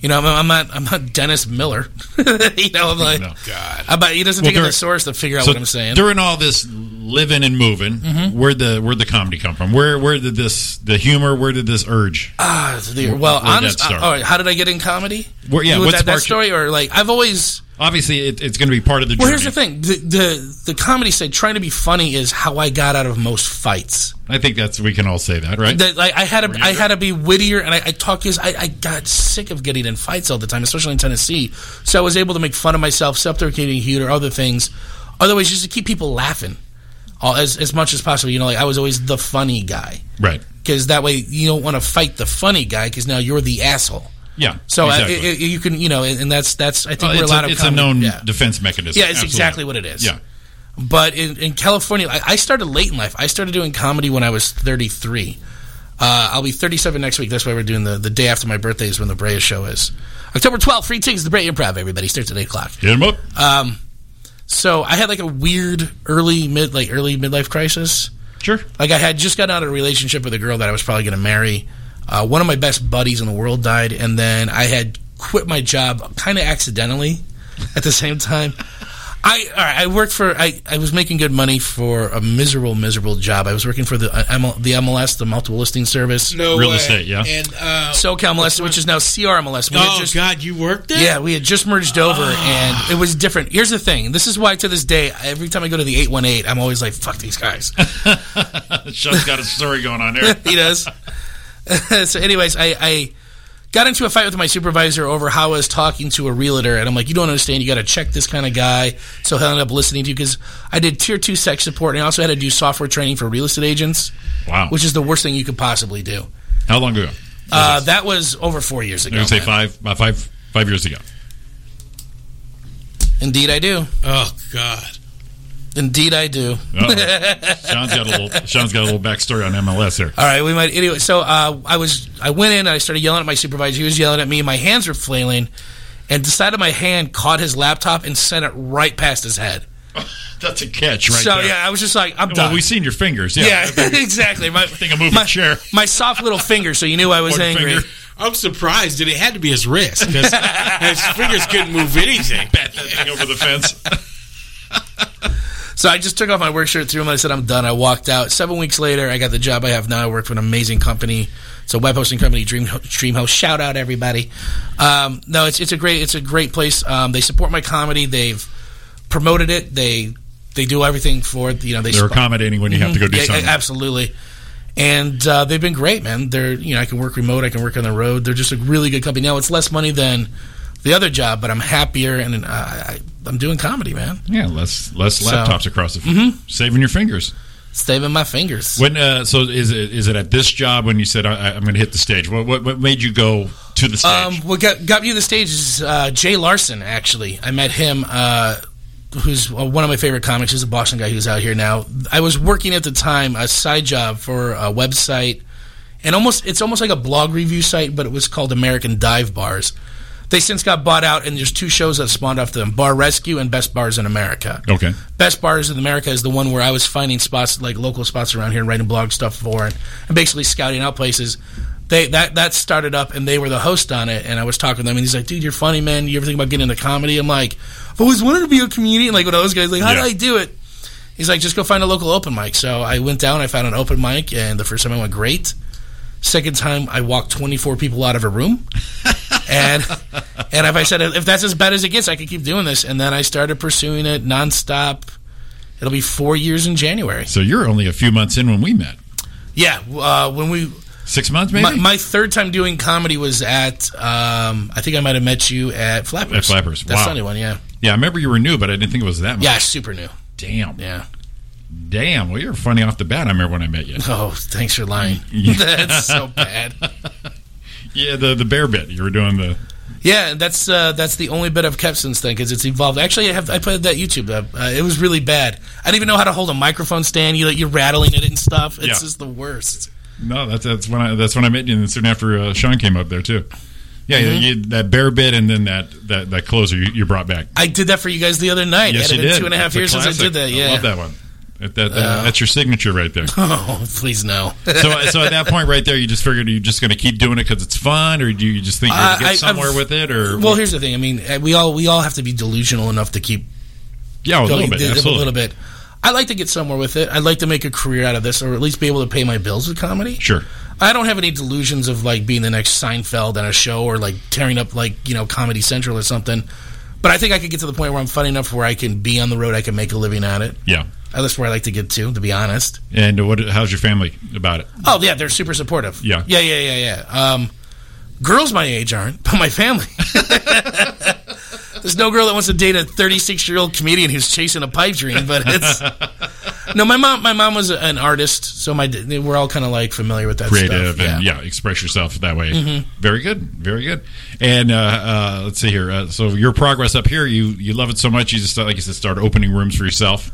[SPEAKER 5] You know, I'm, I'm not I'm not Dennis Miller. you know, I'm like,
[SPEAKER 3] No.
[SPEAKER 5] God. I'm, not- he doesn't
[SPEAKER 3] Well,
[SPEAKER 5] take in the
[SPEAKER 3] during-
[SPEAKER 5] source to figure out
[SPEAKER 3] So
[SPEAKER 5] what I'm saying. Mm-hmm.
[SPEAKER 3] during all this living and moving, where the where the comedy come from? Where where did this the humor? Where did this urge?
[SPEAKER 5] Ah, the, well,
[SPEAKER 3] where'd
[SPEAKER 5] honest.
[SPEAKER 3] that
[SPEAKER 5] Uh,
[SPEAKER 3] start?
[SPEAKER 5] all right, how did I get in comedy?
[SPEAKER 3] Where- yeah,
[SPEAKER 5] You-
[SPEAKER 3] what
[SPEAKER 5] that, that
[SPEAKER 3] sparked you-
[SPEAKER 5] story, or like I've always.
[SPEAKER 3] Obviously, it, it's going to be part of the.
[SPEAKER 5] Well,
[SPEAKER 3] journey.
[SPEAKER 5] here's the thing: the, the the comedy side, trying to be funny, is how I got out of most fights.
[SPEAKER 3] I think that's we can all say that, right?
[SPEAKER 5] That like I had to I had to be wittier, and I, I talk is I, I got sick of getting in fights all the time, especially in Tennessee. So I was able to make fun of myself, self-deprecating humor, other things. Otherwise, just to keep people laughing, all, as as much as possible. You know, like I was always the funny guy
[SPEAKER 3] right.
[SPEAKER 5] because that way you don't want to fight the funny guy because now you're the asshole.
[SPEAKER 3] Yeah.
[SPEAKER 5] So uh,
[SPEAKER 3] exactly.
[SPEAKER 5] i i you can, you know, and and that's that's I think
[SPEAKER 3] Well,
[SPEAKER 5] where
[SPEAKER 3] it's
[SPEAKER 5] a lot of
[SPEAKER 3] it's
[SPEAKER 5] comedy-
[SPEAKER 3] a known
[SPEAKER 5] yeah.
[SPEAKER 3] defense mechanism.
[SPEAKER 5] Yeah, it's
[SPEAKER 3] Absolutely.
[SPEAKER 5] exactly what it is.
[SPEAKER 3] Yeah.
[SPEAKER 5] But in, in California, I, I started late in life. I started doing comedy when I was 33. Uh, I'll be 37 next week. That's why we're doing the, the day after my birthday is when the Brea show is. October 12th, free tickets, the Brea Improv. Everybody starts at 8 o'clock. Um,
[SPEAKER 3] Hit 'em up.
[SPEAKER 5] Uh, So I had like a weird early mid like early midlife crisis.
[SPEAKER 3] sure.
[SPEAKER 5] Like I had just gotten out of a relationship with a girl that I was probably going to marry. Uh, one of my best buddies in the world died, and then I had quit my job kind of accidentally at the same time. I all right, I worked for I, I was making good money for a miserable miserable job. I was working for the uh, ML, the MLS, the multiple listing service,
[SPEAKER 4] No
[SPEAKER 3] Real
[SPEAKER 4] way.
[SPEAKER 3] estate, yeah.
[SPEAKER 4] And uh,
[SPEAKER 5] SoCal MLS, which is now CRMLS. We had
[SPEAKER 4] oh
[SPEAKER 5] just-
[SPEAKER 4] God, Ah. you worked there?
[SPEAKER 5] Yeah, we had just merged over, and it was different. Here's the thing: this is why to this day, every time I go to the eight one eight, I'm always like, "Fuck these guys."
[SPEAKER 3] Sean's got a story going on there.
[SPEAKER 5] he does. so, anyways, I, I got into a fight with my supervisor over how I was talking to a realtor, and I'm like, "You don't understand. You got to check this kind of guy." So he'll end up listening to you because I did tier two sex support, and I also had to do software training for real estate agents,
[SPEAKER 3] Wow.
[SPEAKER 5] which is the worst thing you could possibly do.
[SPEAKER 3] How long ago?
[SPEAKER 5] Uh, that was over four years
[SPEAKER 3] I'm
[SPEAKER 5] ago.
[SPEAKER 3] going to say
[SPEAKER 5] man.
[SPEAKER 3] five, about five, five years ago.
[SPEAKER 5] Indeed, I do.
[SPEAKER 4] Oh God.
[SPEAKER 5] Indeed, I do.
[SPEAKER 3] Uh-oh. Sean's got a little. Sean's got a little backstory on MLS here.
[SPEAKER 5] All right, we might anyway. So uh, I was, I went in, and I started yelling at my supervisor. He was yelling at me, and my hands were flailing, and the side of my hand caught his laptop and sent it right past his head.
[SPEAKER 3] That's a catch, right
[SPEAKER 5] so
[SPEAKER 3] there.
[SPEAKER 5] yeah, I was just like, I'm
[SPEAKER 3] Well,
[SPEAKER 5] done.
[SPEAKER 3] we've seen your fingers.
[SPEAKER 5] yeah,
[SPEAKER 3] Yeah.
[SPEAKER 5] exactly. My,
[SPEAKER 3] Think I moved
[SPEAKER 5] my
[SPEAKER 3] a chair.
[SPEAKER 5] My soft little finger, so you knew I was
[SPEAKER 3] One
[SPEAKER 5] angry.
[SPEAKER 3] finger.
[SPEAKER 4] I'm surprised that it had to be his wrist because his fingers couldn't move anything.
[SPEAKER 3] Bat that thing over the fence.
[SPEAKER 5] So I just took off my work shirt, threw him, and I said, I'm done. I walked out. Seven weeks later, I got the job I have now. I work for an amazing company. It's a web hosting company, Dream Dreamhost. Shout out everybody. Um, no, it's it's a great it's a great place. Um, they support my comedy. They've promoted it. They they do everything for it. You know they
[SPEAKER 3] They're
[SPEAKER 5] sp-
[SPEAKER 3] accommodating when you have to go do
[SPEAKER 5] yeah,
[SPEAKER 3] something.
[SPEAKER 5] absolutely. And uh, they've been great, man. They're you know I can work remote, I can work on the road. They're just a really good company. Now it's less money than the other job, but I'm happier and uh, I, I'm doing comedy, man.
[SPEAKER 3] Yeah, less less laptops across the
[SPEAKER 5] mm-hmm.
[SPEAKER 3] saving your fingers.
[SPEAKER 5] Saving my fingers.
[SPEAKER 3] When uh, so is it is it at this job when you said I, I- I'm going to hit the stage? What, what what made you go to the stage?
[SPEAKER 5] Um, what got, got me to the stage is uh, Jay Larson. Actually, I met him, uh, who's uh, one of my favorite comics. He's a Boston guy who's out here now. I was working at the time a side job for a website, and almost it's almost like a blog review site, but it was called American Dive Bars. They since got bought out, and there's two shows that spawned off them: Bar Rescue and Best Bars in America.
[SPEAKER 3] okay,
[SPEAKER 5] Best Bars in America is the one where I was finding spots like local spots around here and writing blog stuff for and, and basically scouting out places. They that that started up and they were the host on it and I was talking to them and he's like, dude, you're funny, man. You ever think about getting into comedy? I'm like, I've always wanted to be a comedian. Like one of those guys, like, how
[SPEAKER 3] Yeah.
[SPEAKER 5] do I do it? He's like, just go find a local open mic. So I went down, I found an open mic, and the first time I went great. Second time, I walked 24 people out of a room. and and if I said, if that's as bad as it gets, I could keep doing this. And then I started pursuing it nonstop. It'll be four years in January.
[SPEAKER 3] so you're only a few months in when we met.
[SPEAKER 5] Yeah. Uh, when we,
[SPEAKER 3] Six months maybe.
[SPEAKER 5] my, my third time doing comedy was at, um, I think I might have met you at Flappers.
[SPEAKER 3] At Flappers,
[SPEAKER 5] That
[SPEAKER 3] wow.
[SPEAKER 5] Sunday one, yeah.
[SPEAKER 3] yeah, I remember you were new, but I didn't think it was that much.
[SPEAKER 5] Yeah, super new.
[SPEAKER 3] Damn.
[SPEAKER 5] Yeah.
[SPEAKER 3] Damn. Well, you're funny off the bat. I remember when I met you.
[SPEAKER 5] Oh, thanks for lying. that's so bad.
[SPEAKER 3] yeah, the the bear bit. You were doing the
[SPEAKER 5] Yeah, that's uh, that's the only bit I've kept since then because it's evolved. Actually, I have I put that YouTube up. Uh, it was really bad. I didn't even know how to hold a microphone stand. You like you're rattling it and stuff. It's
[SPEAKER 3] Yeah.
[SPEAKER 5] just the worst.
[SPEAKER 3] no. That's that's when I that's when I met you, and then soon after uh, Sean came up there too. Yeah, yeah,
[SPEAKER 5] Mm-hmm.
[SPEAKER 3] you, that bear bit, and then that that that closer you, you brought back.
[SPEAKER 5] I did that for you guys the other night.
[SPEAKER 3] Yes, you
[SPEAKER 5] it had been
[SPEAKER 3] did.
[SPEAKER 5] two and a half
[SPEAKER 3] It's a
[SPEAKER 5] years since I
[SPEAKER 3] classic.
[SPEAKER 5] did that. Yeah.
[SPEAKER 3] I love that one. That, that, that- that's your signature right there. So,
[SPEAKER 5] Oh, please no.
[SPEAKER 3] so at that point right there, you just figured you're just going to keep doing it because it's fun, or do you just think you're going to
[SPEAKER 5] Uh, I-
[SPEAKER 3] get
[SPEAKER 5] I've-
[SPEAKER 3] somewhere with it, or
[SPEAKER 5] well, here's the thing. I mean, uh, we all we all have to be delusional enough to keep
[SPEAKER 3] yeah, a little
[SPEAKER 5] going
[SPEAKER 3] bit,
[SPEAKER 5] a
[SPEAKER 3] absolutely.
[SPEAKER 5] little bit. I like to get somewhere with it. I'd like to make a career out of this, or at least be able to pay my bills with comedy.
[SPEAKER 3] Sure.
[SPEAKER 5] I don't have any delusions of like being the next Seinfeld on a show or like tearing up like you know Comedy Central or something. But I think I could get to the point where I'm funny enough where I can be on the road. I can make a living at it.
[SPEAKER 3] Yeah.
[SPEAKER 5] That's where I like to get to, to be honest.
[SPEAKER 3] And what? How's your family about it?
[SPEAKER 5] Oh yeah, they're super supportive.
[SPEAKER 3] Yeah.
[SPEAKER 5] yeah, yeah, yeah, yeah. Um, girls my age aren't, but my family. There's no girl that wants to date a 36 year old comedian who's chasing a pipe dream, but it's no. My mom, my mom was an artist, so my they we're all kind of like familiar with that
[SPEAKER 3] Creative
[SPEAKER 5] stuff.
[SPEAKER 3] and yeah. Mm-hmm. express yourself that way. Very good, very good. And uh, uh, let's see here. Uh, so your progress up here, you you love it so much, you just uh, like you said, start opening rooms for yourself.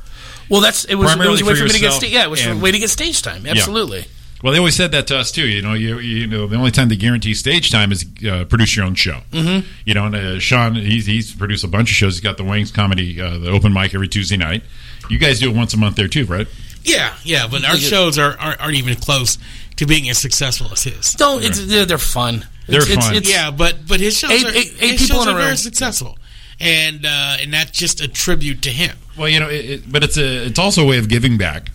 [SPEAKER 5] Well, that's it was, it
[SPEAKER 3] Primarily
[SPEAKER 5] was a way
[SPEAKER 3] for
[SPEAKER 5] for, me to get
[SPEAKER 3] yourself
[SPEAKER 5] sta- yeah, it was a
[SPEAKER 3] and-
[SPEAKER 5] way to get stage time. Absolutely.
[SPEAKER 3] Well, they always said that to us too. You know, you you know, the only time they guarantee stage time is uh, produce your own show. Mm-hmm. You know, and uh, Sean he's he's produced a bunch of shows. He's got the Wings comedy, uh, the open mic every Tuesday night. You guys do it once a month there too, right?
[SPEAKER 4] Yeah, yeah, but our shows are, are aren't even close to being as successful as his.
[SPEAKER 5] Don't it's, they're, they're fun.
[SPEAKER 3] They're
[SPEAKER 5] it's,
[SPEAKER 3] fun.
[SPEAKER 5] It's, it's,
[SPEAKER 4] Yeah, but but his shows
[SPEAKER 5] Eight-
[SPEAKER 4] are
[SPEAKER 5] eight- eight
[SPEAKER 4] his
[SPEAKER 5] people
[SPEAKER 4] shows
[SPEAKER 5] in a
[SPEAKER 4] are very
[SPEAKER 5] room.
[SPEAKER 4] successful. and uh, and that's just a tribute to him.
[SPEAKER 3] Well, you know, it, it, but it's a it's also a way of giving back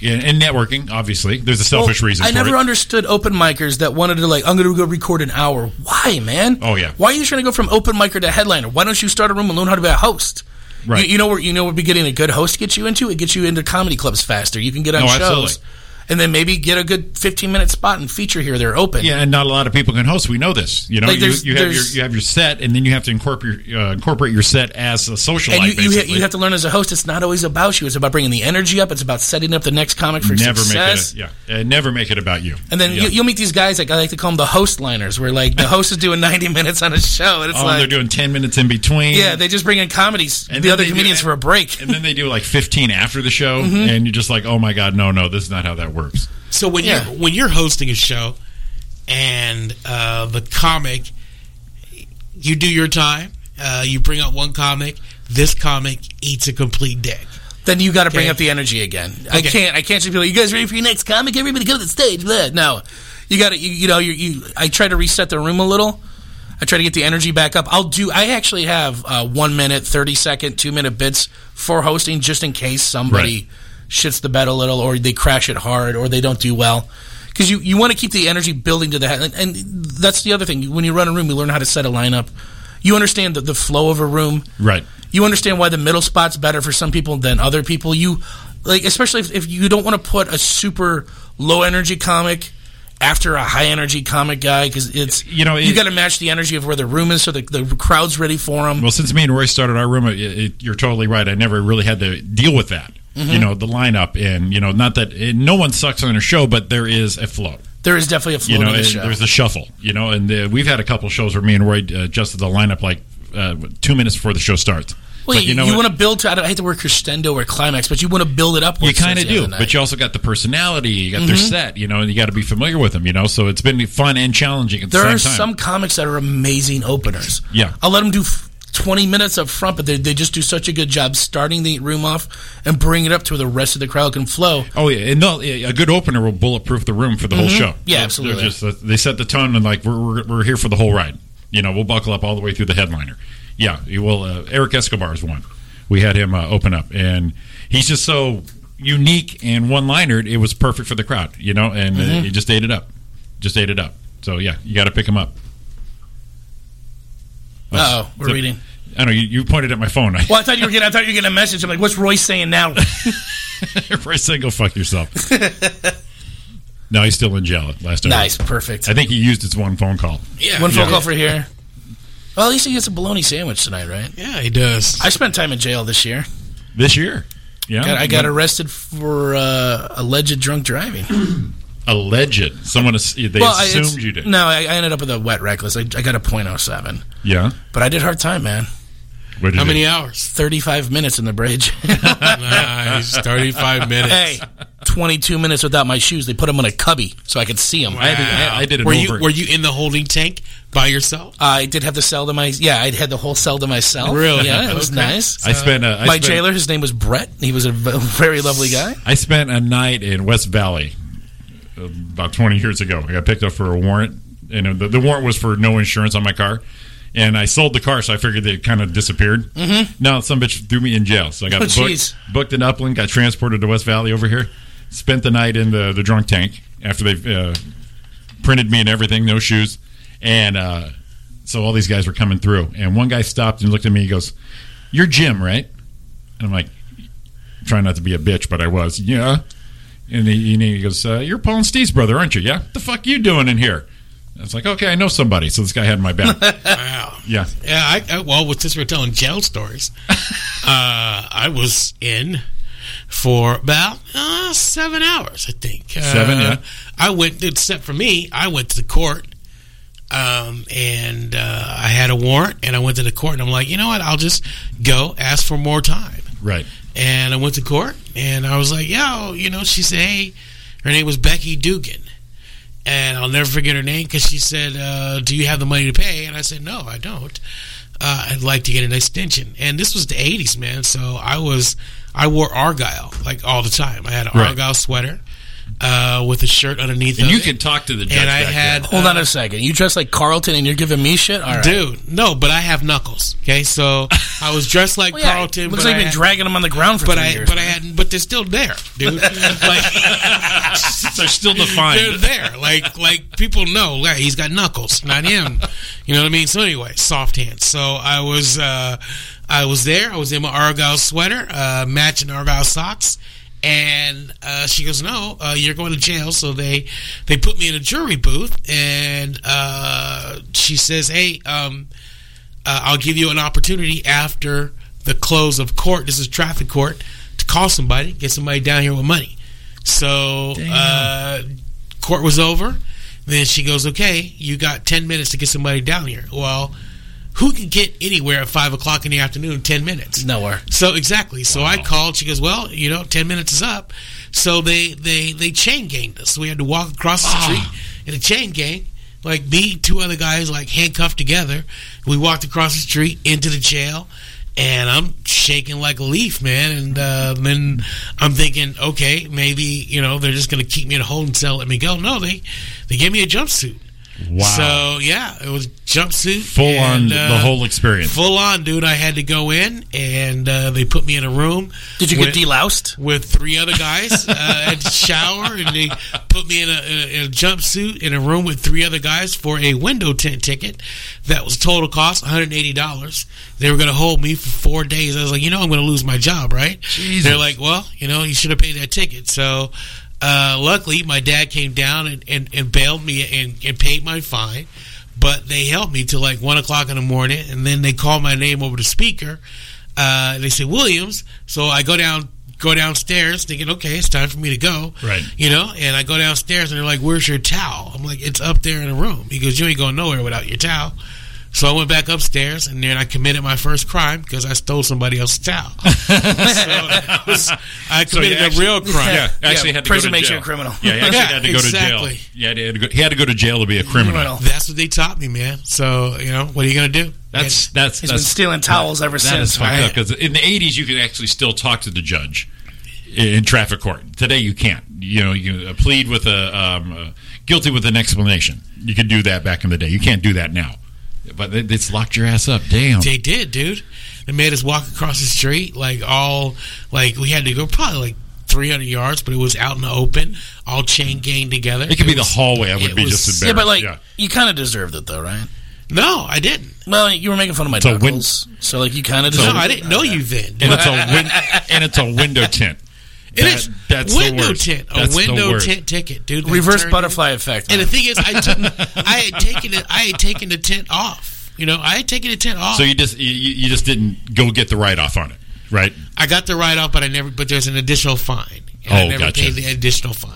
[SPEAKER 3] and, and networking. Obviously, there's a selfish
[SPEAKER 5] Well,
[SPEAKER 3] reason.
[SPEAKER 5] Oh, I
[SPEAKER 3] for
[SPEAKER 5] never
[SPEAKER 3] it.
[SPEAKER 5] understood open micers that wanted to like, I'm going to go record an hour. Why, man?
[SPEAKER 3] Oh, yeah.
[SPEAKER 5] Why are you trying to go from open micer to headliner? Why don't you start a room and learn how to be a host?
[SPEAKER 3] Right.
[SPEAKER 5] You, you know where you know where getting a good host gets you into. It gets you into comedy clubs faster. You can get on
[SPEAKER 3] No,
[SPEAKER 5] shows,
[SPEAKER 3] absolutely.
[SPEAKER 5] and then maybe get a good 15 minute spot and feature here. They're open.
[SPEAKER 3] Yeah, and not a lot of people can host. We know this. You know,
[SPEAKER 5] Like,
[SPEAKER 3] you,
[SPEAKER 5] there's-
[SPEAKER 3] you have your
[SPEAKER 5] there's-
[SPEAKER 3] you have your set, and then you have to incorporate uh, incorporate your set as a socialite.
[SPEAKER 5] And you, you, ha-
[SPEAKER 3] basically.
[SPEAKER 5] you have to learn as a host. It's not always about you. It's about bringing the energy up. It's about setting up the next comic for
[SPEAKER 3] never
[SPEAKER 5] success.
[SPEAKER 3] make it. A, yeah, uh, never make it about you.
[SPEAKER 5] And then
[SPEAKER 3] yeah.
[SPEAKER 5] you, you'll meet these guys like I like to call them the host liners, where like the host is doing 90 minutes on a show, and it's
[SPEAKER 3] oh,
[SPEAKER 5] like
[SPEAKER 3] they're doing ten minutes in between.
[SPEAKER 5] Yeah, they just bring in comedies,
[SPEAKER 3] And
[SPEAKER 5] the
[SPEAKER 3] then
[SPEAKER 5] other
[SPEAKER 3] they do
[SPEAKER 5] comedians
[SPEAKER 3] that.
[SPEAKER 5] for a break. Mm-hmm.
[SPEAKER 3] and then they do like 15 after the show and you're just like oh my god no no this is not how that works
[SPEAKER 4] So when
[SPEAKER 5] Yeah.
[SPEAKER 4] you're when you're hosting a show, and uh, the comic, you do your time. Uh, you bring up one comic. This comic eats a complete dick.
[SPEAKER 5] Then you got to bring
[SPEAKER 4] Okay.
[SPEAKER 5] up the energy again. I
[SPEAKER 4] Okay.
[SPEAKER 5] can't. I can't just be like, "You guys ready for your next comic? Everybody come to the stage." Blah. No, you got to. You, you know, you, you. I try to reset the room a little. I try to get the energy back up. I'll do. I actually have uh, one minute, thirty second, two minute bits for hosting, just in case somebody
[SPEAKER 3] Right.
[SPEAKER 5] shits the bed a little, or they crash it hard, or they don't do well. Because you, you want to keep the energy building to the head, and, and that's the other thing. When you run a room, you learn how to set a lineup. You understand the, the flow of a room.
[SPEAKER 3] right
[SPEAKER 5] you understand why the middle spot's better for some people than other people. You like, especially if, if you don't want to put a super low energy comic after a high energy comic guy because it's
[SPEAKER 3] You know,
[SPEAKER 5] you
[SPEAKER 3] it-
[SPEAKER 5] got to match the energy of where the room is so the, the crowd's ready for them.
[SPEAKER 3] well since me and roy started our room it, it, you're totally right i never really had to deal with that
[SPEAKER 5] Mm-hmm.
[SPEAKER 3] you know the lineup and you know not that and no one sucks on a show but there is a flow
[SPEAKER 5] there is definitely a flow
[SPEAKER 3] you know
[SPEAKER 5] to the
[SPEAKER 3] and
[SPEAKER 5] show.
[SPEAKER 3] there's the shuffle you know and uh we've had a couple shows where me and roy uh, adjusted the lineup like uh, two minutes before the show starts It's
[SPEAKER 5] well,
[SPEAKER 3] like,
[SPEAKER 5] you,
[SPEAKER 3] know
[SPEAKER 5] you
[SPEAKER 3] what?
[SPEAKER 5] want to build to. I, don't, I hate the word crescendo or climax, but you want to build it up.
[SPEAKER 3] You
[SPEAKER 5] once
[SPEAKER 3] kind of
[SPEAKER 5] towards the end
[SPEAKER 3] do,
[SPEAKER 5] the
[SPEAKER 3] but
[SPEAKER 5] night.
[SPEAKER 3] you also got the personality. You got
[SPEAKER 5] Mm-hmm.
[SPEAKER 3] their set, you know, and you got to be familiar with them, you know. So it's been fun and challenging at the
[SPEAKER 5] there
[SPEAKER 3] same
[SPEAKER 5] are
[SPEAKER 3] time.
[SPEAKER 5] some comics that are amazing openers.
[SPEAKER 3] Yeah.
[SPEAKER 5] I'll let them do f- 20 minutes up front, but they, they just do such a good job starting the room off and bringing it up to where the rest of the crowd can flow.
[SPEAKER 3] oh yeah, and they'll- yeah, a good opener will bulletproof the room for the whole show.
[SPEAKER 5] Mm-hmm. Yeah,
[SPEAKER 3] They're-
[SPEAKER 5] absolutely.
[SPEAKER 3] They're just, uh, they set the tone and like we're, we're we're here for the whole ride. You know, we'll buckle up all the way through the headliner. Yeah, you- well, uh, Eric Escobar is one. We had him uh, open up, and he's just so unique and one-linered. It was perfect for the crowd, you know, and uh,
[SPEAKER 5] Mm-hmm.
[SPEAKER 3] he just ate it up, just ate it up. So yeah, you got to pick him up.
[SPEAKER 5] Oh, we're
[SPEAKER 3] So-
[SPEAKER 5] reading.
[SPEAKER 3] I know you, you pointed at my phone.
[SPEAKER 5] Well, I thought you were getting. I thought you were getting a message. I'm like, what's Roy saying now?
[SPEAKER 3] Every single fuck yourself. no, he's still in jail. Last time,
[SPEAKER 5] nice, perfect.
[SPEAKER 3] I think he used his one phone call.
[SPEAKER 4] Yeah,
[SPEAKER 5] One phone
[SPEAKER 3] Yeah.
[SPEAKER 5] call for here. Well, at least he gets a bologna sandwich tonight, right?
[SPEAKER 4] yeah, he does.
[SPEAKER 5] I spent time in jail this year.
[SPEAKER 3] this year. Yeah,
[SPEAKER 5] Got- I got arrested for uh, alleged drunk driving.
[SPEAKER 3] alleged. Someone ass- they
[SPEAKER 5] Well, I- it's-
[SPEAKER 3] assumed you did.
[SPEAKER 5] No, I, I ended up with a wet reckless. I, I got a .07,
[SPEAKER 3] Yeah,
[SPEAKER 5] but I did hard time, man.
[SPEAKER 3] What did
[SPEAKER 4] How
[SPEAKER 3] you-
[SPEAKER 4] many hours?
[SPEAKER 5] 35 minutes in the bridge.
[SPEAKER 4] nice, thirty-five minutes.
[SPEAKER 5] hey, 22 minutes without my shoes. They put them in a cubby so I could see them.
[SPEAKER 3] I, had, I, I did an
[SPEAKER 4] Were
[SPEAKER 3] over.
[SPEAKER 4] you were you in the holding tank by yourself?
[SPEAKER 5] I did have the cell to my. Yeah, I had the whole cell to myself.
[SPEAKER 4] Really?
[SPEAKER 5] Yeah, it was
[SPEAKER 4] Okay.
[SPEAKER 5] nice.
[SPEAKER 3] I spent a, I
[SPEAKER 5] my
[SPEAKER 3] spent,
[SPEAKER 5] jailer, his name was Brett. He was a v- very lovely guy.
[SPEAKER 3] I spent a night in West Valley uh, about 20 years ago. I got picked up for a warrant, and uh, the, the warrant was for no insurance on my car. And I sold the car, so I figured it kind of disappeared. Mm-hmm. Now some bitch threw me in jail, so I got
[SPEAKER 5] Oh, jeez.
[SPEAKER 3] booked, booked in Upland, got transported to West Valley over here, spent the night in the the drunk tank after they uh, printed me and everything, no shoes, and uh, so all these guys were coming through, and one guy stopped and looked at me. He goes, "You're Jim, right?" And I'm like, trying not to be a bitch, but I was. Yeah. And he, and he goes, uh, "You're Paul and Steve's brother, aren't you? Yeah. the fuck you doing in here?" I was like, "Okay, I know somebody." So this guy had my back.
[SPEAKER 4] Wow.
[SPEAKER 3] yeah.
[SPEAKER 4] Yeah, I, I well, since we're telling jail stories, uh, I was in for about uh, seven hours, I think. Uh,
[SPEAKER 3] Seven, yeah.
[SPEAKER 4] I went, except for me, I went to the court, um, and uh, I had a warrant, and I went to the court, and I'm like, you know what? I'll just go ask for more time.
[SPEAKER 3] Right.
[SPEAKER 4] And I went to court, and I was like, yo, you know, she said, hey, her name was Becky Dugan. And I'll never forget her name because she said, uh, do you have the money to pay? And I said, no, I don't. Uh, I'd like to get an extension. And this was the 80s, man. So I was, I wore Argyle like all the time. I had an
[SPEAKER 3] Right.
[SPEAKER 4] Argyle sweater. uh, with a shirt underneath.
[SPEAKER 3] And
[SPEAKER 4] of
[SPEAKER 3] you
[SPEAKER 4] it.
[SPEAKER 3] can talk to the judge.
[SPEAKER 4] And I
[SPEAKER 3] back
[SPEAKER 4] had
[SPEAKER 3] there.
[SPEAKER 5] Hold on a second. You dress like Carlton and you're giving me shit? All right.
[SPEAKER 4] dude. No, but I have knuckles. Okay, so I was dressed like
[SPEAKER 5] Well, Oh, yeah,
[SPEAKER 4] Carlton.
[SPEAKER 5] Looks
[SPEAKER 4] but
[SPEAKER 5] like
[SPEAKER 4] I
[SPEAKER 5] you've been
[SPEAKER 4] had-
[SPEAKER 5] dragging him on the ground for
[SPEAKER 4] but
[SPEAKER 5] three
[SPEAKER 4] I,
[SPEAKER 5] years.
[SPEAKER 4] but I had, but they're still there, dude. like
[SPEAKER 3] they're still
[SPEAKER 4] they're
[SPEAKER 3] defined.
[SPEAKER 4] there. Like, like people know. Like, he's got knuckles, not him. You know what I mean? So anyway, soft hands. So I was, uh, I was there. I was in my Argyle sweater, uh, matching Argyle socks. And uh, she goes, "No, uh, you're going to jail." So they they put me in a jury booth, and uh, she says, "Hey, um, uh, I'll give you an opportunity after the close of court. This is traffic court to call somebody, get somebody down here with money. So uh, court was over. Then she goes, "Okay, you got ten minutes to get somebody down here." Well, who can get anywhere at five o'clock in the afternoon? in Ten minutes?
[SPEAKER 5] Nowhere.
[SPEAKER 4] So exactly. So I called. She goes, "Well, you know, ten minutes is up." So they they they chain ganged us. We had to walk across the street in a chain gang. Like me, two other guys, like handcuffed together. We walked across the street into the jail, and I'm shaking like a leaf, man. And uh, then I'm thinking, okay, maybe you know they're just gonna keep me in a holding cell, let me go. No, they they gave me a jumpsuit.
[SPEAKER 3] Wow.
[SPEAKER 4] So yeah, it was jumpsuit,
[SPEAKER 3] Full on
[SPEAKER 4] and, uh,
[SPEAKER 3] the whole experience.
[SPEAKER 4] full on, dude. I had to go in, and uh, they put me in a room.
[SPEAKER 5] Did you
[SPEAKER 4] with-
[SPEAKER 5] get deloused?
[SPEAKER 4] with three other guys. uh, had to shower, and they put me in a, in a jumpsuit in a room with three other guys for a window tent ticket. That was total cost one hundred eighty dollars. They were going to hold me for four days. I was like, you know, I'm going to lose my job, right? They're like, well, you know, you should have paid that ticket. So. Uh, luckily, my dad came down and, and, and bailed me and, and paid my fine but they helped me till like one o'clock in the morning, and then they called my name over the speaker. Uh, and they said Williams, so I go down, go downstairs, thinking, okay, it's time for me to go,
[SPEAKER 3] Right.
[SPEAKER 4] You know, and I go downstairs, and they're like, "Where's your towel?" I'm like, "It's up there in the room." He goes, "You ain't going nowhere without your towel." So I went back upstairs, and then I committed my first crime because I stole somebody else's towel. so that was, I
[SPEAKER 3] So you
[SPEAKER 4] committed
[SPEAKER 3] actually-
[SPEAKER 4] a real crime.
[SPEAKER 3] Yeah, actually had to
[SPEAKER 5] prison
[SPEAKER 3] go to
[SPEAKER 5] makes you
[SPEAKER 3] jail.
[SPEAKER 5] a criminal.
[SPEAKER 3] Yeah, he actually
[SPEAKER 4] Yeah,
[SPEAKER 3] had to go to
[SPEAKER 4] exactly.
[SPEAKER 3] jail. Yeah, he had to go, he had to go to jail to be a criminal.
[SPEAKER 5] Criminal.
[SPEAKER 4] That's what they taught me, man. So you know, what are you gonna do?
[SPEAKER 3] That's that's
[SPEAKER 5] He's been
[SPEAKER 3] that's
[SPEAKER 5] stealing towels ever
[SPEAKER 3] that is
[SPEAKER 5] since.
[SPEAKER 3] fucked
[SPEAKER 5] right?
[SPEAKER 3] up because in the '80s you could actually still talk to the judge in traffic court. Today you can't. You know, you plead with a um, uh, guilty with an explanation. You could do that back in the day. You can't do that now. But it- it's locked your ass up. Damn.
[SPEAKER 4] They did, dude. They made us walk across the street, like all, like we had to go probably like 300 yards, but it was out in the open, all chain gang together.
[SPEAKER 3] It could be the
[SPEAKER 4] was-
[SPEAKER 3] hallway. I would
[SPEAKER 4] it
[SPEAKER 3] be
[SPEAKER 4] was-
[SPEAKER 3] just
[SPEAKER 5] Yeah,
[SPEAKER 3] embarrassed.
[SPEAKER 5] but like, you kind of deserved it though, right?
[SPEAKER 4] No, I didn't.
[SPEAKER 5] Well, you were making fun of my
[SPEAKER 3] So when-
[SPEAKER 5] knuckles, so like you kind of
[SPEAKER 4] No,
[SPEAKER 5] deserved.
[SPEAKER 4] I
[SPEAKER 5] it.
[SPEAKER 4] didn't know you then.
[SPEAKER 3] and it's a win- and it's a window tint.
[SPEAKER 4] It is
[SPEAKER 3] that's the
[SPEAKER 4] window
[SPEAKER 3] worst.
[SPEAKER 4] tent, a
[SPEAKER 3] That's the
[SPEAKER 4] window
[SPEAKER 3] worst.
[SPEAKER 4] tent ticket, dude. They
[SPEAKER 5] Reverse
[SPEAKER 4] turned it-
[SPEAKER 5] butterfly effect.
[SPEAKER 4] And the
[SPEAKER 5] man.
[SPEAKER 4] thing is, I took, I had taken it, I had taken the tent off. You know, I had taken the tent off.
[SPEAKER 3] So you just you, you just didn't go get the write off on it, right?
[SPEAKER 4] I got the write off, but I never. But there's an additional fine, and I
[SPEAKER 3] Oh,
[SPEAKER 4] never
[SPEAKER 3] gotcha.
[SPEAKER 4] paid the additional fine.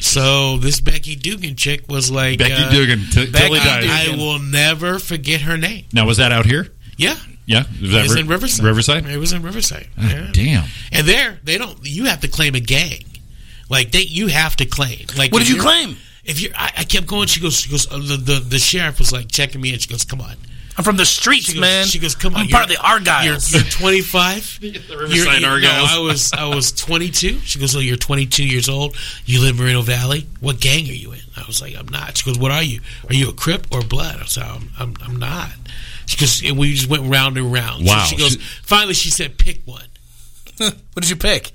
[SPEAKER 4] So this Becky Dugan chick was like
[SPEAKER 3] Becky
[SPEAKER 4] uh,
[SPEAKER 3] Dugan t-
[SPEAKER 4] Becky
[SPEAKER 3] till he dies.
[SPEAKER 4] I will never forget her name.
[SPEAKER 3] Now was that out here?
[SPEAKER 4] Yeah,
[SPEAKER 3] Yeah, was that
[SPEAKER 4] it was
[SPEAKER 3] Ri-
[SPEAKER 4] in Riverside.
[SPEAKER 3] Riverside. Ah,
[SPEAKER 4] It was in Riverside. yeah.
[SPEAKER 3] Damn.
[SPEAKER 4] And there, they don't. You have to claim a gang. Like they, you have to claim. Like
[SPEAKER 5] what
[SPEAKER 4] if
[SPEAKER 5] did you
[SPEAKER 4] you're-
[SPEAKER 5] claim?
[SPEAKER 4] If you, I, I kept going. She goes. She goes. Uh, the, the the sheriff was like checking me, and she goes, "Come on."
[SPEAKER 5] I'm from the streets,
[SPEAKER 4] She goes,
[SPEAKER 5] man.
[SPEAKER 4] She goes, "Come on,
[SPEAKER 5] I'm
[SPEAKER 4] you're-
[SPEAKER 5] part of the Argyles.
[SPEAKER 4] You're, you're 25.
[SPEAKER 3] The Riverside
[SPEAKER 4] You're- you-
[SPEAKER 3] Argyles.
[SPEAKER 4] No, I was I was 22. She goes, "Oh, you're 22 years old. You live in Moreno Valley. What gang are you in?" I was like, "I'm not." She goes, "What are you? Are you a Crip or Blood?" I was like, "I'm I'm, I'm not." She goes, and we just went round and round. So
[SPEAKER 3] Wow.
[SPEAKER 4] she goes,
[SPEAKER 3] She-
[SPEAKER 4] finally, she said, "Pick one."
[SPEAKER 5] what did you pick?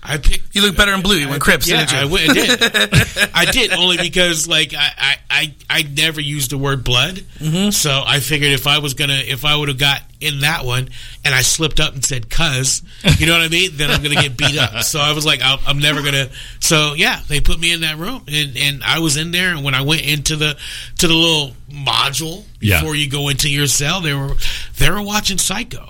[SPEAKER 4] I picked.
[SPEAKER 5] You look better in blue. You went Crips,
[SPEAKER 4] Yeah,
[SPEAKER 5] didn't you?
[SPEAKER 4] I, went, I did. I did only because like I, I, I, I never used the word blood, so I figured if I was gonna if I would have got in that one and I slipped up and said "cuz," you know what I mean? Then I'm gonna get beat up. So I was like, I'm, I'm never gonna. So yeah, they put me in that room and and I was in there. And when I went into the to the little module
[SPEAKER 3] Yeah.
[SPEAKER 4] before you go into your cell, they were they were watching Psycho.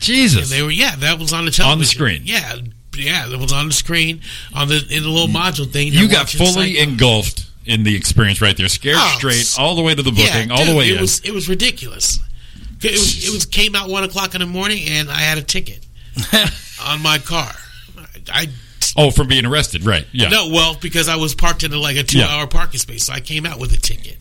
[SPEAKER 3] Jesus.
[SPEAKER 4] They were yeah, that was on the television.
[SPEAKER 3] On the screen.
[SPEAKER 4] Yeah. Yeah, that was on the screen on the in the little module thing.
[SPEAKER 3] you
[SPEAKER 4] They're
[SPEAKER 3] got
[SPEAKER 4] watching
[SPEAKER 3] fully
[SPEAKER 4] Psycho.
[SPEAKER 3] engulfed in the experience right there, scared
[SPEAKER 4] Oh,
[SPEAKER 3] straight all the way to the booking, all
[SPEAKER 4] dude,
[SPEAKER 3] the way
[SPEAKER 4] It
[SPEAKER 3] in.
[SPEAKER 4] was it was ridiculous. It was, it was came out one o'clock in the morning, and I had a ticket on my car. I,
[SPEAKER 3] oh, from being arrested, right? Yeah.
[SPEAKER 4] no, well, because I was parked in like a two hour parking space, so I came out with a ticket.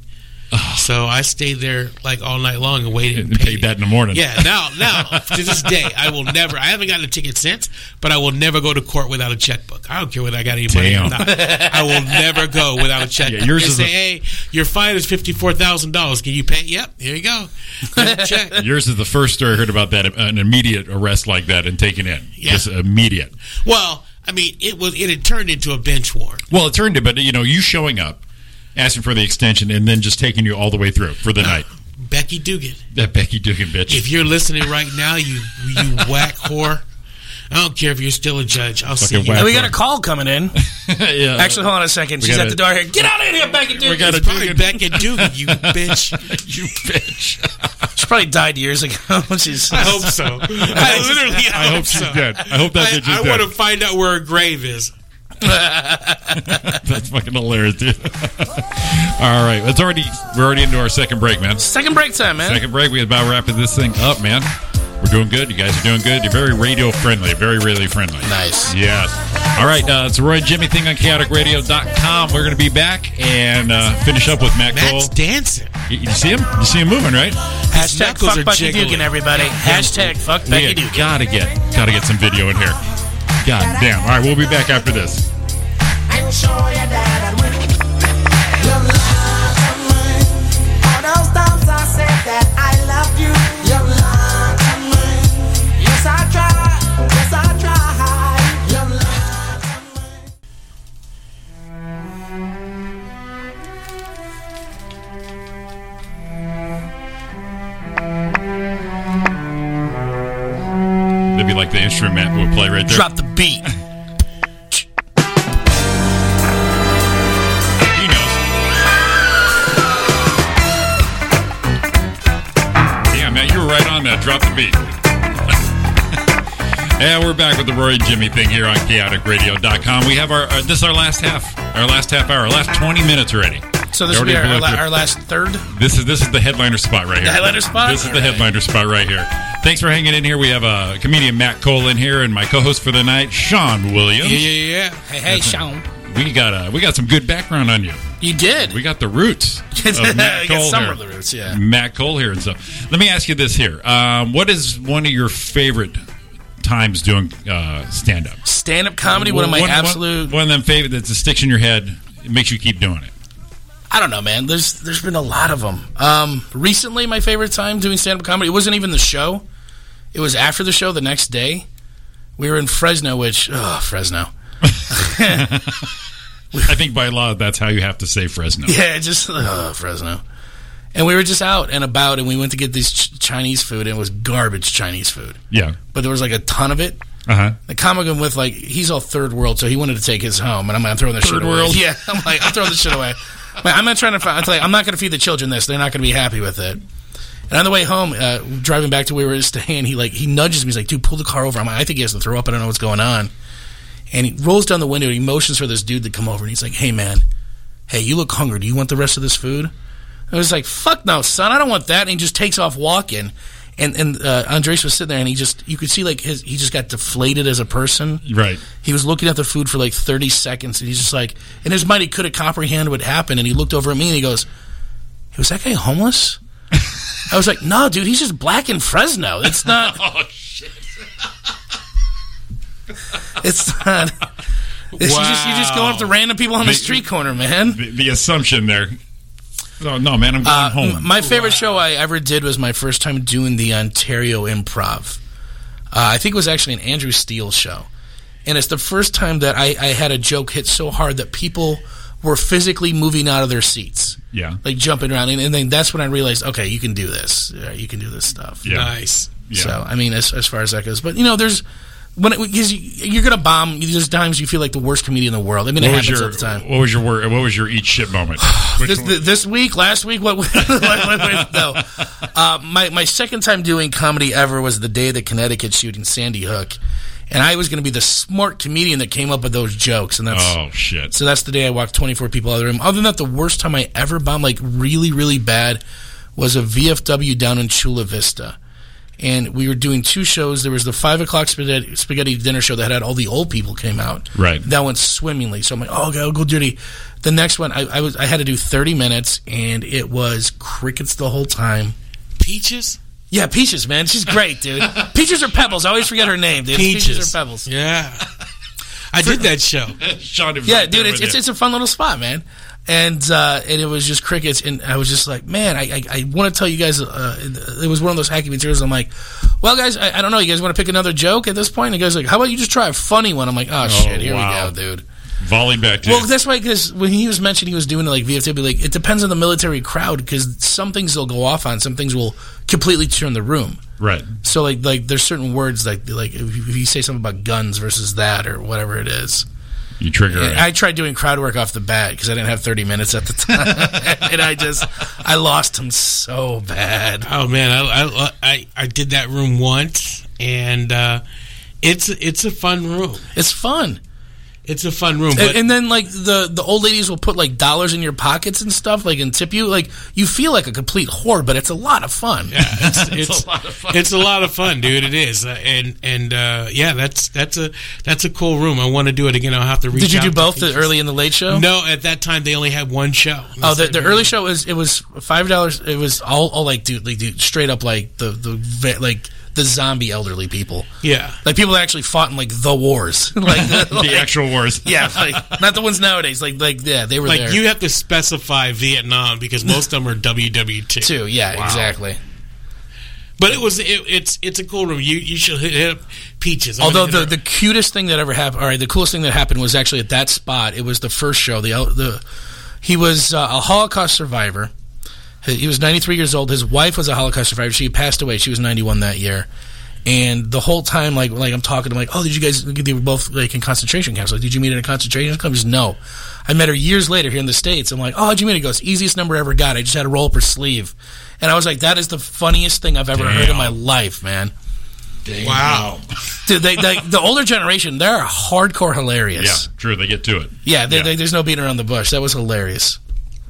[SPEAKER 4] So I stayed there like all night long and waited.
[SPEAKER 3] And paid that in the morning.
[SPEAKER 4] Yeah, now, now to this day, I will never. I haven't gotten a ticket since, but I will never go to court without a checkbook. I don't care whether I got any money
[SPEAKER 3] Damn.
[SPEAKER 4] or not. I will never go without a checkbook.
[SPEAKER 3] Yeah, yours
[SPEAKER 4] They
[SPEAKER 3] is
[SPEAKER 4] say,
[SPEAKER 3] a-
[SPEAKER 4] hey, your fine is fifty four thousand dollars. Can you pay? Yep, here you go. Check.
[SPEAKER 3] Yours is the first story I heard about that uh, an immediate arrest like that and taken in.
[SPEAKER 4] Yeah.
[SPEAKER 3] Just immediate.
[SPEAKER 4] Well, I mean, it was it had turned into a bench war.
[SPEAKER 3] Well, it turned to, but you know, you showing up, asking for the extension, and then just taking you all the way through for
[SPEAKER 4] Oh.
[SPEAKER 3] the night.
[SPEAKER 4] Becky Dugan,
[SPEAKER 3] That Becky Dugan bitch.
[SPEAKER 4] if you're listening right now, you you whack whore. I don't care if you're still a judge. I'll see
[SPEAKER 3] Fucking
[SPEAKER 4] you.
[SPEAKER 3] whack.
[SPEAKER 5] And we got a call coming in.
[SPEAKER 3] yeah.
[SPEAKER 5] Actually, hold on a second. She's
[SPEAKER 3] gotta-
[SPEAKER 5] at the door here. Get out of here, Becky Dugan.
[SPEAKER 3] we got a
[SPEAKER 4] It's probably
[SPEAKER 3] Dugan.
[SPEAKER 4] Becky Dugan, you bitch.
[SPEAKER 3] you bitch.
[SPEAKER 5] She probably died years ago. She's
[SPEAKER 4] I hope so. I literally, I,
[SPEAKER 3] I hope she's dead. I hope that
[SPEAKER 4] I,
[SPEAKER 3] bitch is dead.
[SPEAKER 4] want to find out where her grave is.
[SPEAKER 3] That's fucking hilarious, dude. all right, it's already we're already into our second break, man.
[SPEAKER 5] second break time, man.
[SPEAKER 3] Second break. We about wrapping this thing up, man. We're doing good. You guys are doing good. You're very radio friendly. Very radio friendly.
[SPEAKER 5] Nice.
[SPEAKER 3] Yes. All right. Uh, it's the Roy and Jimmy thing on chaoticradio.com. We're going to be back and uh, finish up with Matt Cole.
[SPEAKER 4] Matt's dancing.
[SPEAKER 3] You, you see him? You see him moving, right?
[SPEAKER 4] His
[SPEAKER 5] Hashtag
[SPEAKER 4] knuckles are
[SPEAKER 5] fuck Becky
[SPEAKER 4] jiggling.
[SPEAKER 5] Dugan, everybody. Hashtag fuck
[SPEAKER 3] We
[SPEAKER 5] Becky Dugan.
[SPEAKER 3] gotta get gotta get some video in here. God damn. All right, we'll be back after this.
[SPEAKER 2] I'll show you that I win. Your lies are mine. All those times I said that I loved you. Your lies are mine. Yes, I tried. Yes, I tried. Your lies are mine.
[SPEAKER 3] That'd be like the instrument Matt would play right there.
[SPEAKER 5] Drop the beat.
[SPEAKER 3] He knows. Damn, Matt, you were right on that. Drop the beat. And we're back with the Roy and Jimmy thing here on chaoticradio.com. We have our, uh, this is our last half, our last half hour, our last 20 minutes already.
[SPEAKER 5] So this will
[SPEAKER 3] Already
[SPEAKER 5] be our,
[SPEAKER 3] blew through.
[SPEAKER 5] our last third.
[SPEAKER 3] This is this is the headliner spot right here.
[SPEAKER 5] headliner spot?
[SPEAKER 3] This is the
[SPEAKER 5] All right.
[SPEAKER 3] headliner spot right here. Thanks for hanging in here. We have uh, comedian Matt Cole in here, and my co-host for the night, Sean Williams.
[SPEAKER 4] Yeah, yeah, yeah.
[SPEAKER 5] Hey, hey, Sean.
[SPEAKER 3] We got uh, we got some good background on you.
[SPEAKER 5] You did.
[SPEAKER 3] We got the roots of Matt
[SPEAKER 5] You got
[SPEAKER 3] Cole
[SPEAKER 5] some
[SPEAKER 3] here.
[SPEAKER 5] of the roots, yeah.
[SPEAKER 3] Matt Cole here and stuff. Let me ask you this here: um, What is one of your favorite times doing uh, stand-up?
[SPEAKER 5] Stand up comedy, one of my absolute.
[SPEAKER 3] one, of them favorite that sticks in your head. It makes you keep doing it.
[SPEAKER 5] I don't know, man. There's there's been a lot of them. Um, recently, my favorite time doing stand up comedy. It wasn't even the show. It was after the show the next day. We were in Fresno, which oh Fresno.
[SPEAKER 3] I think by law that's how you have to say Fresno.
[SPEAKER 5] Yeah, just oh, Fresno. And we were just out and about, and we went to get this ch- Chinese food, and it was garbage Chinese food.
[SPEAKER 3] Yeah.
[SPEAKER 5] But there was like a ton of it.
[SPEAKER 3] Uh huh.
[SPEAKER 5] The comic I'm with, like, he's all third world, so he wanted to take his home, and I'm, like, I'm throwing this
[SPEAKER 3] Third
[SPEAKER 5] shit away.
[SPEAKER 3] world?
[SPEAKER 5] Yeah, I'm like, I'm throwing this shit away. Like, I'm not trying to. Find, I'm, like, I'm not going to feed the children this. They're not going to be happy with it. And on the way home, uh, driving back to where we were staying, he like he nudges me. He's like, "Dude, pull the car over." I'm like, "I think he has to throw up. I don't know what's going on." And he rolls down the window and he motions for this dude to come over. And he's like, "Hey, man, hey, you look hungry. Do you want the rest of this food?" I was like, "Fuck no, son, I don't want that." And he just takes off walking. And and uh, Andres was sitting there, and he just you could see like his he just got deflated as a person.
[SPEAKER 3] Right.
[SPEAKER 5] He was looking at the food for like thirty seconds, and he's just like, in his mind, he couldn't comprehend what happened, and he looked over at me and he goes, "Hey, "Was that guy homeless?" I was like, "No, dude, he's just black in Fresno. It's not.
[SPEAKER 3] Oh shit.
[SPEAKER 5] It's not." It's you just you just go up to random people on the
[SPEAKER 3] Big-
[SPEAKER 5] street corner, man.
[SPEAKER 3] the, the assumption there. Oh no, man! I'm going
[SPEAKER 5] Uh,
[SPEAKER 3] home.
[SPEAKER 5] My favorite show I ever did was my first time doing the Ontario Improv. Uh, I think it was actually an Andrew Steele show, and it's the first time that I, I had a joke hit so hard that people were physically moving out of their seats,
[SPEAKER 3] yeah,
[SPEAKER 5] like jumping around, and, and then that's when I realized, okay, you can do this, Yeah, you can do this stuff.
[SPEAKER 3] yeah,
[SPEAKER 4] Nice.
[SPEAKER 3] yeah.
[SPEAKER 5] So I mean, as, as far as that goes, but you know, there's when it, cause you, you're gonna bomb. There's times you feel like the worst comedian in the world. I mean, it
[SPEAKER 3] What was
[SPEAKER 5] happens
[SPEAKER 3] your
[SPEAKER 5] all the time.
[SPEAKER 3] What was your wor- What was your eat shit moment? Which
[SPEAKER 5] this,
[SPEAKER 3] one-
[SPEAKER 5] th- this week, last week, what? what, what- what- no, uh, my my second time doing comedy ever was the day of the Connecticut shooting, Sandy Hook, and I was going to be the smart comedian that came up with those jokes, and that's
[SPEAKER 3] oh shit!
[SPEAKER 5] so that's the day I walked 24 people out of the room. Other than that, the worst time I ever bombed, like really, really bad, was a VFW down in Chula Vista. and we were doing two shows. There was the five o'clock spaghetti, spaghetti dinner show that had all the old people came out.
[SPEAKER 3] Right.
[SPEAKER 5] That went swimmingly. So I'm like, oh, go go dirty. The next one, I, I was I had to do 30 minutes, and it was crickets the whole time.
[SPEAKER 4] Peaches?
[SPEAKER 5] Yeah, Peaches, man, she's great, dude. Peaches or Pebbles? I always forget her name, dude. It's Peaches or Pebbles?
[SPEAKER 4] Yeah. I did that show.
[SPEAKER 3] Sean, if
[SPEAKER 5] Yeah,
[SPEAKER 3] you're
[SPEAKER 5] dude,
[SPEAKER 3] with
[SPEAKER 5] it's, it's
[SPEAKER 3] you.
[SPEAKER 5] it's a fun little spot, man. And uh, and it was just crickets, and I was just like, man, I I, I want to tell you guys, uh, it was one of those hacky materials. I'm like, well, guys, I, I don't know, you guys want to pick another joke at this point? And the guy's like, how about you just try a funny one? I'm like, oh, shit, here
[SPEAKER 3] wow.
[SPEAKER 5] we go, dude.
[SPEAKER 3] volley back.
[SPEAKER 5] Well, that's why because when he was mentioning he was doing it like VFW, like it depends on the military crowd because some things they'll go off on, some things will completely turn the room.
[SPEAKER 3] right.
[SPEAKER 5] So like like there's certain words like like if you if you say something about guns versus that or whatever it is.
[SPEAKER 3] You trigger it.
[SPEAKER 5] I tried doing crowd work off the bat because I didn't have 30 minutes at the time, and I just I lost him so bad.
[SPEAKER 4] Oh man, I I, I, I did that room once, and uh, it's it's a fun room.
[SPEAKER 5] It's fun,
[SPEAKER 4] It's a fun room,
[SPEAKER 5] and,
[SPEAKER 4] but
[SPEAKER 5] and then like the the old ladies will put like dollars in your pockets and stuff, like and tip you. Like you feel like a complete whore, but it's a lot of fun.
[SPEAKER 4] it's, it's, a lot of fun. it's a lot of fun, dude. It is, uh, and and uh, yeah, that's that's a that's a cool room. I want to do it again. I'll have to reach.
[SPEAKER 5] Did you
[SPEAKER 4] out
[SPEAKER 5] do
[SPEAKER 4] to
[SPEAKER 5] both the
[SPEAKER 4] people.
[SPEAKER 5] early and the late show?
[SPEAKER 4] No, at that time they only had one show.
[SPEAKER 5] Oh, the, the early show was it was five dollars. It was all, all like dude, like dude, straight up like the the ve- like the zombie elderly people,
[SPEAKER 4] yeah.
[SPEAKER 5] like people that actually fought in like the wars, like the,
[SPEAKER 3] the actual wars.
[SPEAKER 5] yeah, like not the ones nowadays. Like like yeah, they were
[SPEAKER 4] Like
[SPEAKER 5] there
[SPEAKER 4] you have to specify Vietnam because most of them are WW2.
[SPEAKER 5] too. Yeah, exactly.
[SPEAKER 4] But it was it, it's it's a cool room. You you should hit, hit up Peaches. I'm
[SPEAKER 5] Although
[SPEAKER 4] gonna
[SPEAKER 5] the,
[SPEAKER 4] hit her
[SPEAKER 5] the cutest thing that ever happened, all right, the coolest thing that happened was actually at that spot. It was the first show. The uh, the he was uh, a Holocaust survivor. He he was 93 years old. His wife was a Holocaust survivor. She passed away. She was 91 that year. And the whole time, like like I'm talking, I'm like, oh, did you guys? They were both like in concentration camps. Like, did you meet in a concentration camp? He goes, no. I met her years later here in the states. I'm like, oh, how'd you meet? He goes, easiest number I ever got. I just had to roll up her sleeve, and I was like, that is the funniest thing I've ever heard in my life, man.
[SPEAKER 4] Wow.
[SPEAKER 5] Dude, they, they, the older generation, they're hardcore
[SPEAKER 3] Yeah,
[SPEAKER 5] hilarious.
[SPEAKER 3] true. They get to it.
[SPEAKER 5] Yeah, they,
[SPEAKER 3] Yeah.
[SPEAKER 5] They, there's no beating around the bush. That was hilarious.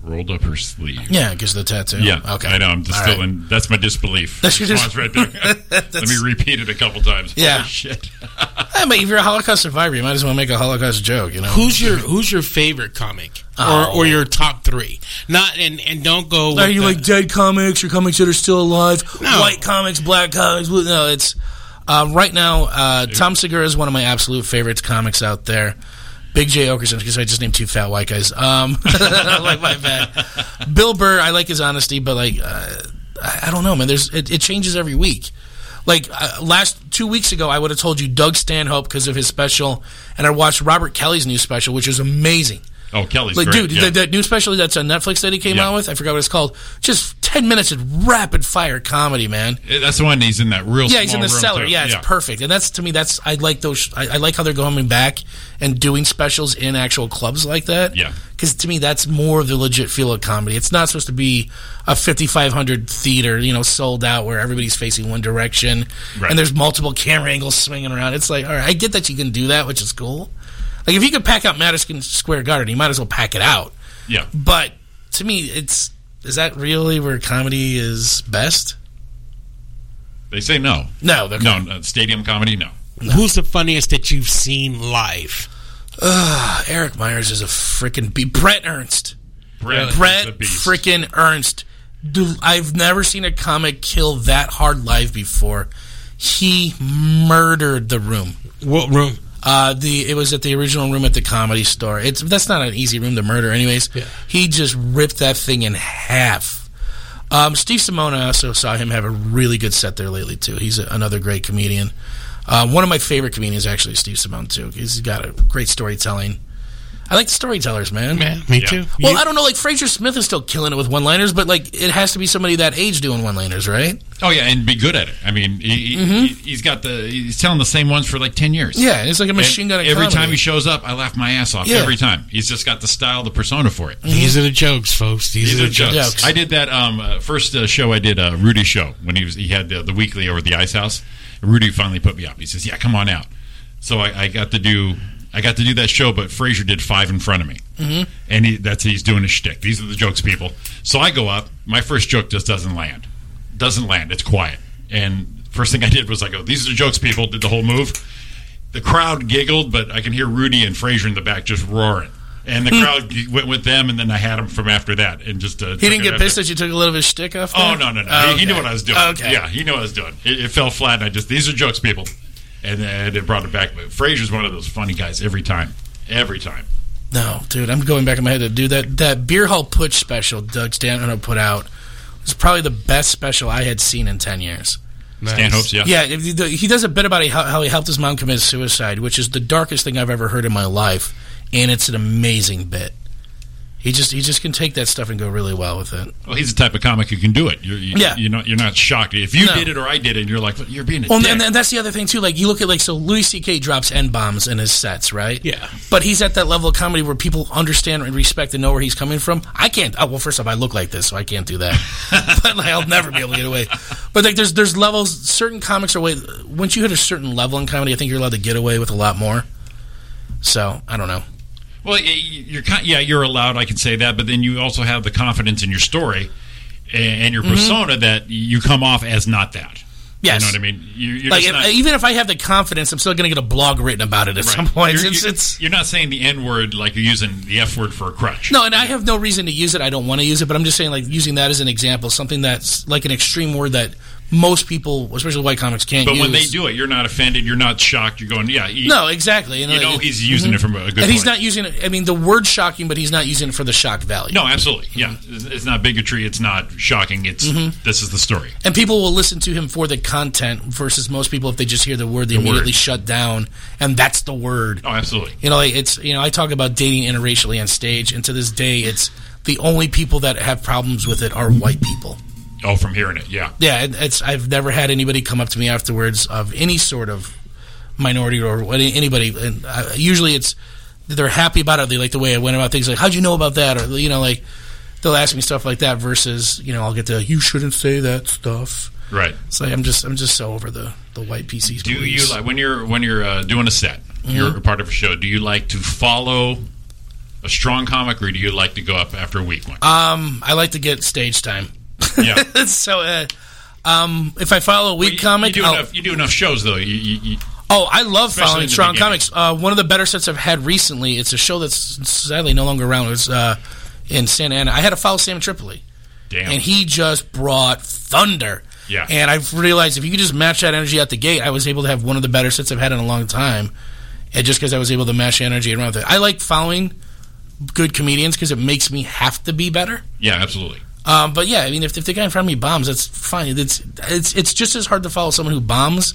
[SPEAKER 3] Rolled up her sleeve.
[SPEAKER 5] Yeah, because of the tattoo.
[SPEAKER 3] Yeah.
[SPEAKER 5] okay.
[SPEAKER 3] I know. I'm just
[SPEAKER 5] All
[SPEAKER 3] still
[SPEAKER 5] right.
[SPEAKER 3] in. That's my disbelief.
[SPEAKER 5] That's your
[SPEAKER 3] response
[SPEAKER 5] dis-
[SPEAKER 3] right there. Let me repeat it a couple times.
[SPEAKER 5] Yeah.
[SPEAKER 3] Holy shit.
[SPEAKER 5] Hey, but if you're a Holocaust survivor, you might as well make a Holocaust joke. You know,
[SPEAKER 4] Who's your Who's your favorite comic, or or your top three? Not and and don't go. With
[SPEAKER 5] Oh. are you
[SPEAKER 4] the-
[SPEAKER 5] like dead comics or comics that are still alive?
[SPEAKER 4] No.
[SPEAKER 5] White comics, black comics. blue- No, it's uh, right now. Uh, Tom Segura is one of my absolute favorite comics out there. Big J Okerson, because I just named two fat white guys. Um, like my bad. Bill Burr, I like his honesty, but like uh, I I don't know, man. There's it, it changes every week. Like uh, last two weeks ago, I would have told you Doug Stanhope because of his special, and I watched Robert Kelly's new special, which is amazing.
[SPEAKER 3] Oh, Kelly's
[SPEAKER 5] Like,
[SPEAKER 3] great.
[SPEAKER 5] dude,
[SPEAKER 3] yeah.
[SPEAKER 5] that, that new special that's on Netflix that he came
[SPEAKER 3] Yeah.
[SPEAKER 5] out with, I forgot what it's called. Just 10 minutes of rapid fire comedy, man.
[SPEAKER 3] Yeah, That's the one he's in that real
[SPEAKER 5] Yeah, he's
[SPEAKER 3] small
[SPEAKER 5] in the
[SPEAKER 3] room,
[SPEAKER 5] cellar.
[SPEAKER 3] too.
[SPEAKER 5] Yeah, it's perfect. And that's, to me, that's, I like those, I, I like how they're going back and doing specials in actual clubs like that.
[SPEAKER 3] Yeah.
[SPEAKER 5] Because to me, that's more of the legit feel of comedy. It's not supposed to be a 5,500 theater, you know, sold out where everybody's facing one direction
[SPEAKER 3] Right.
[SPEAKER 5] and there's multiple camera angles swinging around. It's like, all right, I get that you can do that, which is cool. Like, if you could pack out Madison Square Garden, you might as well pack it out.
[SPEAKER 3] Yeah.
[SPEAKER 5] But to me, it's is that really where comedy is best?
[SPEAKER 3] They say no.
[SPEAKER 5] No, they're
[SPEAKER 3] No, no, stadium comedy, no.
[SPEAKER 4] Who's the funniest that you've seen live?
[SPEAKER 5] Eric Myers is a freaking beast. Brett Ernst,
[SPEAKER 3] Brett, is
[SPEAKER 5] Brett
[SPEAKER 3] the beast.
[SPEAKER 5] freaking Ernst. Dude, I've never seen a comic kill that hard live before. He murdered the room.
[SPEAKER 4] What room?
[SPEAKER 5] Uh, the it was at the original room at the comedy store. It's that's not an easy room to murder, anyways.
[SPEAKER 4] Yeah.
[SPEAKER 5] He just ripped that thing in half. Um, Steve Simone, I also saw him have a really good set there lately too. He's a, another great comedian. Uh, one of my favorite comedians actually, is Steve Simone too. He's got a great storytelling. I like the storytellers, man.
[SPEAKER 4] Man, me
[SPEAKER 3] Yeah.
[SPEAKER 4] too.
[SPEAKER 5] Well,
[SPEAKER 4] You-
[SPEAKER 5] I don't know. Like Fraser Smith is still killing it with one-liners, but like it has to be somebody that age doing one-liners, right?
[SPEAKER 3] Oh, yeah, and be good at it. I mean, he, he, has got the, he's telling the same ones for like 10 years.
[SPEAKER 5] Mm-hmm. Yeah, it's like a machine gun.
[SPEAKER 3] And
[SPEAKER 5] of
[SPEAKER 3] every
[SPEAKER 5] comedy.
[SPEAKER 3] time he shows up, I laugh my ass off.
[SPEAKER 5] Yeah.
[SPEAKER 3] Every time. He's just got the style, the persona for it.
[SPEAKER 5] Mm-hmm.
[SPEAKER 4] these are the jokes, folks. These,
[SPEAKER 3] These
[SPEAKER 4] are
[SPEAKER 3] are
[SPEAKER 4] the jokes.
[SPEAKER 5] jokes.
[SPEAKER 3] I did that um, uh, first uh, show I did uh, Rudy's show when he was he had the, the weekly over at the Ice House. Rudy finally put me up. He says, "Yeah, come on out." So I, I got to do I got to do that show, but Frazier did five in front of me, mm-hmm. and he, that's he's doing his shtick. These are the jokes, people. So I go up. My first joke just doesn't land. Doesn't land. It's quiet, and First thing I did was I go, "These are the jokes, people." Did the whole move. The crowd giggled, but I can hear Rudy and Frazier in the back just roaring, and the crowd g- went with them. And then I had him from after that, and just uh,
[SPEAKER 5] He didn't get pissed that you took a little bit of shtick off.
[SPEAKER 3] Oh
[SPEAKER 5] there?
[SPEAKER 3] no no no!
[SPEAKER 5] Oh,
[SPEAKER 3] He- He knew
[SPEAKER 5] okay.
[SPEAKER 3] what I was doing.
[SPEAKER 5] Okay.
[SPEAKER 3] Yeah, he knew what I was doing. It, it fell flat, and I just these are jokes, people, and then it brought it back. But Frazier's one of those funny guys every time, every time.
[SPEAKER 5] No, dude, I'm going back in my head to do that. That beer hall putsch special Doug Stanhope put out was probably the best special I had seen in ten years.
[SPEAKER 3] Stanhope's, yeah.
[SPEAKER 5] Yeah, if you- the- he does a bit about how how he helped his mom commit suicide, which is the darkest thing I've ever heard in my life, and it's an amazing bit. He just he just can take that stuff and go really well with it.
[SPEAKER 3] Well, he's the type of comic who can do it. You're, you,
[SPEAKER 5] Yeah.
[SPEAKER 3] you're not you're not shocked if you
[SPEAKER 5] No.
[SPEAKER 3] did it or I did it. You're like you're being a
[SPEAKER 5] Well,
[SPEAKER 3] dick.
[SPEAKER 5] and, and that's the other thing too. Like you look at like so Louis C.K. drops n bombs in his sets, right?
[SPEAKER 4] Yeah.
[SPEAKER 5] But he's at that level of comedy where people understand and respect and know where he's coming from. I can't. Oh, well, first off, I look like this, so I can't do that. but like, I'll never be able to get away. But like, there's there's levels. Certain comics are way. Once you hit a certain level in comedy, I think you're allowed to get away with a lot more. So I don't know.
[SPEAKER 3] Well, y- y- you're kind, yeah, you're allowed. I can say that, but then you also have the confidence in your story a- and your persona that you come off as not that.
[SPEAKER 5] Mm-hmm. Yes.
[SPEAKER 3] You know what I mean? You- You're
[SPEAKER 5] Like
[SPEAKER 3] just
[SPEAKER 5] if,
[SPEAKER 3] not-
[SPEAKER 5] even if I have the confidence, I'm still going to get a blog written about it at some point.
[SPEAKER 3] You're,
[SPEAKER 5] it's,
[SPEAKER 3] you're-
[SPEAKER 5] it's
[SPEAKER 3] you're not saying the N word like you're using the F word for a crutch.
[SPEAKER 5] No, and I have no reason to use it. I don't want to use it, but I'm just saying, like, using that as an example, something that's like an extreme word that most people, especially white comics, can't
[SPEAKER 3] But
[SPEAKER 5] use.
[SPEAKER 3] when they do it, you're not offended. You're not shocked. You're going, yeah. He,
[SPEAKER 5] No, exactly. And
[SPEAKER 3] You
[SPEAKER 5] like,
[SPEAKER 3] know he's using it from a good
[SPEAKER 5] And he's
[SPEAKER 3] point.
[SPEAKER 5] not using it. I mean, the word's shocking, but he's not using it for the shock value.
[SPEAKER 3] No, absolutely. Yeah. It's
[SPEAKER 5] Mm-hmm.
[SPEAKER 3] it's not bigotry. It's not shocking. It's this is the story.
[SPEAKER 5] And people will listen to him for the content versus most people, if they just hear the word, they immediately
[SPEAKER 3] word.
[SPEAKER 5] shut down, and that's the word.
[SPEAKER 3] Oh, absolutely.
[SPEAKER 5] You know, like it's you know, I talk about dating interracially on stage, and to this day, it's the only people that have problems with it are white people.
[SPEAKER 3] Oh, from hearing it. Yeah.
[SPEAKER 5] yeah, it- it's I've never had anybody come up to me afterwards of any sort of minority or what- anybody. And uh usually it's they're happy about it. They like the way I went about things. Like, how'd you know about that? Or you know, like they'll ask me stuff like that. Versus, you know, I'll get the you shouldn't say that stuff.
[SPEAKER 3] Right.
[SPEAKER 5] It's like I'm just I'm just so over the the white PCs.
[SPEAKER 3] Do you like when you're when you're uh, doing a set?
[SPEAKER 5] Mm-hmm.
[SPEAKER 3] You're a part of a show. Do you like to follow a strong comic, or do you like to go up after a weak one?
[SPEAKER 5] Um, I like to get stage time.
[SPEAKER 3] Yeah.
[SPEAKER 5] so, uh, um, if I follow a weak
[SPEAKER 3] You-
[SPEAKER 5] comic,
[SPEAKER 3] You do,
[SPEAKER 5] I'll-
[SPEAKER 3] enough, you do enough shows though. You, you, you,
[SPEAKER 5] Oh, I love
[SPEAKER 3] Especially in
[SPEAKER 5] following
[SPEAKER 3] the
[SPEAKER 5] strong
[SPEAKER 3] beginning.
[SPEAKER 5] comics. Uh, one of the better sets I've had recently. It's a show that's sadly no longer around. It was uh, in Santa Ana. I had to follow Sam Tripoli,
[SPEAKER 3] damn.
[SPEAKER 5] and he just brought thunder.
[SPEAKER 3] Yeah.
[SPEAKER 5] And I've realized if you could just match that energy at the gate, I was able to have one of the better sets I've had in a long time. And just because I was able to match the energy around with it, I like following good comedians because it makes me have to be better.
[SPEAKER 3] yeah, absolutely.
[SPEAKER 5] Um, but yeah, I mean, if, if the guy in front of me bombs, that's fine. It's it's it's just as hard to follow someone who bombs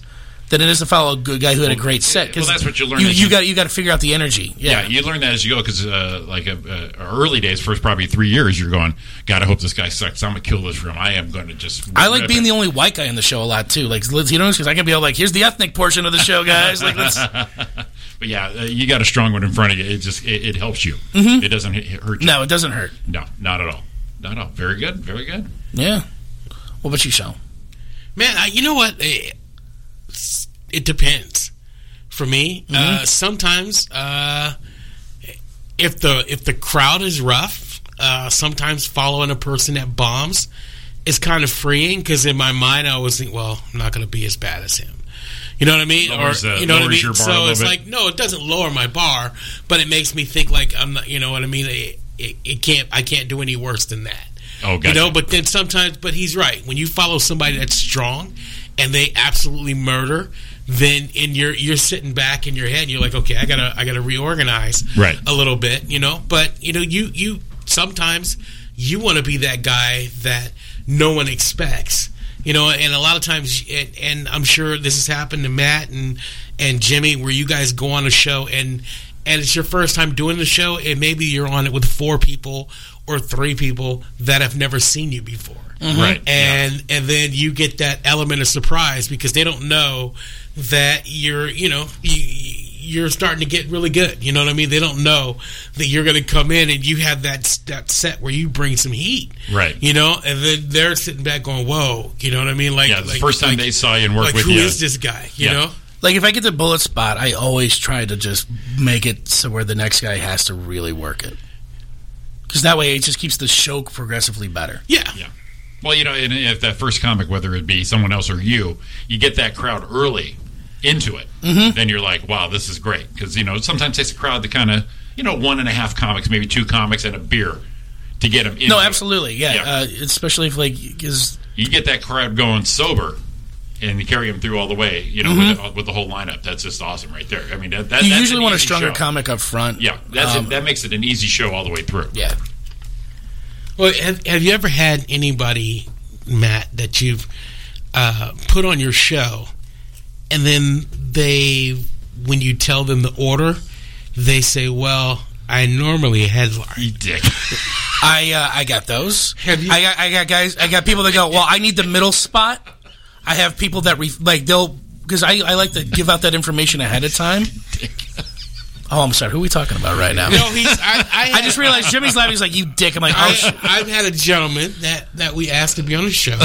[SPEAKER 5] than it is to follow a good guy who had a great set. 'cause
[SPEAKER 3] well, that's what you learn
[SPEAKER 5] You,
[SPEAKER 3] as
[SPEAKER 5] you
[SPEAKER 3] you-
[SPEAKER 5] got you got to figure out the energy.
[SPEAKER 3] Yeah,
[SPEAKER 5] Yeah.
[SPEAKER 3] you learn that as you go because, uh, like, uh, uh, early days, first probably three years, you're going, God, I hope this guy sucks. I'm going to kill this room. I am going to just.
[SPEAKER 5] I like being the only white guy in the show a lot too. Like, let's- you know, because I can be all like, "Here's the ethnic portion of the show, guys." Like, let's,
[SPEAKER 3] But yeah, uh, you got a strong one in front of you. It just it, it helps you. Mm-hmm. It doesn't hit, hurt you.
[SPEAKER 5] no, it doesn't hurt.
[SPEAKER 3] no, not at all. Not at all. Very good. Very good.
[SPEAKER 5] Yeah. What about you, Sean?
[SPEAKER 4] Man, I, you know what? It, it depends. For me,
[SPEAKER 3] Mm-hmm.
[SPEAKER 4] uh, sometimes uh, if the if the crowd is rough, uh, sometimes following a person that bombs is kind of freeing because in my mind I always think, well, I'm not going to be as bad as him. You know what I mean?
[SPEAKER 3] Lowers,
[SPEAKER 4] or
[SPEAKER 3] uh,
[SPEAKER 4] you know what I
[SPEAKER 3] lowers
[SPEAKER 4] mean?
[SPEAKER 3] your bar a
[SPEAKER 4] So
[SPEAKER 3] little
[SPEAKER 4] it's
[SPEAKER 3] bit.
[SPEAKER 4] like no, it doesn't lower my bar, but it makes me think like I'm not. You know what I mean? It, it, it can't. I can't do any worse than that.
[SPEAKER 3] Oh,
[SPEAKER 4] You
[SPEAKER 3] gotcha.
[SPEAKER 4] know, but then sometimes, but he's right. When you follow somebody that's strong and they absolutely murder, then in your you're sitting back in your head, and you're like, okay, I gotta I gotta reorganize
[SPEAKER 3] Right.
[SPEAKER 4] a little bit, you know. But you know, you you sometimes you want to be that guy that no one expects, you know. And a lot of times, and, and I'm sure this has happened to Matt and and Jimmy, where you guys go on a show and and it's your first time doing the show, and maybe you're on it with four people or three people that have never seen you before.
[SPEAKER 3] Right.
[SPEAKER 4] And and then you get that element of surprise because they don't know that you're you know you you're starting to get really good. You know what I mean? They don't know that you're going to come in and you have that that set where you bring some heat.
[SPEAKER 3] Right.
[SPEAKER 4] You know, and then they're sitting back going, "Whoa." You know what I mean? Like
[SPEAKER 3] Yeah, the
[SPEAKER 4] like-
[SPEAKER 3] first time
[SPEAKER 4] like-
[SPEAKER 3] they saw you and worked
[SPEAKER 4] like
[SPEAKER 3] with
[SPEAKER 4] who
[SPEAKER 3] you.
[SPEAKER 4] is this guy? You
[SPEAKER 3] Yeah.
[SPEAKER 4] know?
[SPEAKER 5] Like, if I get the bullet spot, I always try to just make it so where the next guy has to really work it, because that way it just keeps the show progressively better.
[SPEAKER 4] Yeah.
[SPEAKER 3] Yeah. Well, you know, and if that first comic, whether it be someone else or you, you get that crowd early into it,
[SPEAKER 5] Mm-hmm.
[SPEAKER 3] then you're like, wow, this is great. Because, you know, it sometimes takes a crowd to kind of, you know, one and a half comics, maybe two comics and a beer to get them in.
[SPEAKER 5] No, absolutely, yeah.
[SPEAKER 3] Yeah.
[SPEAKER 5] Uh, especially if like because
[SPEAKER 3] You get that crowd going sober and you carry them through all the way, you know, with, the, with the whole lineup. That's just awesome right there. I mean, that, that,
[SPEAKER 5] Mm-hmm. you
[SPEAKER 3] that's
[SPEAKER 5] usually
[SPEAKER 3] an
[SPEAKER 5] want a
[SPEAKER 3] easy
[SPEAKER 5] stronger
[SPEAKER 3] show.
[SPEAKER 5] comic up front.
[SPEAKER 3] Yeah, that's
[SPEAKER 5] Um,
[SPEAKER 3] it, that makes it an easy show all the way through.
[SPEAKER 5] yeah.
[SPEAKER 4] Well, have, have you ever had anybody, Matt, that you've uh, put on your show, and then they, when you tell them the order, they say, "Well, I normally headline."
[SPEAKER 3] You dick.
[SPEAKER 5] I uh, I got those.
[SPEAKER 4] Have you-
[SPEAKER 5] I got I got guys. I got people that go. Well, I need the middle spot. I have people that re- like they'll because I, I like to give out that information ahead of time. Oh, I'm sorry. Who are we talking about right now?
[SPEAKER 4] No, he's. I, I,
[SPEAKER 5] I just realized Jimmy's laughing. He's like, "You dick." I'm like, "Oh shit."
[SPEAKER 4] I, have had a gentleman that, that we asked to be on the show,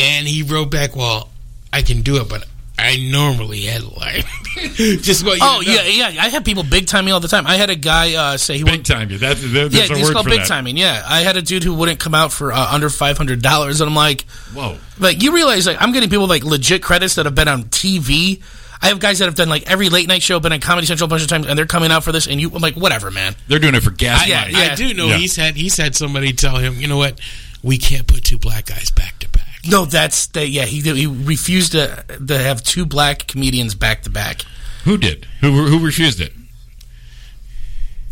[SPEAKER 4] and he wrote back, "Well, I can do it, but I normally headline." Just what you
[SPEAKER 5] Oh
[SPEAKER 4] know.
[SPEAKER 5] yeah, yeah. I have people big timing all the time. I had a guy uh, say he
[SPEAKER 3] Big time you. That, that, that's
[SPEAKER 5] yeah,
[SPEAKER 3] a
[SPEAKER 5] it's
[SPEAKER 3] word
[SPEAKER 5] called
[SPEAKER 3] for
[SPEAKER 5] big
[SPEAKER 3] that.
[SPEAKER 5] timing. Yeah, I had a dude who wouldn't come out for uh, under five hundred dollars, and I'm like,
[SPEAKER 3] Whoa.
[SPEAKER 5] like you realize like I'm getting people like legit credits that have been on TV. I have guys that have done like every late night show, been on Comedy Central a bunch of times, and they're coming out for this. And you, I'm like, whatever, man.
[SPEAKER 3] They're doing it for gas
[SPEAKER 5] yeah,
[SPEAKER 3] money.
[SPEAKER 5] yeah.
[SPEAKER 4] I do know
[SPEAKER 3] Yeah.
[SPEAKER 4] he's had he's had somebody tell him, you know what, we can't put two black guys back to back.
[SPEAKER 5] No, that's the, yeah. He he refused to to have two black comedians back to back.
[SPEAKER 3] Who did? Who who refused it?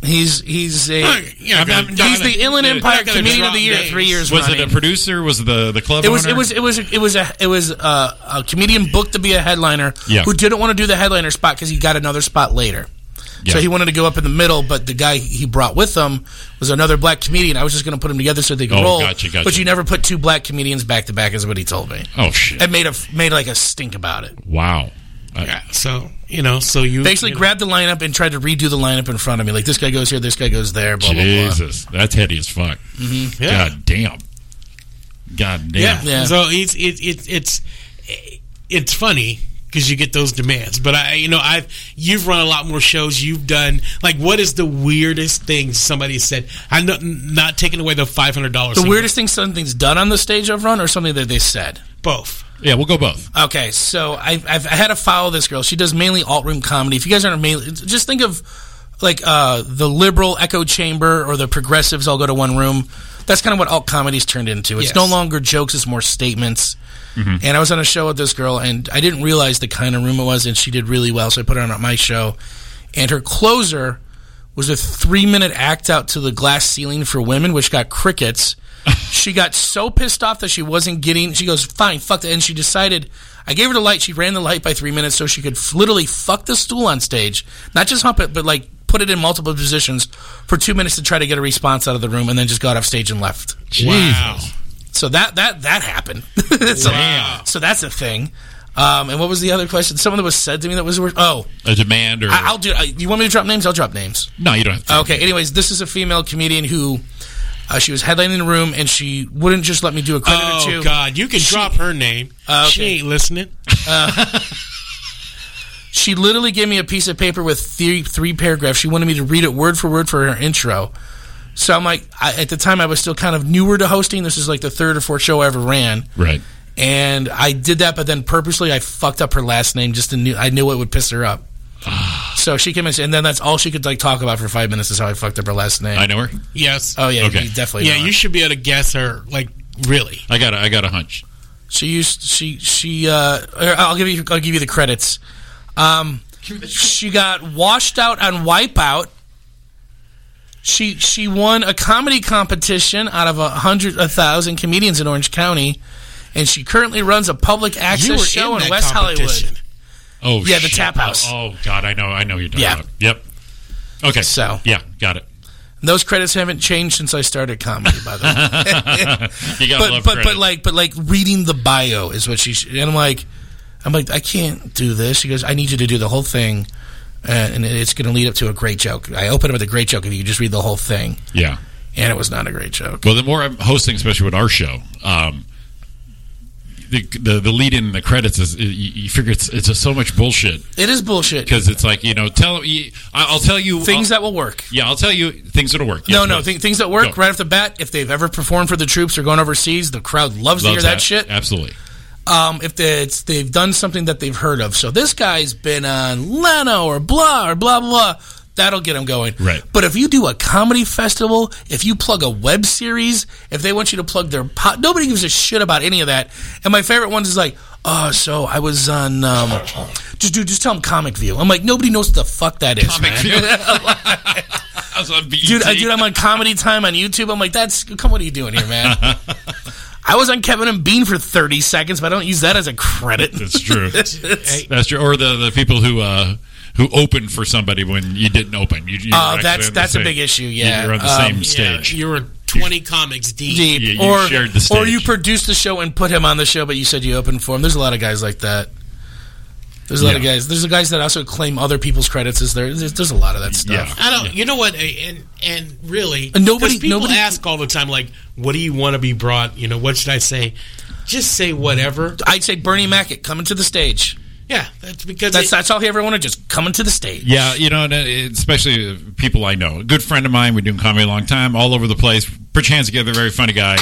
[SPEAKER 5] He's he's a
[SPEAKER 4] Yeah,
[SPEAKER 3] I'm- I'm-
[SPEAKER 5] he's the Inland
[SPEAKER 3] Dude,
[SPEAKER 5] Empire
[SPEAKER 4] not gonna
[SPEAKER 5] Comedian of
[SPEAKER 4] drop
[SPEAKER 5] the Year
[SPEAKER 4] names.
[SPEAKER 5] three years
[SPEAKER 3] Was it
[SPEAKER 5] running.
[SPEAKER 3] a producer? Was it the the club?
[SPEAKER 5] It was,
[SPEAKER 3] owner?
[SPEAKER 5] it was it was it was a it was a, a comedian booked to be a headliner
[SPEAKER 3] Yeah.
[SPEAKER 5] who didn't want to do the headliner spot because he got another spot later.
[SPEAKER 3] Yeah.
[SPEAKER 5] So he wanted to go up in the middle, but the guy he brought with him was another black comedian. I was just going to put them together so they could
[SPEAKER 3] Oh,
[SPEAKER 5] roll.
[SPEAKER 3] gotcha, gotcha.
[SPEAKER 5] But you never put two black comedians back to back, is what he told me.
[SPEAKER 3] Oh shit!
[SPEAKER 5] And made a made like a stink about it.
[SPEAKER 3] Wow. Uh, I-
[SPEAKER 4] So you know, so you
[SPEAKER 5] They actually
[SPEAKER 4] you know,
[SPEAKER 5] grabbed the lineup and tried to redo the lineup in front of me. Like this guy goes here, this guy goes there. Blah blah blah.
[SPEAKER 3] Jesus, that's heady as fuck.
[SPEAKER 4] yeah.
[SPEAKER 3] God damn. God
[SPEAKER 4] yeah.
[SPEAKER 3] damn.
[SPEAKER 5] Mm-hmm. Yeah.
[SPEAKER 4] So it's it, it, it's it's funny because you get those demands. But I, you know, I've you've run a lot more shows. You've done like what is the weirdest thing somebody said? I'm not not taking away the five hundred dollars.
[SPEAKER 5] The weirdest thing something's done on the stage I've run, or something that they said.
[SPEAKER 4] both.
[SPEAKER 3] Yeah, we'll go both.
[SPEAKER 5] Okay, so I've, I've I had to follow this girl. She does mainly alt room comedy. If you guys aren't mainly, just think of like uh, the liberal echo chamber or the progressives all go to one room. That's kind of what alt comedy's turned into. It's
[SPEAKER 4] Yes.
[SPEAKER 5] no longer jokes; it's more statements. And I was on a show with this girl, and I didn't realize the kind of room it was, and she did really well. So I put her on at my show, and her closer was a three-minute act out to the glass ceiling for women, which got crickets. she got so pissed off that she wasn't getting. She goes, "Fine, fuck that," and she decided. I gave her the light. She ran the light by three minutes so she could f- literally fuck the stool on stage, not just hump it, but like put it in multiple positions for two minutes to try to get a response out of the room, and then just got off stage and left.
[SPEAKER 3] Wow.
[SPEAKER 5] So that that that happened. so,
[SPEAKER 3] Wow.
[SPEAKER 5] so that's a thing. Um, and what was the other question? Someone that was said to me that was worth. Oh,
[SPEAKER 3] A demand or
[SPEAKER 5] I, I'll Oh. do. I, you want me to drop names? I'll drop names.
[SPEAKER 3] no? You don't have to.
[SPEAKER 5] Okay. Anyways, this is a female comedian who uh, she was headlining the room, and she wouldn't just let me do a credit
[SPEAKER 4] Oh
[SPEAKER 5] or two.
[SPEAKER 4] God, you can drop her name. She
[SPEAKER 5] Oh, okay.
[SPEAKER 4] ain't listening.
[SPEAKER 5] She literally gave me a piece of paper with three three paragraphs. She wanted me to read it word for word for her intro. So I'm like, I, at the time I was still kind of newer to hosting. This is like the third or fourth show I ever ran.
[SPEAKER 3] Right.
[SPEAKER 5] and I did that, but then purposely I fucked up her last name just to knew I knew it would piss her up. so she came in, and then that's all she could like talk about for five minutes is how I fucked up her last name.
[SPEAKER 3] I know her.
[SPEAKER 4] Yes.
[SPEAKER 5] Oh yeah,
[SPEAKER 3] Okay.
[SPEAKER 5] you definitely.
[SPEAKER 4] yeah,
[SPEAKER 5] know her.
[SPEAKER 4] you should be able to guess her. Like really.
[SPEAKER 3] I got. A, I got a hunch.
[SPEAKER 5] she used she she. Uh, er, I'll give you I'll give you the credits. Um, she got washed out on Wipeout. She she won a comedy competition out of a hundred a thousand comedians in Orange County, and she currently runs a public access
[SPEAKER 4] You were in
[SPEAKER 5] show in
[SPEAKER 4] that
[SPEAKER 5] West Hollywood.
[SPEAKER 4] competition.
[SPEAKER 3] Oh
[SPEAKER 5] Yeah, the
[SPEAKER 3] shit.
[SPEAKER 5] tap house.
[SPEAKER 3] Oh, oh, God, I know. I know you're talking
[SPEAKER 5] Yeah.
[SPEAKER 3] about. Yep. Okay.
[SPEAKER 5] So.
[SPEAKER 3] yeah, got it.
[SPEAKER 5] Those credits haven't changed since I started comedy, by the way.
[SPEAKER 3] You got
[SPEAKER 5] but
[SPEAKER 3] love
[SPEAKER 5] but but
[SPEAKER 3] credits.
[SPEAKER 5] like but like reading the bio is what she sh- and I'm like I'm like I can't do this. She goes, I need you to do the whole thing, uh, and it's going to lead up to a great joke. I open up with a great joke if you just read the whole thing,
[SPEAKER 3] yeah.
[SPEAKER 5] and it was not a great joke.
[SPEAKER 3] Well, the more I'm hosting, especially with our show, um, the the, the lead in and the credits is you, you figure it's it's just so much bullshit
[SPEAKER 5] It is bullshit.
[SPEAKER 3] because it's like you know tell you, I- I'll tell you
[SPEAKER 5] Things
[SPEAKER 3] I'll-
[SPEAKER 5] that will work.
[SPEAKER 3] yeah I'll tell you things that'll work.
[SPEAKER 5] No,
[SPEAKER 3] Yes,
[SPEAKER 5] no,
[SPEAKER 3] please.
[SPEAKER 5] th- things that
[SPEAKER 3] Go.
[SPEAKER 5] work right off the bat. If they've ever performed for the troops or gone overseas, the crowd loves, to hear
[SPEAKER 3] Loves
[SPEAKER 5] that, shit.
[SPEAKER 3] Absolutely.
[SPEAKER 5] Um, if they, it's, they've done something that they've heard of, so this guy's been on Leno or blah or blah blah, blah that'll get them going.
[SPEAKER 3] Right.
[SPEAKER 5] But if you do a comedy festival, if you plug a web series, if they want you to plug their po nobody gives a shit about any of that. And my favorite ones is like, oh, so I was on. Um, just dude, just tell them Comic View. I'm like, nobody knows what the fuck that is.
[SPEAKER 3] Comic
[SPEAKER 5] man.
[SPEAKER 3] View. I was on BET.
[SPEAKER 5] Dude, I, dude, I'm on Comedy Time on YouTube. I'm like, that's come. What are you doing here, man? I was on Kevin and Bean for 30 seconds, but I don't use that as a credit.
[SPEAKER 3] That's true. That's true. Or the, the people who uh, who opened for somebody when you didn't open. You, you were
[SPEAKER 5] Uh,
[SPEAKER 3] actually
[SPEAKER 5] that's-
[SPEAKER 3] on the
[SPEAKER 5] that's a
[SPEAKER 3] same-
[SPEAKER 5] big issue, yeah.
[SPEAKER 3] you're on the
[SPEAKER 5] Um,
[SPEAKER 3] same stage.
[SPEAKER 4] You were 20 comics deep.
[SPEAKER 5] Deep.
[SPEAKER 3] Yeah, you
[SPEAKER 5] or,
[SPEAKER 3] shared the
[SPEAKER 5] or
[SPEAKER 3] stage.
[SPEAKER 5] you produced the show and put him on the show, but you said you opened for him. There's a lot of guys like that. There's a lot of
[SPEAKER 3] Yeah.
[SPEAKER 5] guys. There's guys that also claim other people's credits as their. There's, there's a lot of that stuff.
[SPEAKER 3] Yeah.
[SPEAKER 4] I don't. You know what? eh, And and really,
[SPEAKER 5] And Uh, nobody-
[SPEAKER 4] 'cause people
[SPEAKER 5] nobody-
[SPEAKER 4] ask all the time, like, what do you want to be brought? You know, what should I say? Just say whatever.
[SPEAKER 5] I'd say Bernie Mackett coming to the stage.
[SPEAKER 4] Yeah, that's because
[SPEAKER 5] That's
[SPEAKER 4] it-
[SPEAKER 5] that's all he ever wanted. Just coming to the stage.
[SPEAKER 3] Yeah, you know, and it- especially people I know. A good friend of mine, we've been doing comedy a long time, all over the place. Put your hands together, very funny guy.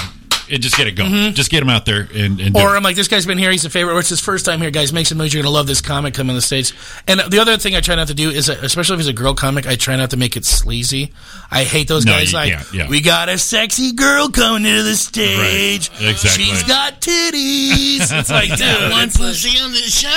[SPEAKER 3] And just get it going. Just get him out there and, and do
[SPEAKER 5] Mm-hmm. Or
[SPEAKER 3] it.
[SPEAKER 5] I'm like, this guy's been here. He's a favorite. Or it's his first time here, guys. Make some noise. You're gonna love this comic coming on the stage. And the other thing I try not to do is, uh, especially if it's a girl comic, I try not to make it sleazy. I hate those
[SPEAKER 3] No,
[SPEAKER 5] guys.
[SPEAKER 3] you-
[SPEAKER 5] like,
[SPEAKER 3] yeah, yeah.
[SPEAKER 5] we got a sexy girl coming into the stage.
[SPEAKER 3] Right. Exactly.
[SPEAKER 5] She's got titties. it's like, dude, one plus.
[SPEAKER 4] on the show.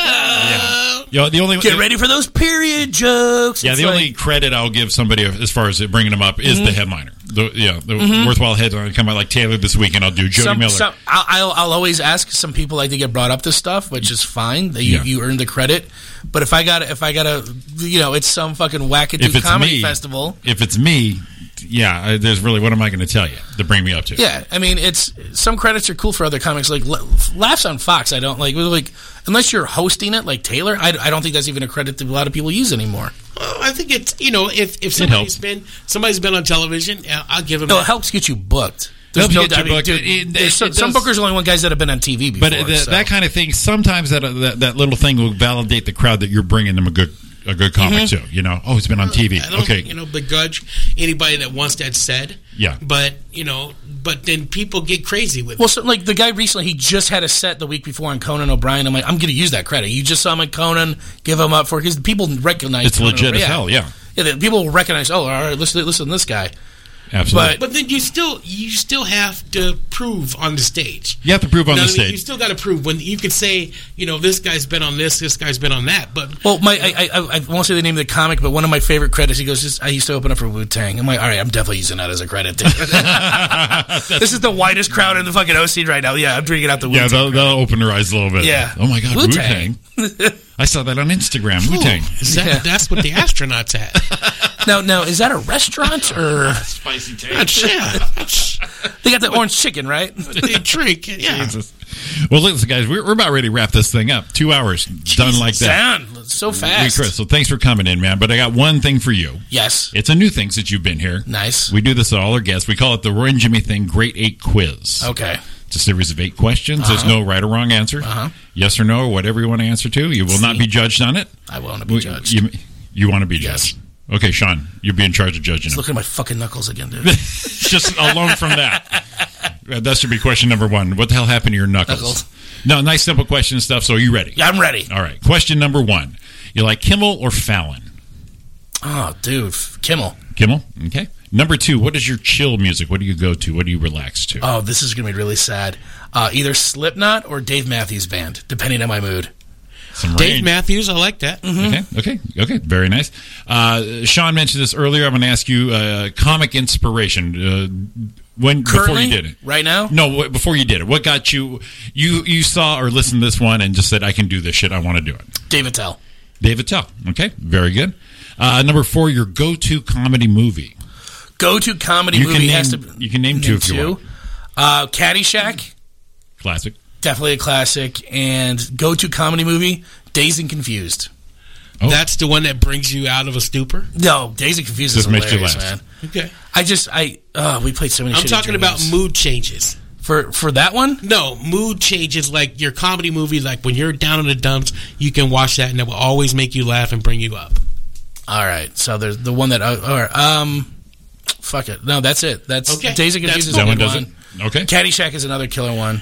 [SPEAKER 3] You know, the only uh,
[SPEAKER 5] Get ready for those period jokes.
[SPEAKER 3] Yeah,
[SPEAKER 5] It's
[SPEAKER 3] the
[SPEAKER 5] like- Mm-hmm.
[SPEAKER 3] only credit I'll give somebody as far as bringing them up is the headliner. The, yeah, the worthwhile headliner come out like Taylor this week, and I'll do Jody
[SPEAKER 5] some,
[SPEAKER 3] Miller.
[SPEAKER 5] Some, I'll, I'll, I'll always ask. Some people like to get brought up to stuff, which is fine. That you,
[SPEAKER 3] Yeah.
[SPEAKER 5] you earn the credit. But if I got if I got to you know, it's some fucking
[SPEAKER 3] if
[SPEAKER 5] wackadoo
[SPEAKER 3] it's
[SPEAKER 5] comedy
[SPEAKER 3] me,
[SPEAKER 5] festival.
[SPEAKER 3] If it's me, yeah, I, there's really what am I going to tell you to bring me up to?
[SPEAKER 5] Yeah, I mean, it's some credits are cool for other comics. Like La- laughs on Fox, I don't like. Like unless you're hosting it, like Taylor, I, I don't think that's even a credit that a lot of people use anymore.
[SPEAKER 4] Well, I think it's you know if if somebody's
[SPEAKER 3] helps.
[SPEAKER 4] been somebody's been on television, uh, I'll give him.
[SPEAKER 5] No,
[SPEAKER 4] No,
[SPEAKER 5] it helps get you booked.
[SPEAKER 3] Helps get you booked.
[SPEAKER 5] dude,
[SPEAKER 3] It- it-
[SPEAKER 5] there's
[SPEAKER 3] it
[SPEAKER 5] so-
[SPEAKER 3] does-
[SPEAKER 5] some bookers only want guys that have been on TV before.
[SPEAKER 3] But the,
[SPEAKER 5] so.
[SPEAKER 3] that kind of thing, sometimes that, uh, that that little thing will validate the crowd that you're bringing them a good a good comic to. You know, oh, he's been on TV.
[SPEAKER 4] I don't,
[SPEAKER 3] Okay,
[SPEAKER 4] you know, begrudge anybody that wants that said.
[SPEAKER 3] Yeah.
[SPEAKER 4] but you know, but then people get crazy with. it.
[SPEAKER 5] Well, so, like the guy recently, he just had a set the week before on Conan O'Brien. I'm like, I'm going to use that credit. You just saw him on Conan. Give him up for because people recognize
[SPEAKER 3] it's
[SPEAKER 5] Conan
[SPEAKER 3] legit as
[SPEAKER 5] O'Brien.
[SPEAKER 3] hell. Yeah,
[SPEAKER 5] yeah. the- People recognize. Oh, all right, listen, listen to this guy.
[SPEAKER 3] absolutely.
[SPEAKER 4] But then you still you still have to prove on the stage.
[SPEAKER 3] you have to prove on
[SPEAKER 4] You know
[SPEAKER 3] the
[SPEAKER 4] what I mean? You
[SPEAKER 3] stage.
[SPEAKER 4] still got to prove when you could say, you know, this guy's been on this, this guy's been on that. But
[SPEAKER 5] Well, my I, I, I won't say the name of the comic, but one of my favorite credits. He goes, "Just- "I used to open up for Wu Tang." I'm like, "All right, I'm definitely using that as a credit." this is the widest crowd in the fucking OC right now. Yeah, I'm drinking out the Wu
[SPEAKER 3] Yeah, they'll,
[SPEAKER 5] Tang.
[SPEAKER 3] they'll open their eyes a little bit.
[SPEAKER 5] Yeah.
[SPEAKER 3] Oh my God, Wu
[SPEAKER 5] Wu-Tang.
[SPEAKER 3] Tang. I saw that on Instagram. Wu Tang.
[SPEAKER 4] is that,
[SPEAKER 5] Yeah.
[SPEAKER 4] that's what the astronauts had.
[SPEAKER 5] Now, now is that a restaurant or
[SPEAKER 3] Spicy Tang.
[SPEAKER 4] yeah, that's
[SPEAKER 5] they got the orange chicken right?
[SPEAKER 4] what they drink. Yeah.
[SPEAKER 3] Jesus. Well, listen, guys, we're, we're about ready to wrap this thing up. Two hours done like that.
[SPEAKER 5] Sound so
[SPEAKER 3] Hey,
[SPEAKER 5] fast.
[SPEAKER 3] Chris, so thanks for coming in, man. But I got one thing for you.
[SPEAKER 5] Yes.
[SPEAKER 3] It's a new thing since you've been here.
[SPEAKER 5] Nice.
[SPEAKER 3] We do this at all our guests. We call it the Roy and Jimmy Thing Great Eight Quiz.
[SPEAKER 5] Okay.
[SPEAKER 3] It's a series of eight questions. There's no right or wrong answer.
[SPEAKER 5] Uh-huh.
[SPEAKER 3] Yes or no, or whatever you want to answer to. You will not be judged on it.
[SPEAKER 5] I want to be
[SPEAKER 3] We-
[SPEAKER 5] judged.
[SPEAKER 3] You, you want to be
[SPEAKER 5] Yes.
[SPEAKER 3] judged. Okay, Sean, you'll be in charge of judging him.
[SPEAKER 5] Look at my fucking knuckles again, dude.
[SPEAKER 3] Just alone from that. Uh, That should be question number one. What the hell happened to your knuckles?
[SPEAKER 5] Knuckles.
[SPEAKER 3] No, nice simple question and stuff. So are you ready?
[SPEAKER 5] Yeah, I'm ready.
[SPEAKER 3] All right. Question number one. You like Kimmel or Fallon?
[SPEAKER 5] Oh, dude, Kimmel.
[SPEAKER 3] Kimmel. Okay. Number two. What is your chill music? What do you go to? What do you relax to?
[SPEAKER 5] Oh, this is gonna be really sad. Uh, either Slipknot or Dave Matthews Band, depending on my mood.
[SPEAKER 3] Some
[SPEAKER 4] Dave
[SPEAKER 3] range.
[SPEAKER 4] Matthews, I like that.
[SPEAKER 3] Okay. Mm-hmm. Okay. Okay. Very nice. Uh, Sean mentioned this earlier. I'm going to ask you uh, comic inspiration. Uh, when before
[SPEAKER 5] Currently,
[SPEAKER 3] you did it.
[SPEAKER 5] right now.
[SPEAKER 3] No, wh- before you did it, what got you? You you saw or listened to this one and just said, "I can do this shit. I want to do it."
[SPEAKER 5] Dave Attell.
[SPEAKER 3] David Tell. Okay, very good. Uh, number four, your go-to comedy movie.
[SPEAKER 5] Go-to comedy
[SPEAKER 3] You
[SPEAKER 5] movie
[SPEAKER 3] can name,
[SPEAKER 5] has to.
[SPEAKER 3] you can name two if you want.
[SPEAKER 5] Uh, Caddyshack,
[SPEAKER 3] Classic.
[SPEAKER 5] definitely a classic, and go-to comedy movie Days and Confused.
[SPEAKER 4] That's the one that brings you out of a stupor.
[SPEAKER 5] No, Days and Confused
[SPEAKER 3] Just
[SPEAKER 5] is
[SPEAKER 3] makes you
[SPEAKER 5] hilarious,
[SPEAKER 3] laugh.
[SPEAKER 5] man.
[SPEAKER 4] Okay.
[SPEAKER 5] I just I uh, we played so many.
[SPEAKER 4] I'm
[SPEAKER 5] shitty
[SPEAKER 4] talking about
[SPEAKER 5] dreams.
[SPEAKER 4] mood changes.
[SPEAKER 5] for for that one.
[SPEAKER 4] No, mood changes like your comedy movie. Like when you're down in the dumps, you can watch that, and it will always make you laugh and bring you up.
[SPEAKER 5] All right, so there's the one that. Uh, all right, um, fuck it. No, that's it. That's
[SPEAKER 4] Okay.
[SPEAKER 5] Days and
[SPEAKER 4] That's
[SPEAKER 5] Confused is
[SPEAKER 4] cool.
[SPEAKER 5] a
[SPEAKER 3] That one
[SPEAKER 5] good
[SPEAKER 3] does
[SPEAKER 5] one.
[SPEAKER 3] it. Okay.
[SPEAKER 5] Caddyshack is another killer one.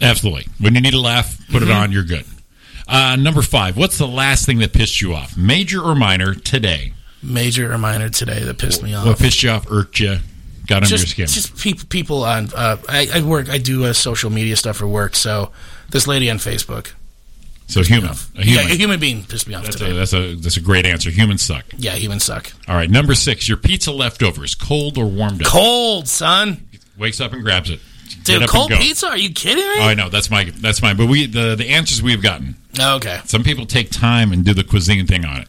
[SPEAKER 3] Absolutely. When you need a laugh, put
[SPEAKER 4] Mm-hmm.
[SPEAKER 3] it on. You're good. Uh, number five. What's the last thing that pissed you off, major or minor, today?
[SPEAKER 5] Major or minor today that pissed me off.
[SPEAKER 3] What pissed you off, irked you, got under
[SPEAKER 5] just,
[SPEAKER 3] your skin?
[SPEAKER 5] Just peop people on. Uh, I, I work. I do uh, social media stuff for work. So this lady on Facebook,
[SPEAKER 3] so human, a human.
[SPEAKER 5] Yeah, a human being pissed me off
[SPEAKER 3] that's,
[SPEAKER 5] today.
[SPEAKER 3] a, that's a that's a great answer. Humans suck.
[SPEAKER 5] yeah, humans suck.
[SPEAKER 3] All right. Number six. Your pizza leftovers, cold or warmed up.
[SPEAKER 5] Cold, son.
[SPEAKER 3] Wakes up and grabs it. Get up
[SPEAKER 5] Dude,
[SPEAKER 3] and
[SPEAKER 5] cold
[SPEAKER 3] go.
[SPEAKER 5] pizza? Are you kidding
[SPEAKER 3] Oh,
[SPEAKER 5] me?
[SPEAKER 3] I know that's my that's mine. But we the the answers we've gotten.
[SPEAKER 5] okay.
[SPEAKER 3] Some people take time and do the cuisine thing on it.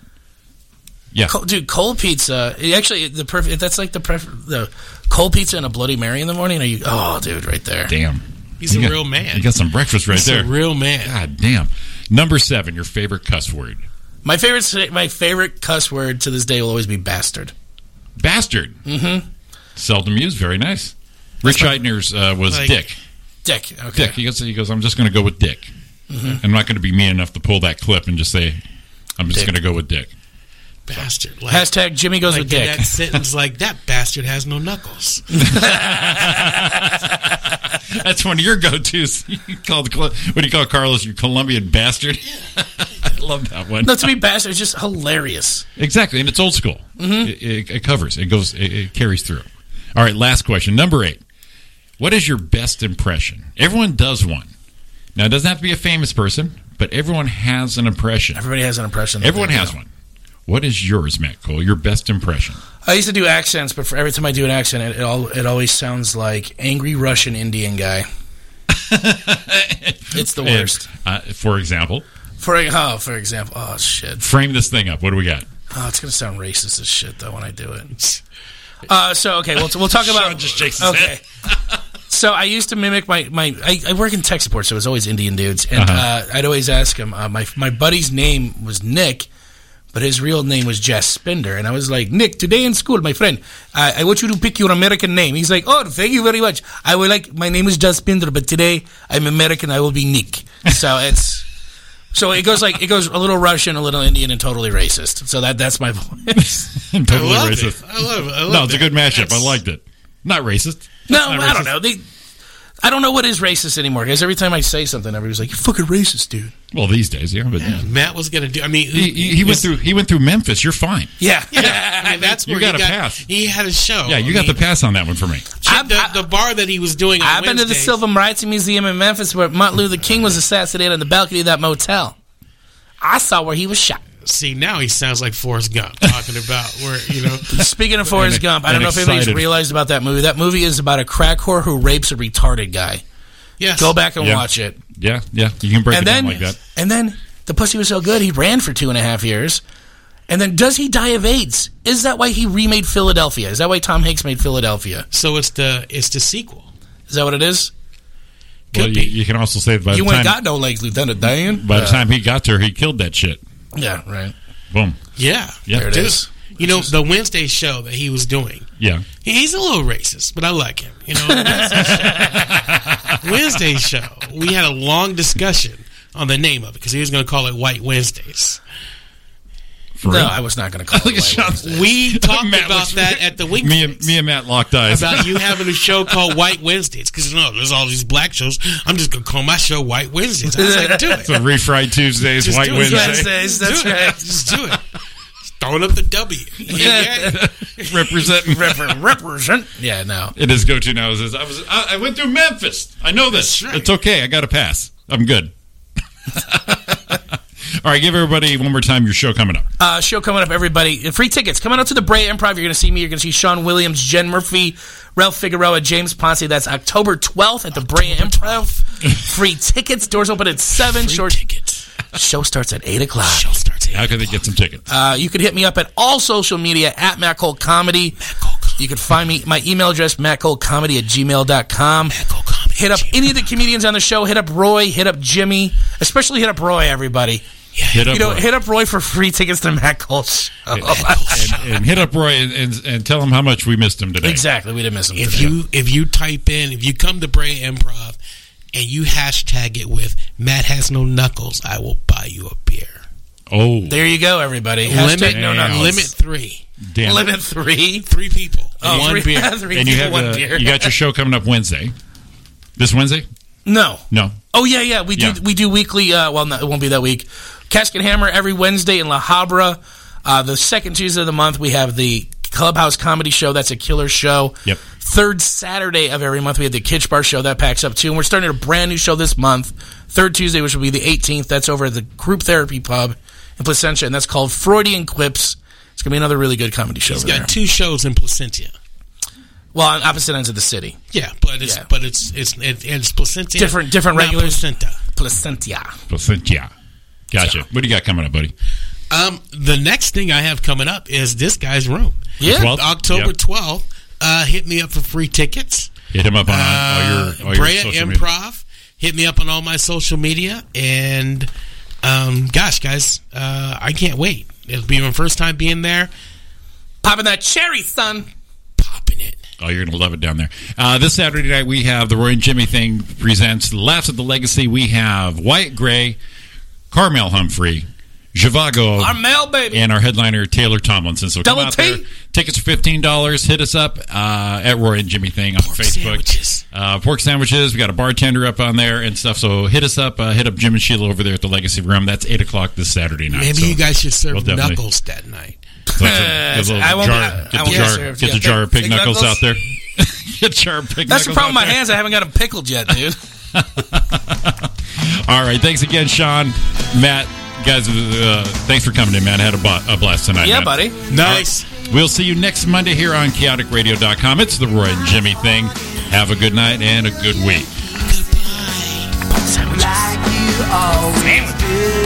[SPEAKER 3] Yeah.
[SPEAKER 5] Co- dude, cold pizza. it actually, the perfect. That's like the pref- the cold pizza and a Bloody Mary in the morning. Are you? Oh, dude, right there.
[SPEAKER 3] Damn.
[SPEAKER 4] He's
[SPEAKER 3] You
[SPEAKER 4] a
[SPEAKER 3] got-
[SPEAKER 4] real man.
[SPEAKER 3] You got some breakfast right
[SPEAKER 4] He's
[SPEAKER 3] there.
[SPEAKER 4] a real man.
[SPEAKER 3] God damn. Number seven. Your favorite cuss word.
[SPEAKER 5] My favorite. s- My favorite cuss word to this day will always be bastard.
[SPEAKER 3] Bastard. Mm-hmm. Seldom used. Very nice. Rich Eidner's uh, was
[SPEAKER 4] like-
[SPEAKER 3] dick.
[SPEAKER 5] Dick. Okay.
[SPEAKER 3] Dick. He goes. He goes. I'm just going to go with dick. I'm not going to be mean enough to pull that clip and just say, I'm just
[SPEAKER 5] Mm-hmm. Dick.
[SPEAKER 3] going to go with dick.
[SPEAKER 4] Bastard. Like,
[SPEAKER 5] Hashtag Jimmy goes
[SPEAKER 4] like
[SPEAKER 5] with
[SPEAKER 4] in
[SPEAKER 5] dick.
[SPEAKER 4] that sentence, like that bastard has no knuckles.
[SPEAKER 3] That's one of your go-tos. You call the Col- what do you call Carlos? You Colombian bastard. I love that one.
[SPEAKER 5] No, to me, bastard is just hilarious.
[SPEAKER 3] Exactly, and it's old school.
[SPEAKER 5] Mm-hmm.
[SPEAKER 3] It, it, it covers. It goes. It, it carries through. All right, last question, number eight. What is your best impression? Everyone does one. Now, it doesn't have to be a famous person, but everyone has an impression.
[SPEAKER 5] Everybody has an impression. that
[SPEAKER 3] Everyone
[SPEAKER 5] they-
[SPEAKER 3] has one. What is yours, Matt Cole? Your best impression?
[SPEAKER 5] I used to do accents, but for every time I do an accent, it, it, all, it always sounds like angry Russian Indian guy. it's the worst.
[SPEAKER 3] And, uh, for example,
[SPEAKER 5] For oh, for example, oh shit,
[SPEAKER 3] frame this thing up. What do we got?
[SPEAKER 5] oh, it's gonna sound racist as shit though when I do it. Uh, so okay, we'll we'll talk about.
[SPEAKER 3] Sean just shakes his
[SPEAKER 5] okay.
[SPEAKER 3] head.
[SPEAKER 5] So I used to mimic my my I, I work in tech support, so it was always Indian dudes, and uh
[SPEAKER 3] Uh-huh.
[SPEAKER 5] I'd always ask him. Uh, my my buddy's name was Nick, but his real name was Jess Spender, and I was like, Nick, today in school, my friend, I, I want you to pick your American name. He's like, Oh, thank you very much. I would like my name is Jess Spender, but today I'm American. I will be Nick. So it's. So it goes like it goes a little Russian, a little Indian, and totally racist. So that that's my voice.
[SPEAKER 3] totally
[SPEAKER 4] I love
[SPEAKER 3] racist.
[SPEAKER 4] it. I love it. I love
[SPEAKER 3] No, it's a good
[SPEAKER 4] that.
[SPEAKER 3] mashup.
[SPEAKER 4] That's-
[SPEAKER 3] I liked it. Not racist.
[SPEAKER 5] No, I don't know. They, I don't know what is racist anymore because every time I say something, everybody's like, "You're fucking racist, dude."
[SPEAKER 3] Well, these days, yeah. But yeah.
[SPEAKER 4] Matt was gonna do. I mean,
[SPEAKER 3] He, he, he went
[SPEAKER 4] it's-
[SPEAKER 3] through. He went through Memphis. You're fine.
[SPEAKER 5] Yeah,
[SPEAKER 4] Yeah, I mean, that's
[SPEAKER 3] You
[SPEAKER 4] where
[SPEAKER 3] got a
[SPEAKER 4] he got
[SPEAKER 3] pass.
[SPEAKER 4] He had a show.
[SPEAKER 3] Yeah, you
[SPEAKER 4] Oh, I
[SPEAKER 3] got the
[SPEAKER 4] mean,
[SPEAKER 3] pass on that one for me.
[SPEAKER 4] shit,
[SPEAKER 5] I've-
[SPEAKER 4] the, the bar that he was doing. On
[SPEAKER 5] I've been to the
[SPEAKER 4] Wednesdays-
[SPEAKER 5] Civil Rights Museum in Memphis where Martin Luther King was assassinated on the balcony of that motel. I saw where he was shot.
[SPEAKER 4] See, now he sounds like Forrest Gump talking about where you know.
[SPEAKER 5] Speaking of Forrest
[SPEAKER 3] And- e-
[SPEAKER 5] Gump, I don't
[SPEAKER 3] and
[SPEAKER 5] know if anybody's
[SPEAKER 3] excited.
[SPEAKER 5] realized about that movie. That movie is about a crack whore who rapes a retarded guy.
[SPEAKER 4] Yes,
[SPEAKER 5] Go back and
[SPEAKER 3] Yeah.
[SPEAKER 5] watch it.
[SPEAKER 3] Yeah, yeah. You can break
[SPEAKER 5] and
[SPEAKER 3] it
[SPEAKER 5] then,
[SPEAKER 3] down like that.
[SPEAKER 5] and then the pussy was so good, he ran for two and a half years. And then, does he die of AIDS? Is that why he remade Philadelphia? Is that why Tom Hanks made Philadelphia?
[SPEAKER 4] So it's the it's the sequel.
[SPEAKER 5] Is that what it is?
[SPEAKER 3] Well,
[SPEAKER 4] Could
[SPEAKER 3] you,
[SPEAKER 4] be.
[SPEAKER 3] you can also say that by
[SPEAKER 5] You
[SPEAKER 3] the
[SPEAKER 5] ain't
[SPEAKER 3] time
[SPEAKER 5] got no legs, Lieutenant Dan.
[SPEAKER 3] by the time he got there, he killed that shit.
[SPEAKER 5] Yeah, right.
[SPEAKER 3] Boom.
[SPEAKER 4] Yeah,
[SPEAKER 3] Yeah.
[SPEAKER 5] There it
[SPEAKER 4] Dude,
[SPEAKER 5] is.
[SPEAKER 4] You know the Wednesday show that he was doing.
[SPEAKER 3] Yeah.
[SPEAKER 4] He's a little racist, but I like him. You know, Wednesday show. Wednesday show. We had a long discussion on the name of it because he was going to call it White Wednesdays.
[SPEAKER 3] For
[SPEAKER 5] no,
[SPEAKER 3] real.
[SPEAKER 5] I was not going to call
[SPEAKER 3] Look at
[SPEAKER 5] it. White
[SPEAKER 3] Sean.
[SPEAKER 5] Wednesday.
[SPEAKER 4] We talked
[SPEAKER 3] Matt
[SPEAKER 4] about
[SPEAKER 3] was-
[SPEAKER 4] that at the Wing
[SPEAKER 3] Me and me and Matt locked eyes.
[SPEAKER 4] about you having a show called White Wednesdays because no, there's all these black shows. I'm just gonna call my show White Wednesdays. I was like, do it,
[SPEAKER 3] so refried Tuesdays,
[SPEAKER 4] Just
[SPEAKER 3] White
[SPEAKER 4] do it.
[SPEAKER 3] Wednesday,
[SPEAKER 5] Wednesdays, that's
[SPEAKER 4] do it.
[SPEAKER 5] right.
[SPEAKER 4] just do it. Just throwing up the W. Yeah, yeah.
[SPEAKER 3] representing.
[SPEAKER 5] represent. Yeah, no.
[SPEAKER 3] It is go to now. Is I was I, I went through Memphis. I know this.
[SPEAKER 4] That's right.
[SPEAKER 3] It's okay. I got a pass. I'm good. All right, give everybody one more time your show coming up.
[SPEAKER 5] Uh, show coming up, everybody. Uh, Free tickets coming out to the Bray Improv. You're going to see me. You're going to see Sean Williams, Jen Murphy, Ralph Figueroa, James Ponce. That's October 12th at the Bray Improv. Free tickets. Doors open at seven. Short
[SPEAKER 4] Tickets.
[SPEAKER 5] show starts at eight o'clock.
[SPEAKER 4] Show starts.
[SPEAKER 3] How can they get some tickets?
[SPEAKER 5] Uh, you can hit me up at all social media at Matt Cole Comedy. You can find me my email address mattcolecomedy at gmail.com. Hit up any of the comedians on the show. Hit up Roy. Hit up Jimmy. Especially hit up Roy, everybody.
[SPEAKER 3] Hit up
[SPEAKER 5] You know,
[SPEAKER 3] Roy.
[SPEAKER 5] hit up Roy for free tickets to Matt Colt's show.
[SPEAKER 3] and, and hit up Roy and, and, and tell him how much we missed him today.
[SPEAKER 5] exactly. We didn't miss him.
[SPEAKER 4] If
[SPEAKER 5] today.
[SPEAKER 4] you if you type in if you come to Bray Improv and you hashtag it with Matt has no knuckles, I will buy you a beer.
[SPEAKER 3] Oh,
[SPEAKER 5] there you go, everybody.
[SPEAKER 4] Limit
[SPEAKER 5] Hashtag no
[SPEAKER 3] Damn.
[SPEAKER 5] knuckles.
[SPEAKER 4] limit three,
[SPEAKER 3] damn. it.
[SPEAKER 5] limit three.
[SPEAKER 4] three people,
[SPEAKER 5] Oh,
[SPEAKER 4] one
[SPEAKER 5] three-
[SPEAKER 4] beer.
[SPEAKER 5] three
[SPEAKER 3] And you have
[SPEAKER 5] people, one
[SPEAKER 3] the,
[SPEAKER 5] beer.
[SPEAKER 3] you got your show coming up Wednesday. This Wednesday?
[SPEAKER 5] no.
[SPEAKER 3] No.
[SPEAKER 5] Oh yeah, yeah. We do
[SPEAKER 3] Yeah.
[SPEAKER 5] we do weekly. Uh, well, no, it won't be that week. Casket Hammer every Wednesday in La Habra. Uh, the second Tuesday of the month, we have the Clubhouse Comedy Show. That's a killer show.
[SPEAKER 3] Yep.
[SPEAKER 5] Third Saturday of every month, we have the Kitch Bar Show. That packs up too. And we're starting a brand new show this month, third Tuesday, which will be the 18th. That's over at the Group Therapy Pub in Placentia, and that's called Freudian Quips. It's gonna be another really good comedy show.
[SPEAKER 4] He's
[SPEAKER 5] over there.
[SPEAKER 4] got two shows in Placentia.
[SPEAKER 5] well, on opposite ends of the city,
[SPEAKER 4] Yeah, but it's
[SPEAKER 5] Yeah.
[SPEAKER 4] but it's it's it, it's Placentia.
[SPEAKER 5] Different- different
[SPEAKER 4] not
[SPEAKER 5] regulars.
[SPEAKER 4] Placenta.
[SPEAKER 5] Placentia.
[SPEAKER 3] Yeah. Gotcha. What do you got coming up, buddy?
[SPEAKER 4] Um, the next thing I have coming up is this guy's room.
[SPEAKER 5] Yeah.
[SPEAKER 3] Well,
[SPEAKER 4] October
[SPEAKER 3] Yep.
[SPEAKER 4] twelfth. Uh, hit me up for free tickets.
[SPEAKER 3] Hit him up on
[SPEAKER 4] uh,
[SPEAKER 3] all your, all your
[SPEAKER 4] Brea
[SPEAKER 3] social media.
[SPEAKER 4] Improv. Hit me up on all my social media, and um, gosh, guys, uh, I can't wait. It'll be my first time being there,
[SPEAKER 5] Popping that cherry, son.
[SPEAKER 4] popping it.
[SPEAKER 3] Oh, you're going to love it down there. Uh, this Saturday night, we have the Roy and Jimmy thing presents Laughs at the Legacy. We have Wyatt Gray, Carmel Humphrey, Zhivago,
[SPEAKER 5] Our mail, baby.
[SPEAKER 3] and our headliner, Taylor Tomlinson. So
[SPEAKER 5] Double
[SPEAKER 3] come out
[SPEAKER 5] T.
[SPEAKER 3] there. Tickets are $15. Hit us up uh, at Roy and Jimmy Thing on Facebook.
[SPEAKER 4] sandwiches.
[SPEAKER 3] Uh, pork sandwiches. We got a bartender up on there and stuff. So hit us up. Uh, hit up Jim and Sheila over there at the Legacy Room. That's 8 o'clock this Saturday night.
[SPEAKER 4] Maybe
[SPEAKER 3] So-
[SPEAKER 4] you guys should serve
[SPEAKER 3] we'll definitely-
[SPEAKER 4] knuckles that night.
[SPEAKER 3] so it's a- it's a little
[SPEAKER 5] Uh, I won't-
[SPEAKER 3] jar-
[SPEAKER 5] I- I
[SPEAKER 3] Get the
[SPEAKER 5] won't
[SPEAKER 3] jar-
[SPEAKER 5] serve.
[SPEAKER 3] get the
[SPEAKER 5] Yeah.
[SPEAKER 3] jar of pig
[SPEAKER 5] Pig
[SPEAKER 3] knuckles
[SPEAKER 5] knuckles?
[SPEAKER 3] out there. Get jar of pig
[SPEAKER 5] That's the
[SPEAKER 3] knuckles
[SPEAKER 5] problem.
[SPEAKER 3] out
[SPEAKER 5] with My
[SPEAKER 3] there.
[SPEAKER 5] hands. I haven't got them pickled yet, dude.
[SPEAKER 3] All right. Thanks again, Sean, Matt. Guys, uh, thanks for coming in, man. I had a, bu- a blast tonight.
[SPEAKER 5] yeah,
[SPEAKER 3] man.
[SPEAKER 5] buddy.
[SPEAKER 4] Nice.
[SPEAKER 3] We'll see you next Monday here on chaoticradio.com. It's the Roy and Jimmy thing. Have a good night and a good week.
[SPEAKER 6] Like you always do.